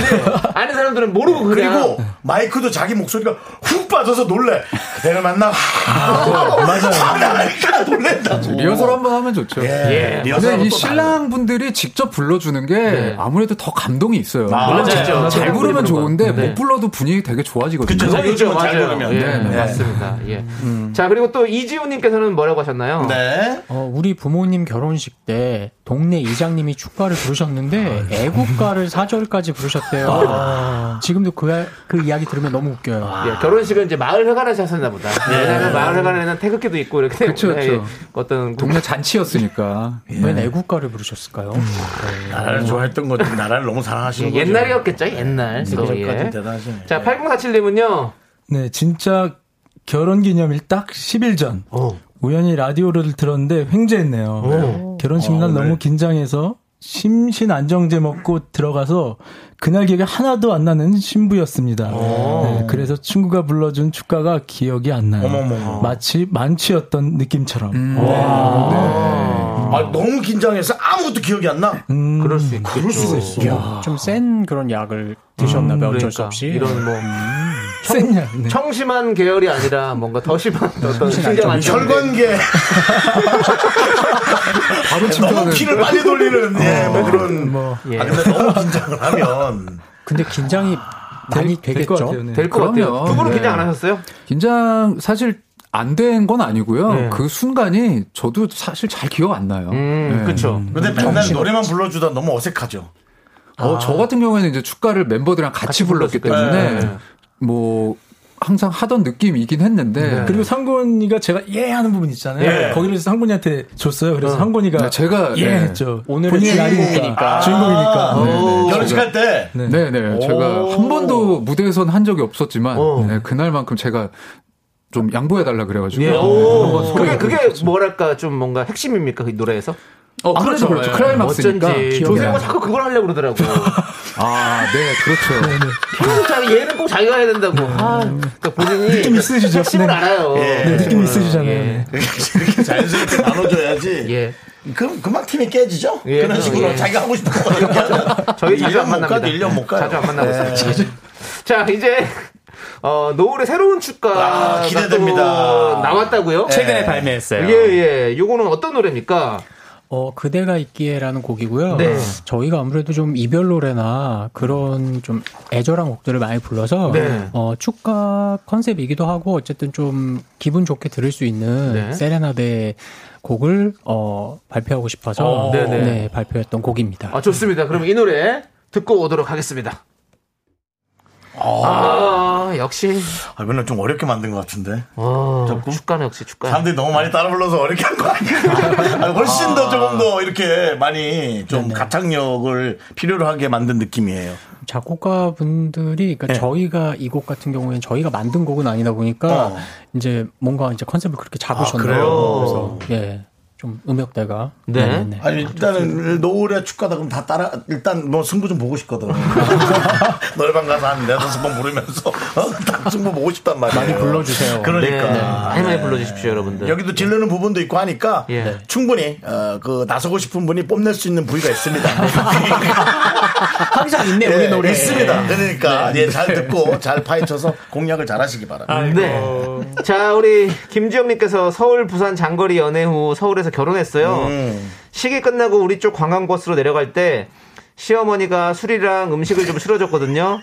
Speaker 3: 아는 사람들은 모르고 그냥
Speaker 2: 그리고 마이크도 자기 목소리가 훅 빠져서 놀래. 그대를 만나.
Speaker 3: 아,
Speaker 2: <laughs> 맞아요. 놀랜다고.
Speaker 8: 리허설 한번 하면 좋죠. 네,
Speaker 2: 예, 리허설은
Speaker 8: 근데 이
Speaker 2: 또 네.
Speaker 8: 신랑 분들이 직접 불러주는 게 아무래도 더 감동이 있어요.
Speaker 2: 아,
Speaker 8: 물론
Speaker 2: 맞아요.
Speaker 8: 직접
Speaker 2: 맞아요.
Speaker 8: 잘 부르면
Speaker 2: 부르는
Speaker 8: 좋은데
Speaker 2: 거. 네.
Speaker 8: 못 불러도 분위기 되게 좋아지거든요.
Speaker 2: 그쵸, 그쵸,
Speaker 3: 그죠,
Speaker 2: 잘
Speaker 3: 맞아요.
Speaker 2: 부르면.
Speaker 3: 예,
Speaker 2: 네. 음.
Speaker 3: 맞습니다. 예. 자, 그리고 또 이지우님께서는 뭐라고 하셨나요?
Speaker 2: 네.
Speaker 7: 어, 우리 부모님 결혼식 때 동네 이장님이 축가를
Speaker 12: 아,
Speaker 7: 부르셨는데
Speaker 12: 네.
Speaker 7: 애국가를 4절까지 부르셨대요.
Speaker 3: 아.
Speaker 7: 지금도 그, 아- 그 이야기 들으면 너무 웃겨요.
Speaker 3: 예, 결혼식은 이제 마을 회관에서 하셨나 보다.
Speaker 2: 네.
Speaker 3: 왜냐하면 마을 회관에는 태극기도 있고 이렇게 때문에
Speaker 8: 그쵸, 그쵸.
Speaker 3: 예, 어떤
Speaker 8: 동네 잔치였으니까.
Speaker 2: 예.
Speaker 7: 웬 애국가를 부르셨을까요?
Speaker 2: 나라를 좋아했던 거지. 나라를 너무 사랑하시는 거죠.
Speaker 3: 옛날이었겠죠, 옛날.
Speaker 2: 그
Speaker 3: 또,
Speaker 2: 전까지
Speaker 3: 예.
Speaker 2: 대단하시네.
Speaker 3: 자, 8047님은요.
Speaker 12: 네, 진짜 결혼 기념일 딱 10일 전. 우연히 라디오를 들었는데 횡재했네요.
Speaker 3: 어,
Speaker 7: 음.
Speaker 12: 결혼식 날 너무 긴장해서 심신 안정제 먹고 들어가서 그날 기억이 하나도 안 나는 신부였습니다. 네, 그래서 친구가 불러준 축가가 기억이 안 나요.
Speaker 2: 어머머머.
Speaker 12: 마치 만취였던 느낌처럼.
Speaker 2: 아, 너무 긴장해서 아무것도 기억이 안 나.
Speaker 12: 음,
Speaker 3: 그럴 수 있고.
Speaker 2: 그럴 수가 있어.
Speaker 7: 좀 센 그런 약을 드셨나 봐요. 어쩔 수
Speaker 3: 그러니까
Speaker 7: 없이.
Speaker 3: 이런 뭐
Speaker 12: 쎘냐? 네.
Speaker 3: 청심한 계열이 아니라 뭔가 더 심한 어떤 신경 안
Speaker 2: <laughs> 혈관계
Speaker 8: 바로
Speaker 2: <laughs> 너무
Speaker 8: 침투하는.
Speaker 2: 피를 빨리 돌리는 예, 뭐 그런
Speaker 12: 뭐.
Speaker 2: 아니 근데 너무 긴장을 하면
Speaker 7: 근데 긴장이 많이
Speaker 12: 될것
Speaker 7: 되겠죠.
Speaker 12: 같아요, 네.
Speaker 3: 될것 같아요.
Speaker 8: 그럼요.
Speaker 3: 두 분은
Speaker 8: 네.
Speaker 3: 긴장 안 하셨어요?
Speaker 8: 긴장 사실 안 된 건 아니고요.
Speaker 3: 네.
Speaker 8: 그 순간이 저도 사실 잘 기억 안 나요.
Speaker 3: 음,
Speaker 8: 네.
Speaker 3: 그쵸.
Speaker 2: 근데 맨날 노래만 불러주다 너무 어색하죠.
Speaker 8: 어, 저 같은 경우에는 이제 축가를 멤버들이랑 같이, 불렀기
Speaker 3: 불렀을
Speaker 8: 때문에
Speaker 3: 거예요. 네.
Speaker 8: 뭐 항상 하던 느낌이긴 했는데
Speaker 12: 그리고 상곤이가 제가 예 하는 부분 있잖아요.
Speaker 2: 예.
Speaker 12: 거기를 상곤이한테 줬어요. 그래서 상곤이가
Speaker 8: 제가
Speaker 12: 예
Speaker 8: 네.
Speaker 12: 했죠. 본인의 날이니까.
Speaker 2: 아,
Speaker 12: 주인공이니까. 네.
Speaker 2: 음, 결혼식할 때
Speaker 8: 네네 제가 한 번도 무대에선 한 적이 없었지만 네, 그날만큼 제가 좀 양보해 달라 그래가지고
Speaker 3: 오, 예, 그게, 그게 뭐랄까, 좀 뭔가 핵심입니까, 그 노래에서?
Speaker 8: 어, 그렇죠 그렇죠 클라이막스니까
Speaker 3: 어쩐지.
Speaker 8: 기억이
Speaker 3: 조세호가
Speaker 8: 나요.
Speaker 3: 자꾸 그걸 하려고 그러더라고.
Speaker 8: 아네 <laughs> 그렇죠
Speaker 3: 계속 자기 얘는 꼭 자기가 해야 된다고. 아, 그러니까 본인이.
Speaker 12: 느낌 있으시죠?
Speaker 3: 핵심을
Speaker 12: 네.
Speaker 3: 알아요.
Speaker 12: 네, 느낌 있으시잖아요.
Speaker 3: 예.
Speaker 2: <laughs> 이렇게 자연스럽게 나눠줘야지.
Speaker 3: 예.
Speaker 2: 그럼 금방 팀이 깨지죠.
Speaker 3: 예,
Speaker 2: 그런 식으로
Speaker 3: 예.
Speaker 2: 자기가 하고 싶은 거 이렇게 하면
Speaker 3: 저희 자주 안
Speaker 2: 1년 못 가도
Speaker 3: 만납니다. 네,
Speaker 2: 1년 못 가요.
Speaker 3: 자주 안 만나고
Speaker 2: 예.
Speaker 3: 있습니다. 자, 이제 어, 노을의 새로운 축가
Speaker 2: 아, 기대됩니다. 네.
Speaker 3: 나왔다고요?
Speaker 6: 최근에 발매했어요.
Speaker 3: 예, 예. 요거는 어떤 노래입니까?
Speaker 7: 어, 그대가 있기에라는 곡이고요.
Speaker 3: 네.
Speaker 7: 저희가 아무래도 좀 이별 노래나 그런 좀 애절한 곡들을 많이 불러서
Speaker 3: 네.
Speaker 7: 어, 축가 컨셉이기도 하고 어쨌든 좀 기분 좋게 들을 수 있는
Speaker 3: 네.
Speaker 7: 세레나데 곡을 어, 발표하고 싶어서
Speaker 3: 어, 네네.
Speaker 7: 네, 발표했던 곡입니다.
Speaker 3: 아, 좋습니다. 그럼 이 노래 듣고 오도록 하겠습니다. 아, 역시.
Speaker 2: 아, 맨날 좀 어렵게 만든 것 같은데.
Speaker 3: 어,
Speaker 2: 자꾸?
Speaker 3: 축가는 역시 축가.
Speaker 2: 사람들이 너무 많이 따라 불러서 어렵게 한 거 아니야? <laughs> 아니, 훨씬 더 조금 더 이렇게 많이 좀 가창력을 필요로 하게 만든 느낌이에요.
Speaker 7: 작곡가 분들이
Speaker 3: 네.
Speaker 7: 그러니까 저희가 이 곡 같은 경우에는 저희가 만든 곡은 아니다 보니까
Speaker 2: 어.
Speaker 7: 이제 뭔가 이제 컨셉을 그렇게 잡으셨나요?
Speaker 2: 그래요?
Speaker 7: 그래서 예. 좀 음역대가
Speaker 3: 아, 네.
Speaker 2: 아니 일단은 노을의 축가다 그럼 다 따라 일단 뭐 승부 좀 보고 싶거든. <laughs> 노래방 가서 한 네다섯 번 부르면서 어? 다 승부 보고 싶단 말이에요. 많이
Speaker 7: 불러주세요.
Speaker 2: 그러니까
Speaker 3: 네, 네. 많이 많이
Speaker 2: 네.
Speaker 3: 불러주십시오, 여러분들.
Speaker 2: 여기도 질르는 부분도 있고 하니까
Speaker 3: 예.
Speaker 2: 충분히 어, 그 나서고 싶은 분이 뽐낼 수 있는 부위가 <laughs> 있습니다.
Speaker 7: 항상 있네
Speaker 2: 예,
Speaker 7: 네. 우리 노래
Speaker 2: 있습니다. 그러니까 예, 잘 듣고 잘 파헤쳐서 공략을 잘하시기 바랍니다.
Speaker 3: 네. 자, 우리 김지영님께서 서울, 부산 장거리 연애 후
Speaker 2: 음.
Speaker 3: 서울에서
Speaker 7: 아.
Speaker 3: 결혼했어요. 시기 끝나고 우리 쪽 관광버스로 내려갈 때 시어머니가 술이랑 음식을 좀 실어줬거든요.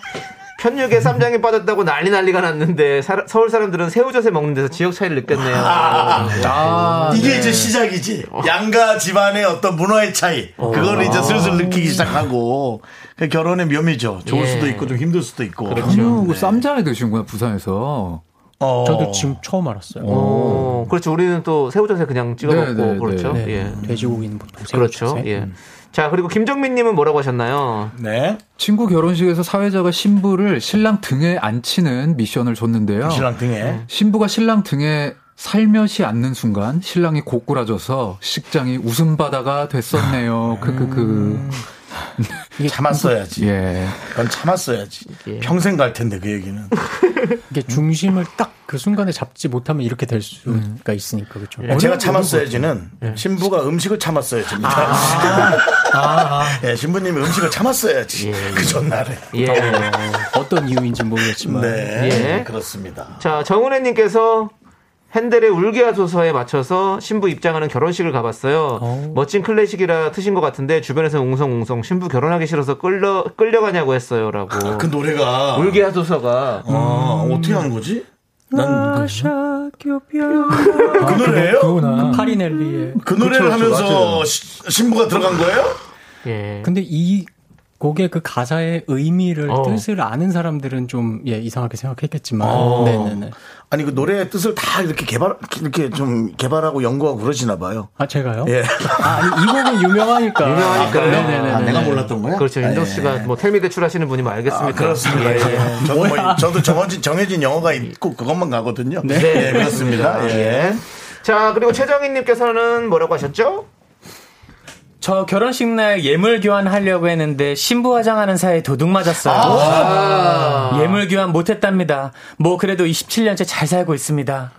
Speaker 3: 편육에 쌈장이 빠졌다고 난리 난리가 났는데 사- 서울 사람들은 새우젓에 먹는 데서 지역 차이를 느꼈네요.
Speaker 7: 아.
Speaker 2: 아. 이게
Speaker 7: 네.
Speaker 2: 이제 시작이지. 양가 집안의 어떤 문화의 차이. 그걸 이제 슬슬 느끼기 시작하고. 그 결혼의 묘미죠. 좋을
Speaker 3: 예.
Speaker 2: 수도 있고 좀 힘들 수도 있고.
Speaker 8: 아니요 그 쌈장에 드시는구나 부산에서
Speaker 2: 어.
Speaker 7: 그렇죠. 저도 지금 처음 알았어요
Speaker 3: 오, 그렇죠. 우리는 또 새우젓에 그냥 찍어
Speaker 8: 네,
Speaker 3: 먹고
Speaker 8: 네, 네.
Speaker 3: 그렇죠.
Speaker 7: 네.
Speaker 3: 예.
Speaker 7: 돼지고기는 보통 새우
Speaker 3: 그렇죠.
Speaker 7: 자체.
Speaker 3: 예. 자, 그리고 김정민님은 뭐라고 하셨나요?
Speaker 2: 네.
Speaker 8: 친구 결혼식에서 사회자가 신부를 신랑 등에 앉히는 미션을
Speaker 7: 어.
Speaker 8: 줬는데요.
Speaker 2: 신랑
Speaker 7: 음.
Speaker 2: 등에.
Speaker 8: 신부가 신랑 등에 살며시 앉는 순간 신랑이 고꾸라져서 식장이 웃음바다가 됐었네요. 크크크.
Speaker 2: 참았어야지.
Speaker 8: 그, 예.
Speaker 2: 그건 참았어야지. 평생 갈 텐데 그 얘기는.
Speaker 7: 이게 중심을 딱 그 순간에 잡지 못하면 이렇게 될
Speaker 6: 음.
Speaker 7: 수가 있으니까 그렇죠.
Speaker 6: 예.
Speaker 2: 예, 제가 참았어야지는
Speaker 7: 예.
Speaker 2: 신부가 음식을 참았어야지입니다.
Speaker 7: 아.
Speaker 2: <laughs> 예, 신부님이 음식을 참았어야지.
Speaker 7: 예,
Speaker 2: 그 전날에.
Speaker 7: 어떤 이유인지 모르겠지만
Speaker 2: 네,
Speaker 3: 예.
Speaker 2: 그렇습니다.
Speaker 3: 자, 정은혜님께서 핸델의 울게 하소서에 맞춰서 신부 입장하는 결혼식을 가봤어요. 멋진 클래식이라 트신 것 같은데 주변에서 웅성웅성 신부 결혼하기 싫어서 끌려 끌려가냐고 했어요라고.
Speaker 2: 그 노래가
Speaker 3: 아, 울게 하소서가
Speaker 2: 어, 어떻게 하는 거지? 난
Speaker 9: 그
Speaker 6: 음.
Speaker 2: 노래예요?
Speaker 9: 그거구나. 파리넬리의.
Speaker 2: 아,
Speaker 7: 음.
Speaker 2: 그, 노래를 하면서 시- 신부가 들어간 거예요?
Speaker 3: 예.
Speaker 7: 근데 이 곡의 그 가사의 의미를
Speaker 3: 어.
Speaker 7: 뜻을 아는 사람들은 좀 예, 이상하게 생각했겠지만
Speaker 2: 어.
Speaker 7: 네네네.
Speaker 2: 아니 그 노래의 뜻을 다 이렇게 개발 이렇게 좀 개발하고 연구하고 그러시나 봐요.
Speaker 7: 아 제가요?
Speaker 2: 예.
Speaker 7: 아, 아니, 이 곡은 유명하니까.
Speaker 3: 유명하니까.
Speaker 7: 네네네.
Speaker 2: 아, 내가 몰랐던 거야?
Speaker 3: 그렇죠.
Speaker 2: 아,
Speaker 3: 윤정
Speaker 2: 예.
Speaker 3: 씨가 뭐 텔미 대출 하시는 분이 뭐 알겠습니까?
Speaker 2: 아, 그렇습니다.
Speaker 3: 예.
Speaker 2: 예. 저도, 뭐, 저도 정해진, 정해진 영어가 있고 그것만 가거든요. 네, 예, 그렇습니다. 예.
Speaker 3: 예. 자, 그리고 최정희님께서는 뭐라고 하셨죠?
Speaker 6: 저 결혼식 날 예물 교환하려고 했는데 신부 화장하는 사이에 도둑 맞았어요.
Speaker 3: 아.
Speaker 6: 예물 교환 못했답니다. 뭐 그래도 27년째 잘 살고 있습니다.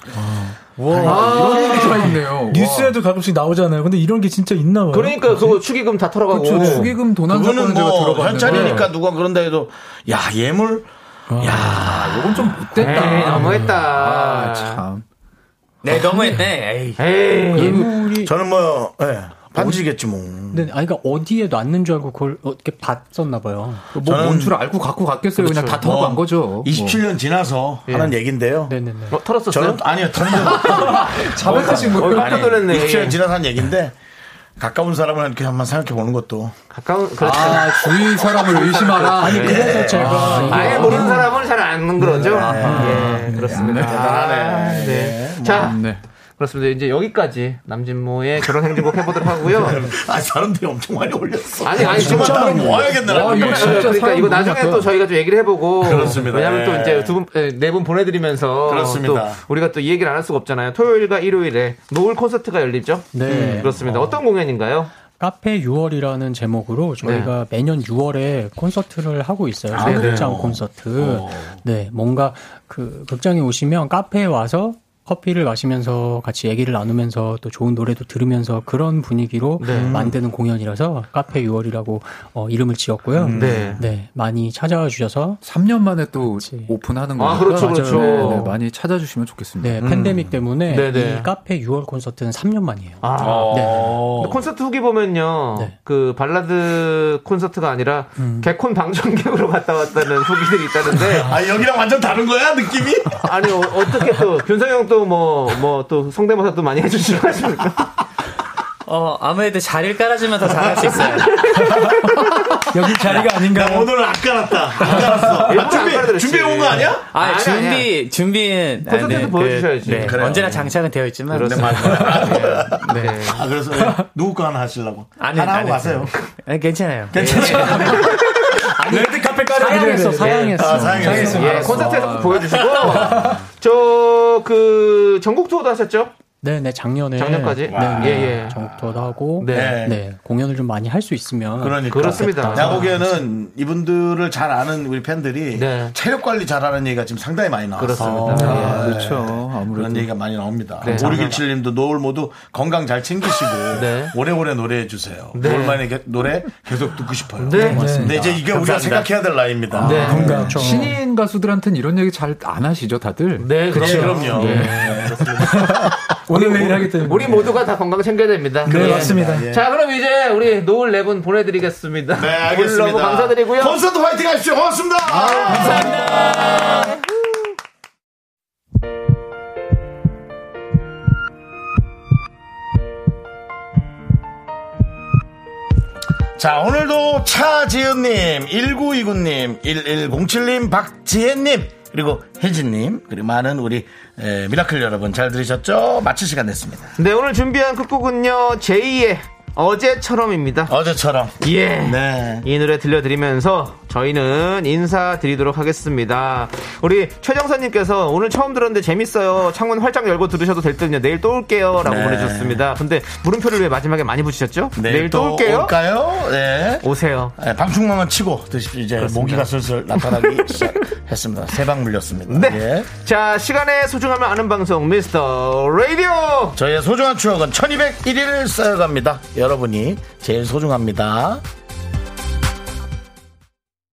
Speaker 8: 이런 얘기가 있네요.
Speaker 12: 뉴스에도 가끔씩 나오잖아요. 근데 이런 게 진짜 있나 봐요.
Speaker 3: 그러니까 그거 축의금 다 털어가고.
Speaker 8: 저 축의금 도난
Speaker 2: 그거는
Speaker 8: 사건은 제가
Speaker 2: 뭐
Speaker 8: 들어봤는데
Speaker 2: 현찰이니까 누가 그런다 해도 야 예물
Speaker 8: 아, 이건 좀 못됐다.
Speaker 3: 에이, 네, 너무했다.
Speaker 8: 아, 참.
Speaker 6: 네, 너무했네. 에이.
Speaker 3: 에이.
Speaker 7: 예물이
Speaker 2: 아, 저는 뭐 예, 반지겠지 뭐.
Speaker 7: 근데 아니 그러니까 어디에 놨는 줄 알고 그걸 어떻게 봤었나 봐요.
Speaker 3: 아.
Speaker 8: 그 뭐뭔줄 알고 갖고 갔겠어요. 그냥다
Speaker 2: 뭐,
Speaker 8: 털어간 아, 거죠.
Speaker 2: 27년 지나서 하는 얘기인데요.
Speaker 7: 네네네.
Speaker 3: 어, 털었었어요?
Speaker 2: 저는 아니요 털면
Speaker 3: 자백하신 아, 거예요? 뭐 깜짝 놀랐네.
Speaker 2: 27년 지나서 한 얘기인데 가까운 사람을 이렇게 한번 생각해 보는 것도
Speaker 3: 가까운, 그렇죠.
Speaker 8: 아, 주위 사람을 의심하라.
Speaker 2: 예.
Speaker 8: 아니,
Speaker 7: 그래서 제가
Speaker 3: 아예 모르는 사람은 잘 안 그러죠. 예, 그렇습니다. 아, 네. 자,
Speaker 8: 네.
Speaker 3: 그렇습니다. 이제 여기까지 남진모의 결혼 행진곡 해보도록 하고요.
Speaker 2: <laughs> 아 사람들이 엄청 많이 올렸어.
Speaker 3: 아니, 아니,
Speaker 2: 정말
Speaker 3: 진짜.
Speaker 2: 따로 모아야겠네.
Speaker 8: 와, 이거
Speaker 3: 그러니까,
Speaker 8: 진짜
Speaker 3: 그러니까
Speaker 8: 사람
Speaker 3: 이거
Speaker 8: 너무
Speaker 3: 나중에
Speaker 8: 많다.
Speaker 3: 또 저희가 좀 얘기를 해보고
Speaker 2: 그렇습니다.
Speaker 3: 왜냐하면 또
Speaker 2: 예.
Speaker 3: 이제 두분네 분 보내드리면서
Speaker 2: 그렇습니다.
Speaker 3: 또 우리가 또 이 얘기를 안 할 수가 없잖아요. 토요일과 일요일에 노을 콘서트가 열리죠.
Speaker 7: 네.
Speaker 3: 그렇습니다. 어떤 공연인가요?
Speaker 7: 카페 6월이라는 제목으로
Speaker 3: 네.
Speaker 7: 저희가 매년 6월에 콘서트를 하고 있어요.
Speaker 3: 아,
Speaker 7: 소극장 콘서트.
Speaker 3: 어.
Speaker 7: 네, 뭔가 그 극장에 오시면 카페에 와서 커피를 마시면서 같이 얘기를 나누면서 또 좋은 노래도 들으면서 그런 분위기로
Speaker 3: 네.
Speaker 7: 만드는 공연이라서 카페 6월이라고 어, 이름을 지었고요.
Speaker 3: 네.
Speaker 7: 많이 찾아와 주셔서
Speaker 8: 3년 만에 또 오픈하는 거니까
Speaker 3: 아, 그렇죠, 그렇죠.
Speaker 8: 네, 네, 많이 찾아주시면 좋겠습니다.
Speaker 7: 네, 팬데믹 때문에
Speaker 3: 네네.
Speaker 7: 이 카페 6월 콘서트는 3년 만이에요.
Speaker 3: 아, 근데 콘서트 후기 보면요,
Speaker 7: 네.
Speaker 3: 그 발라드 콘서트가 아니라 개콘 방청객으로 <laughs> 갔다 왔다는 후기들이 있다는데,
Speaker 2: 아 여기랑 완전 다른 거야 느낌이?
Speaker 3: 아니 어, 떻게또 변성형 또뭐뭐 또 성대모사 또 많이 해주시고 <laughs> 하십니까?
Speaker 6: 어, 아무래도 자리를 깔아주면 더 잘할 수
Speaker 7: <laughs>
Speaker 6: 있어요.
Speaker 12: 여기 자리가 아닌가.
Speaker 2: 나 오늘은 안 깔았다. 안 깔았어.
Speaker 3: 일부러 안
Speaker 2: 준비
Speaker 3: 깔아드렸지.
Speaker 2: 준비해 온거 아니야?
Speaker 6: 아,
Speaker 3: 아니,
Speaker 6: 준비,
Speaker 3: 아니야.
Speaker 6: 준비는. 네,
Speaker 3: 콘서트에서 보여주셔야지.
Speaker 2: 그래요. 네,
Speaker 6: 언제나 장착은 되어 있지만.
Speaker 3: 네.
Speaker 2: 아 그래서 네. 누구 거 하나 하시려고
Speaker 6: 아니,
Speaker 2: 하나 하고
Speaker 6: 아니,
Speaker 2: 가세요.
Speaker 6: 아니, 네, 괜찮아요.
Speaker 2: 레드카펫
Speaker 7: 사양했어, 사양했어.
Speaker 2: 아, 사양했어.
Speaker 3: 예, 콘서트에서 꼭 보여주시고 <laughs> 저 그 전국 투어도 하셨죠?
Speaker 7: 네, 네, 작년에
Speaker 3: 작년까지?
Speaker 7: 네,
Speaker 3: 와.
Speaker 7: 네,
Speaker 3: 예, 예.
Speaker 7: 정토도 하고
Speaker 3: 네.
Speaker 7: 네. 공연을 좀 많이 할 수 있으면
Speaker 2: 그러니까.
Speaker 3: 그렇습니다.
Speaker 2: 내가 보기에는 이분들을 잘 아는 우리 팬들이
Speaker 3: 네.
Speaker 2: 체력 관리 잘하는 얘기가 지금 상당히 많이 나왔어.
Speaker 3: 그렇습니다. 예.
Speaker 8: 아, 그렇죠.
Speaker 2: 그런
Speaker 8: 아무래도
Speaker 2: 얘기가 많이 나옵니다.
Speaker 3: 네.
Speaker 2: 오르길칠님도 노을 모두 건강 잘 챙기시고
Speaker 3: <laughs> 네.
Speaker 2: 오래오래 노래해 주세요.
Speaker 3: 네.
Speaker 2: 노을만의 게- 노래 계속 듣고 싶어요.
Speaker 3: 네. 네,
Speaker 2: 근데 이제 이게 우리가 생각해야 될 나이입니다. 아,
Speaker 3: 네.
Speaker 12: 그러니까
Speaker 8: 신인 가수들한테는 이런 얘기 잘 안 하시죠, 다들?
Speaker 3: 네,
Speaker 2: 그렇죠.
Speaker 3: 그럼요.
Speaker 2: 그럼요. 네.
Speaker 12: 오늘 내일 하기 때문에.
Speaker 3: 우리 모두가 다 건강 챙겨야 됩니다.
Speaker 12: 네,
Speaker 3: 예.
Speaker 12: 맞습니다.
Speaker 3: 자, 그럼 이제 우리 노을 네 분 보내드리겠습니다.
Speaker 2: 네,
Speaker 3: 오늘
Speaker 2: 알겠습니다.
Speaker 3: 너무 감사드리고요.
Speaker 2: 콘서트 화이팅 하십시오. 고맙습니다. 자, 오늘도 차지은님, 1929님, 1107님, 박지혜님, 그리고 혜진님, 그리고 많은 우리 에, 미라클 여러분 잘 들으셨죠? 마칠 시간 됐습니다.
Speaker 3: 네, 오늘 준비한 끝곡은요, 제이의 어제처럼입니다.
Speaker 2: 어제처럼.
Speaker 3: 예.
Speaker 2: 네.
Speaker 3: 이 노래 들려드리면서 저희는 인사드리도록 하겠습니다. 우리 최정선님께서 오늘 처음 들었는데 재밌어요. 창문 활짝 열고 들으셔도 될 듯요. 내일 또 올게요. 라고
Speaker 2: 네.
Speaker 3: 보내주셨습니다. 근데 물음표를 왜 마지막에 많이 붙이셨죠? 내일, 또 올게요.
Speaker 2: 올까요? 네.
Speaker 3: 오세요.
Speaker 2: 네, 방충망은 치고 드십시오. 이제 모기가 슬슬 나타나기 시작했습니다. 세 방 물렸습니다.
Speaker 3: 네.
Speaker 2: 예.
Speaker 3: 자, 시간의 소중함을 아는 방송, 미스터 라디오!
Speaker 2: 저희의 소중한 추억은 1201일을 쌓여갑니다. 여러분이 제일 소중합니다.